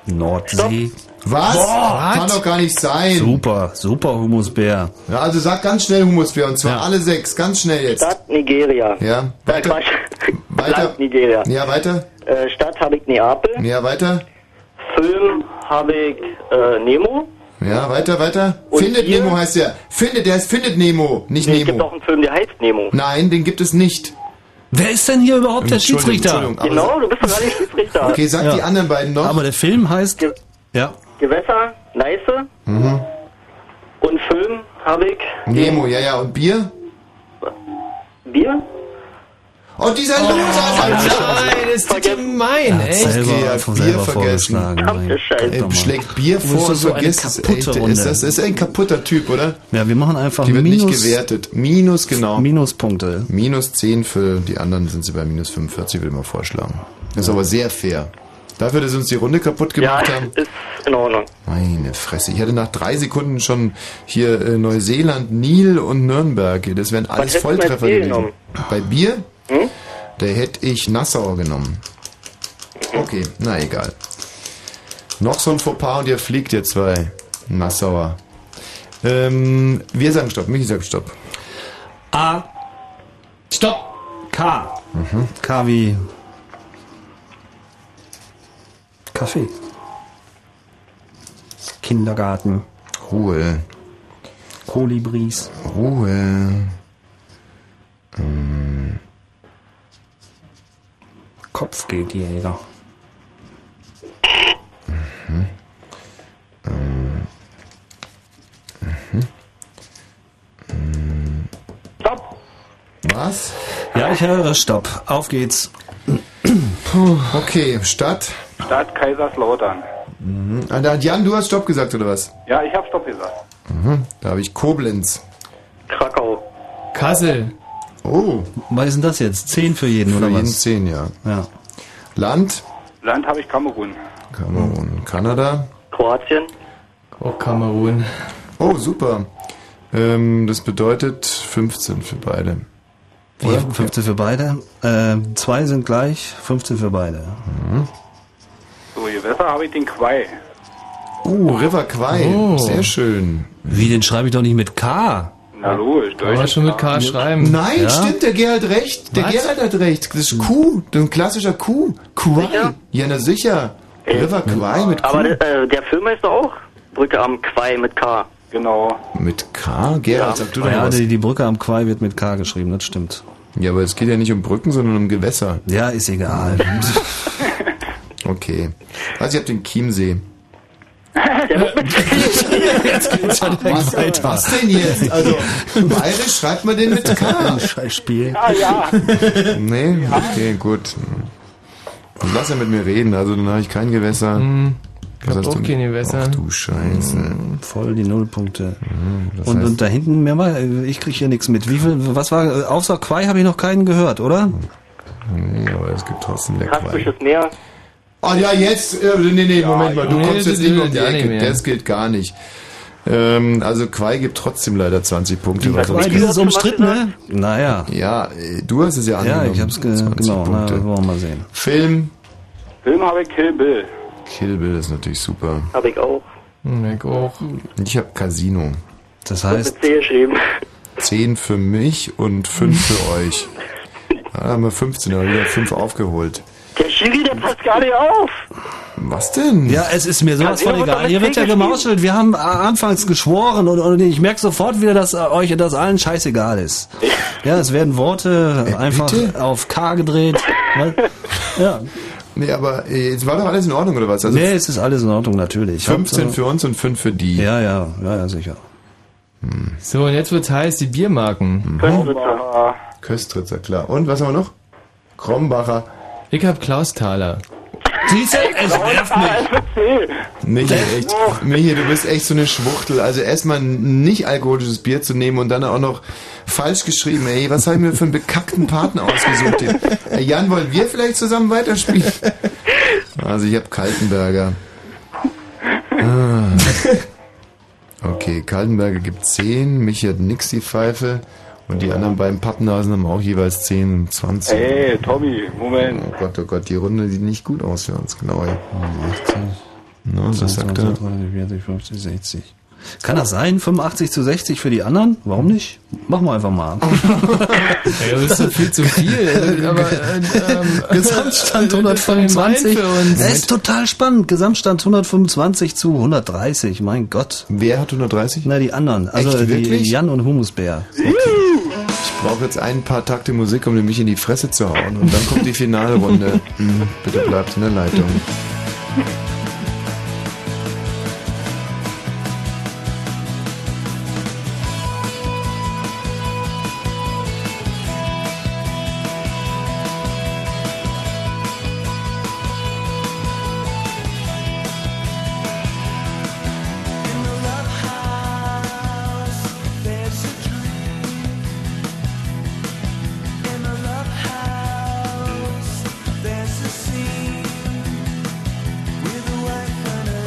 Speaker 12: Nordsee.
Speaker 1: Was? Kann doch gar nicht sein.
Speaker 12: Super, super Humusbär.
Speaker 1: Ja, also sag ganz schnell Humusbär und zwar alle sechs, ganz schnell jetzt.
Speaker 16: Stadt Nigeria.
Speaker 1: Ja,
Speaker 16: weiter.
Speaker 1: Weiter.
Speaker 16: Land Nigeria.
Speaker 1: Ja, weiter.
Speaker 16: Äh, Stadt habe ich Neapel.
Speaker 1: Ja, weiter.
Speaker 16: Film habe ich äh, Nemo.
Speaker 1: Ja, weiter, weiter.
Speaker 16: Und
Speaker 1: findet
Speaker 16: hier?
Speaker 1: Nemo heißt der. Findet, der ist Findet Nemo, nicht
Speaker 16: Nee, es gibt
Speaker 1: Nemo.
Speaker 16: auch einen Film, der heißt Nemo.
Speaker 1: Nein, den gibt es nicht.
Speaker 12: Wer ist denn hier überhaupt der Schiedsrichter?
Speaker 16: Genau, du bist doch gar nicht Schiedsrichter.
Speaker 1: Okay, sag die anderen beiden noch.
Speaker 12: Aber der Film heißt. Ja.
Speaker 16: Gewässer, Neiße
Speaker 1: Mhm.
Speaker 16: und Film habe ich
Speaker 1: Nemo, ja, ja. Und Bier?
Speaker 16: Bier.
Speaker 1: Oh, dieser Loser!
Speaker 2: Nein, ist das gemein,
Speaker 1: Er hat
Speaker 2: echt?
Speaker 1: selber
Speaker 2: Der
Speaker 1: von selber vorgeschlagen. Er schlägt Bier
Speaker 12: Das ist
Speaker 1: vor und
Speaker 12: so eine
Speaker 1: vergisst es. Ey,
Speaker 12: kaputte
Speaker 1: der
Speaker 12: Runde.
Speaker 1: ist, das ist ein kaputter Typ, oder?
Speaker 12: Ja, wir machen einfach
Speaker 1: Die wird
Speaker 12: minus,
Speaker 1: nicht gewertet. Minus, genau.
Speaker 12: Minuspunkte.
Speaker 1: Minus 10 für die anderen sind sie bei minus 45, würde ich mal vorschlagen. Das ist aber sehr fair. Dafür, dass sie uns die Runde kaputt gemacht haben.
Speaker 16: Ist in Ordnung.
Speaker 1: Meine Fresse. Ich hatte nach drei Sekunden schon hier äh, Neuseeland, Nil und Nürnberg. Das wären alles
Speaker 16: hättest du bei
Speaker 1: Volltreffer
Speaker 16: Bier
Speaker 1: gewesen.
Speaker 16: genommen?
Speaker 1: Bei Bier?
Speaker 16: Hm?
Speaker 1: Da hätte ich Nassau genommen. Okay, na egal. Noch so ein Fauxpas und ihr fliegt, ihr zwei. Nassauer. Ähm, wir sagen Stopp. Michi sagt Stopp.
Speaker 12: A. Stopp. K. K wie. Kaffee. Kindergarten.
Speaker 1: Ruhe.
Speaker 12: Kolibris.
Speaker 1: Ruhe. Ähm,
Speaker 12: Kopfgeldjäger.
Speaker 1: Was?
Speaker 12: Ja, ich höre. Stopp. Auf geht's.
Speaker 1: Okay, Stadt.
Speaker 10: Stadt Kaiserslautern.
Speaker 1: Mhm. Ah, da hat Jan, du hast Stopp gesagt, oder was?
Speaker 10: Ja, ich hab Stopp gesagt.
Speaker 1: Mhm. Da habe ich Koblenz.
Speaker 16: Krakau.
Speaker 2: Kassel.
Speaker 1: Oh.
Speaker 12: Was ist denn das jetzt? Zehn für jeden,
Speaker 1: Für
Speaker 12: oder
Speaker 1: jeden
Speaker 12: was?
Speaker 1: zehn, ja.
Speaker 12: Ja.
Speaker 1: Land?
Speaker 10: Land habe ich Kamerun.
Speaker 1: Kamerun. Kanada?
Speaker 16: Kroatien.
Speaker 2: Oh, Kamerun.
Speaker 1: Oh, super. Ähm, das bedeutet 15 für beide.
Speaker 12: Wie, 15 für beide. Äh, zwei sind gleich, 15 für beide.
Speaker 1: Mhm.
Speaker 10: So, Gewässer habe ich den Quai.
Speaker 1: Uh, River Quai.
Speaker 12: Oh.
Speaker 1: Sehr schön.
Speaker 12: Wie, den schreibe ich doch nicht mit K.
Speaker 10: Na logisch,
Speaker 2: Kann man schon mit K schreiben.
Speaker 1: Nein,
Speaker 2: Ja?
Speaker 1: stimmt, der Gerald recht. Der
Speaker 2: Was?
Speaker 1: Gerald hat recht. Das ist Kuh. Das ist ein klassischer Kuh. Quai. Ja, na sicher. River Quai mit
Speaker 16: Aber
Speaker 1: Kuh.
Speaker 16: äh, der Film heißt doch auch Brücke am Quai mit K.
Speaker 10: Genau.
Speaker 1: Mit K? Gerald, sag du
Speaker 12: Ah
Speaker 1: doch
Speaker 12: ja,
Speaker 1: was.
Speaker 12: die, die Brücke am Quai wird mit K geschrieben, das stimmt.
Speaker 1: Ja, aber es geht ja nicht um Brücken, sondern um Gewässer.
Speaker 12: Ja, ist egal.
Speaker 1: Okay. Also, ich habe den Chiemsee.
Speaker 12: jetzt geht's ja direkt weiter.
Speaker 1: Was denn jetzt? Also, bayerisch schreibt man den mit K.
Speaker 12: Scheiß Spiel.
Speaker 10: Ah ja.
Speaker 1: Nee? Okay, gut. Und lass er mit mir reden, also dann habe ich kein Gewässer.
Speaker 2: Hm.
Speaker 1: Also,
Speaker 2: Ich hab auch kein Gewässer.
Speaker 1: Du Scheiße.
Speaker 12: Mhm.
Speaker 1: Mhm,
Speaker 12: Voll die Nullpunkte.
Speaker 1: das
Speaker 12: Und,
Speaker 1: heißt-
Speaker 12: und da hinten, mehr mal, äh, ich krieg hier nichts mit. Wie viel, was war, äh, außer Quai habe ich noch keinen gehört, oder?
Speaker 1: Nee, aber es gibt trotzdem der Qual.
Speaker 16: Kaspisches Meer.
Speaker 1: Ah ja, jetzt, äh, nee, nee, Moment mal, du
Speaker 2: ja.
Speaker 1: kommst
Speaker 2: Nee,
Speaker 1: jetzt
Speaker 2: das
Speaker 1: nicht mehr
Speaker 2: gilt
Speaker 1: um die
Speaker 2: ja nicht
Speaker 1: Ecke,
Speaker 2: mehr.
Speaker 1: das gilt gar nicht. Ähm, also Quai gibt trotzdem leider 20 Punkte. weil sonst-
Speaker 12: Dieses umstritten, ne? Naja.
Speaker 1: Ja, äh, du hast es ja angenommen.
Speaker 12: Ja, ich hab's ge
Speaker 1: 20
Speaker 12: genau. Na,
Speaker 1: Punkte.
Speaker 12: wollen wir mal sehen.
Speaker 1: Film.
Speaker 10: Film habe ich Kill Bill.
Speaker 1: Kill Bill ist natürlich super.
Speaker 16: Habe ich auch.
Speaker 2: Hm, Ich auch.
Speaker 1: Ich habe Casino. Das heißt,
Speaker 16: Mit C geschrieben.
Speaker 1: 10 für mich und 5 für euch. Da haben wir 15, aber wieder 5 aufgeholt.
Speaker 16: Der Schiri, der passt gar nicht auf.
Speaker 1: Was denn?
Speaker 12: Ja, es ist mir sowas
Speaker 16: Ja,
Speaker 12: von
Speaker 16: ihr
Speaker 12: egal.
Speaker 16: wollt
Speaker 12: Hier
Speaker 16: doch
Speaker 12: wird
Speaker 16: mit
Speaker 12: ja
Speaker 16: Krieg spielen.
Speaker 12: gemauschelt. Wir haben äh, anfangs geschworen und, und ich merke sofort wieder, dass äh, euch das allen scheißegal ist. Ja, es werden Worte einfach auf K gedreht. Ne? ja.
Speaker 1: Nee, aber äh, jetzt war doch alles in Ordnung, oder was?
Speaker 12: nee, es ist alles in Ordnung, natürlich.
Speaker 1: 15 Also für uns und 5 für die.
Speaker 12: Ja, ja, ja, ja sicher.
Speaker 1: Hm.
Speaker 2: So, und jetzt wird's heiß, die Biermarken.
Speaker 1: Köstritzer. Köstritzer, klar. Und was haben wir noch? Krombacher.
Speaker 2: Ich hab Klaus Thaler.
Speaker 12: Siehst du, es nervt
Speaker 10: Ah, mich.
Speaker 1: Michi, echt, Michi, du bist echt so eine Schwuchtel. Also erstmal ein nicht alkoholisches Bier zu nehmen und dann auch noch falsch geschrieben. Ey, was habe ich mir für einen bekackten Partner ausgesucht? hier? Ey, Jan, wollen wir vielleicht zusammen weiterspielen? Also ich habe Kaltenberger. Ah. Okay, Kaltenberger gibt 10, Michi hat nix die Pfeife und die anderen beiden Pappnasen haben auch jeweils 10 und 20.
Speaker 10: Hey, Tommy, Moment.
Speaker 1: Oh Gott, oh Gott, die Runde sieht nicht gut aus für uns, genau. ey. Na, was sagt er?
Speaker 12: 40, 50, 60. Kann das sein? 85 zu 60 für die anderen? Warum nicht? Machen wir einfach mal.
Speaker 2: Ja, das ist so viel zu viel. Aber, ähm,
Speaker 12: Gesamtstand
Speaker 2: Gemein
Speaker 12: 125.
Speaker 2: für uns.
Speaker 12: Das ist total spannend. Gesamtstand 125 zu 130. Mein Gott.
Speaker 1: Wer hat 130?
Speaker 12: Na, die anderen. Also
Speaker 1: Echt,
Speaker 12: die
Speaker 1: wirklich?
Speaker 12: Jan und Humusbär.
Speaker 1: Ich brauche jetzt ein paar Takte Musik, um mich in die Fresse zu hauen. Und dann kommt die Finalrunde. Hm, Bitte bleibt in der Leitung.
Speaker 5: There's a scene with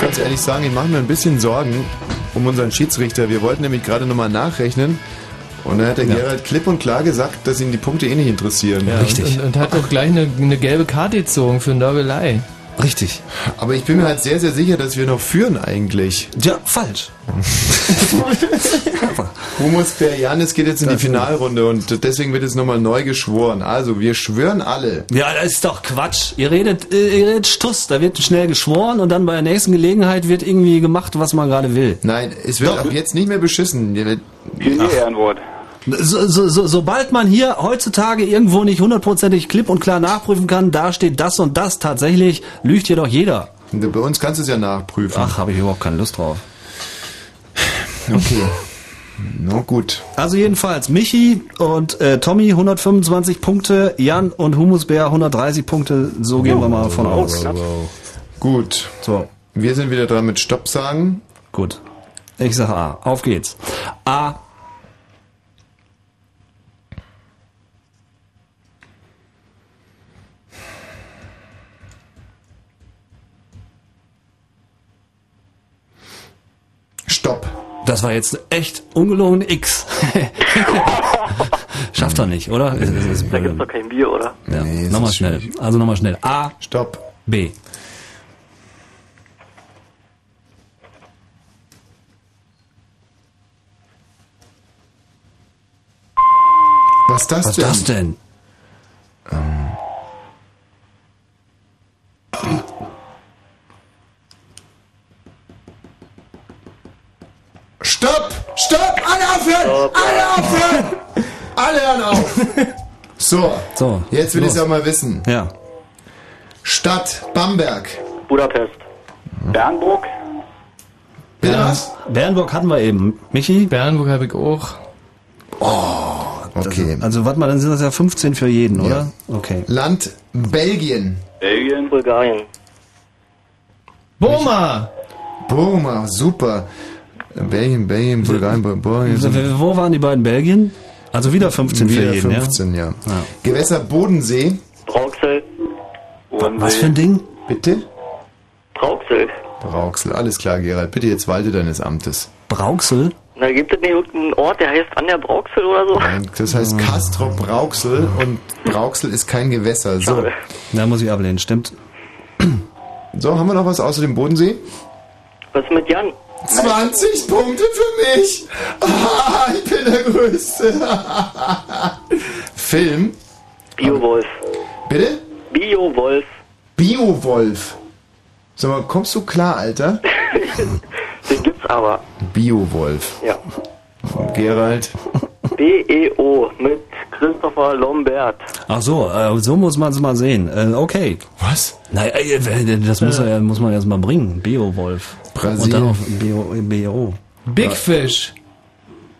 Speaker 1: ganz ehrlich sagen, ich mache mir ein bisschen Sorgen um unseren Schiedsrichter. Wir wollten nämlich gerade nochmal nachrechnen. Und dann hat der
Speaker 2: Ja.
Speaker 1: Gerald klipp und klar gesagt, dass ihn die Punkte eh nicht interessieren. äh,
Speaker 2: Ja, äh, Und, und, und hat doch gleich eine, eine gelbe Karte gezogen für eine Nörgelei.
Speaker 1: Richtig. Aber ich bin mir halt sehr, sehr sicher, dass wir noch führen eigentlich.
Speaker 12: Ja, falsch.
Speaker 1: Humus per Janis geht jetzt in die Finalrunde und deswegen wird jetzt nochmal neu geschworen. Also, wir schwören alle.
Speaker 12: Ja, das ist doch Quatsch. Ihr redet, äh, ihr redet Stuss. Da wird schnell geschworen und dann bei der nächsten Gelegenheit wird irgendwie gemacht, was man gerade will.
Speaker 1: Nein, es wird ab jetzt nicht mehr beschissen.
Speaker 12: Ach.
Speaker 1: Ehrenwort.
Speaker 12: So, so, so, sobald man hier heutzutage irgendwo nicht hundertprozentig klipp und klar nachprüfen kann, da steht das und das tatsächlich, lügt hier doch jeder.
Speaker 1: Ne, Bei uns kannst du es ja nachprüfen.
Speaker 12: Ach, habe ich überhaupt keine Lust drauf.
Speaker 1: Okay. Na gut.
Speaker 12: Also jedenfalls, Michi und äh, Tommy 125 Punkte, Jan und Humusbär 130 Punkte, so gehen wir mal von aus.
Speaker 1: Gut.
Speaker 12: So.
Speaker 1: Wir sind wieder dran mit Stopp sagen.
Speaker 12: Gut. Ich sage A. Auf geht's. A.
Speaker 1: Stopp.
Speaker 12: Das war jetzt echt ungelogen X. Schafft er nicht, oder? Ist- ist- ist
Speaker 16: Da
Speaker 12: blöd.
Speaker 16: gibt's doch kein Bier, oder?
Speaker 12: Ja, nochmal schnell. Also nochmal schnell. A.
Speaker 1: Stopp.
Speaker 12: B.
Speaker 1: Was ist das
Speaker 12: Was
Speaker 1: denn?
Speaker 12: das denn?
Speaker 1: Stopp! Stopp! Alle aufhören! Alle aufhören! Alle hören auf! So,
Speaker 12: so
Speaker 1: jetzt will ich
Speaker 12: los.
Speaker 1: es auch mal wissen.
Speaker 12: Ja.
Speaker 1: Stadt Bamberg.
Speaker 16: Budapest.
Speaker 12: Bernburg.
Speaker 1: Bernburg?
Speaker 12: Bernburg hatten wir eben. Michi? Oh,
Speaker 2: Bernburg habe ich auch.
Speaker 1: Okay.
Speaker 12: also warte mal, dann sind das ja 15 für jeden, oder? Okay.
Speaker 1: Land Belgien.
Speaker 16: Belgien. Bulgarien.
Speaker 2: Burma!
Speaker 1: Burma, super. Belgien, Belgien, Bulgarien, Bulgarien.
Speaker 12: Also, wo waren die beiden Belgien? Also wieder 15
Speaker 1: Wieder
Speaker 12: für jeden,
Speaker 1: 15, ja.
Speaker 12: ja.
Speaker 1: Gewässer Bodensee.
Speaker 16: Brauxel.
Speaker 12: Was für ein Ding?
Speaker 1: Bitte?
Speaker 16: Brauxel.
Speaker 1: Brauxel, alles klar, Gerald. Bitte jetzt walte deines Amtes.
Speaker 12: Brauxel?
Speaker 16: Na, gibt es nicht irgendeinen Ort, der heißt an der Brauxel oder so?
Speaker 1: Nein, das
Speaker 12: Ah.
Speaker 1: heißt Castro Brauxel und Brauxel ist kein Gewässer. So.
Speaker 12: Da muss ich ablehnen, stimmt.
Speaker 1: So, haben wir noch was außer dem Bodensee?
Speaker 16: Was ist mit Jan?
Speaker 1: 20 Punkte für mich! Ah, ich bin der Größte! Film?
Speaker 16: Biowolf.
Speaker 1: Bitte?
Speaker 16: Biowolf.
Speaker 1: Biowolf. Sag mal, kommst du klar, Alter?
Speaker 16: Den gibt's aber.
Speaker 1: Biowolf.
Speaker 16: Ja.
Speaker 1: Gerald.
Speaker 16: BEO mit Christopher Lombert.
Speaker 12: Ach so, äh, so muss man es mal sehen. Äh, okay.
Speaker 1: Was?
Speaker 12: Naja, äh, das muss, er, ja- muss man erst mal bringen. Bio-Wolf. Und
Speaker 1: Brasilien.
Speaker 12: dann auf Bio, BO.
Speaker 2: Big Fish.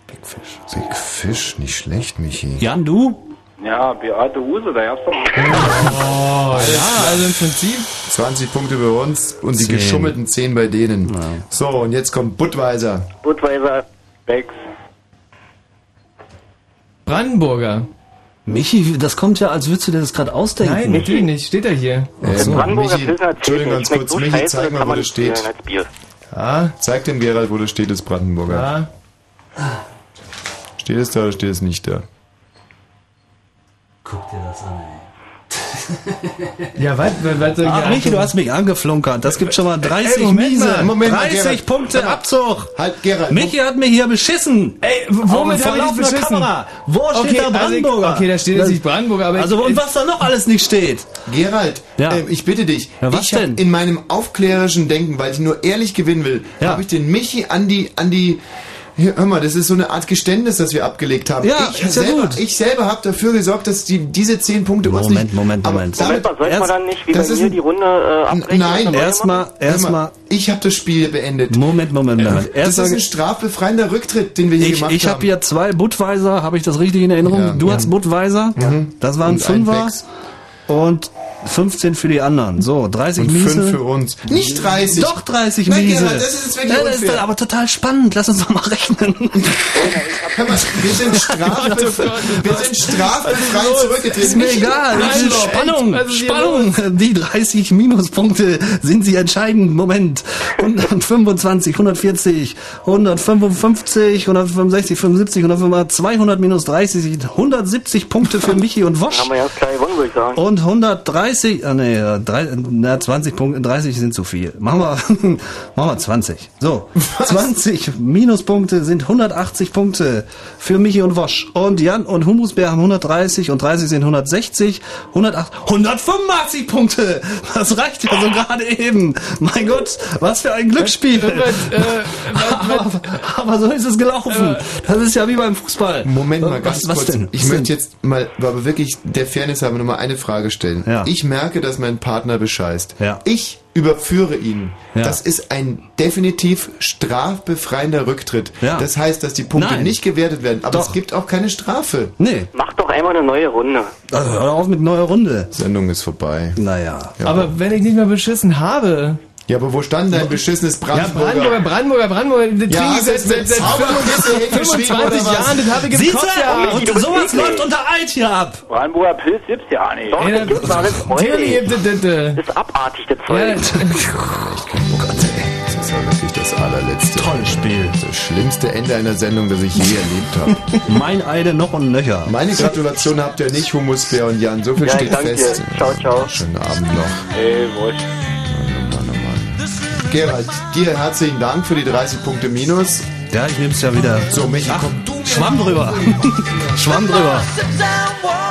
Speaker 1: Big Fish, nicht schlecht, Michi.
Speaker 12: Jan, du?
Speaker 10: Ja, Beate Use, da gab's doch.
Speaker 1: Oh, ja,
Speaker 2: also im Prinzip.
Speaker 1: 20 Punkte bei uns und die
Speaker 12: Zehn.
Speaker 1: geschummelten 10 bei denen. So, und jetzt kommt Budweiser.
Speaker 16: Budweiser. Becks.
Speaker 2: Brandenburger.
Speaker 12: Michi, das kommt ja, als würdest du dir das gerade ausdenken.
Speaker 2: Nein, natürlich nicht. Steht er hier.
Speaker 1: Ach so. Brandenburger Michi, Pilsner Entschuldigung, ganz schmeckt kurz, so Michi, scheiße, zeig das mal, kann wo man das nicht steht. zählen als
Speaker 16: Bier.
Speaker 2: Ah.
Speaker 1: Zeig dem Gerald, wo das steht, das Brandenburger.
Speaker 2: Ah.
Speaker 1: Steht es da oder steht es nicht da?
Speaker 12: Guck dir das an, ey.
Speaker 2: Ja, was, was, was soll ich
Speaker 12: Ach,
Speaker 2: hier
Speaker 12: Michi, du
Speaker 2: antworten?
Speaker 12: hast mich angeflunkert. Das gibt schon mal 30
Speaker 2: Ey, Moment
Speaker 12: Miese.
Speaker 2: mal, Moment mal,
Speaker 12: 30
Speaker 2: Gerald.
Speaker 12: Punkte Abzug.
Speaker 1: Halt, Gerald.
Speaker 12: Michi hat mir hier beschissen.
Speaker 2: Ey,
Speaker 12: Auf
Speaker 2: womit
Speaker 12: dem
Speaker 2: habe ich dich
Speaker 12: verlaufenden
Speaker 2: beschissen?
Speaker 12: Kamera. Wo
Speaker 2: Okay,
Speaker 12: steht da
Speaker 2: also ich-
Speaker 12: Brandenburger?
Speaker 2: okay, da steht jetzt
Speaker 12: Das-
Speaker 2: nicht Brandenburger, aber ich-
Speaker 12: Also, und
Speaker 2: ich-
Speaker 12: was da noch alles nicht steht.
Speaker 1: Gerald, ähm, ich bitte dich,
Speaker 12: Ja, was
Speaker 1: ich hab
Speaker 12: denn?
Speaker 1: in meinem aufklärerischen Denken, weil ich nur ehrlich gewinnen will, habe ich den Michi an die, an die, Hier, hör mal, das ist so eine Art Geständnis, das wir abgelegt haben.
Speaker 12: Ja,
Speaker 1: ich,
Speaker 12: ist ja
Speaker 1: selber,
Speaker 12: gut.
Speaker 1: ich selber habe dafür gesorgt, dass die, diese 10 Punkte uns
Speaker 12: Moment,
Speaker 1: nicht...
Speaker 12: Moment,
Speaker 1: aber
Speaker 12: Moment.
Speaker 1: damit-
Speaker 16: Moment mal, sollte man dann nicht wie bei
Speaker 1: das ist
Speaker 16: mir
Speaker 1: ein-
Speaker 16: die Runde äh, abbrechen?
Speaker 1: Nein,
Speaker 16: Oder
Speaker 12: Erstmal, erstmal.
Speaker 1: Ich habe das Spiel beendet.
Speaker 12: Moment, Moment, Moment.
Speaker 1: das ist ein strafbefreiender Rücktritt, den wir hier
Speaker 12: ich
Speaker 1: gemacht
Speaker 12: ich
Speaker 1: haben.
Speaker 12: habe hier zwei Budweiser, habe ich das richtig in Erinnerung?
Speaker 1: Ja,
Speaker 12: du
Speaker 1: ja.
Speaker 12: hast Budweiser, das waren
Speaker 1: Und ein
Speaker 12: Fünfer.
Speaker 1: Becks.
Speaker 12: Und 15 für die anderen. So, 30
Speaker 1: Und
Speaker 12: Miese.
Speaker 1: fünf für uns. Nicht 30.
Speaker 12: Doch 30
Speaker 1: Nein,
Speaker 12: Miese.
Speaker 1: Gerhard, das ist jetzt wirklich
Speaker 12: Nein, das ist
Speaker 1: unfair.
Speaker 12: dann aber total spannend. Lass uns doch mal rechnen.
Speaker 1: Hör mal, wir sind strafbef- wir sind strafbefrei zurückgetreten.
Speaker 12: Ist mir
Speaker 1: Nicht
Speaker 12: egal. Das ist
Speaker 1: einloggen.
Speaker 12: Spannung.
Speaker 1: Was ist hier
Speaker 12: Spannung. Die 30 Minuspunkte sind sie entscheidend. Moment. 125, 140, 155, 165, 75, 185, 200 minus 30 sind 170 Punkte für Michi und Wosch.
Speaker 16: Haben wir ja gleich gewonnen, würde ich sagen.
Speaker 12: Und 130, ah nee, äh, drei- na, 20 Punkte, 30 sind zu viel. Machen wir, machen wir 20. So, 20 Minuspunkte sind 180 Punkte für Michi und Wosch. Und Jan und Humusbär haben 130 und 30 sind 160, 108, 185 Punkte! Das reicht ja so gerade eben. Mein Gott, was für ein Glücksspiel!
Speaker 1: Äh,
Speaker 12: aber, aber so ist es gelaufen. Das ist ja wie beim Fußball.
Speaker 1: äh,
Speaker 12: Äh,
Speaker 1: Moment mal ganz
Speaker 12: was, was
Speaker 1: kurz.
Speaker 12: Denn?
Speaker 1: Ich
Speaker 12: was
Speaker 1: möchte jetzt mal, aber wirklich der Fairness halber nochmal eine Frage stellen. Ich merke, dass mein Partner bescheißt. Ich überführe ihn. Das ist ein definitiv strafbefreiender Rücktritt. Das heißt, dass die Punkte
Speaker 12: Nein.
Speaker 1: nicht gewertet werden, aber es gibt auch keine Strafe.
Speaker 12: Nee.
Speaker 16: Mach doch einmal eine neue Runde.
Speaker 12: Also hör auf mit neuer Runde.
Speaker 1: Sendung ist vorbei.
Speaker 12: Naja.
Speaker 1: Ja.
Speaker 2: Aber wenn ich nicht mehr beschissen habe.
Speaker 1: Ja, aber wo stand dein beschissenes Brandenburger?
Speaker 2: Ja, Brandenburger, Brandenburger, Brandenburger. Das kriege ich
Speaker 1: Ja, hast
Speaker 2: seit,
Speaker 1: du jetzt
Speaker 2: seit,
Speaker 1: mit
Speaker 2: seit
Speaker 1: Zauber und Gäste hingeschrieben,
Speaker 2: 25
Speaker 1: oder was?
Speaker 2: Jahren, das habe ich im
Speaker 1: Siehst
Speaker 2: Kopf
Speaker 1: du?
Speaker 2: gehabt.
Speaker 1: Und sowas läuft
Speaker 12: unter Alt hier ab.
Speaker 15: Brandenburger Pilz gibt's ja nicht.
Speaker 2: Doch, das gibt's doch alles heute. Theorie, d- d- d-
Speaker 15: ist abartig, das
Speaker 1: Oh Gott, ey. Das war wirklich das allerletzte.
Speaker 12: Tolles Spiel.
Speaker 1: Das schlimmste Ende einer Sendung, das ich je erlebt habe.
Speaker 12: mein Eide noch und nöcher.
Speaker 1: Meine Gratulation habt ihr nicht, Humusbär und Jan. So viel
Speaker 15: Ja, ich
Speaker 1: steht
Speaker 15: danke dir.
Speaker 1: fest.
Speaker 15: Ciao, ciao.
Speaker 1: Schönen Abend noch.
Speaker 15: Ey, wurscht.
Speaker 1: oh Gerald, dir herzlichen Dank für die 30 Punkte minus.
Speaker 12: Ja, ich nehm's ja wieder.
Speaker 1: So, Michi, komm.
Speaker 12: Schwamm drüber. Schwamm drüber.
Speaker 4: Sit down, boy.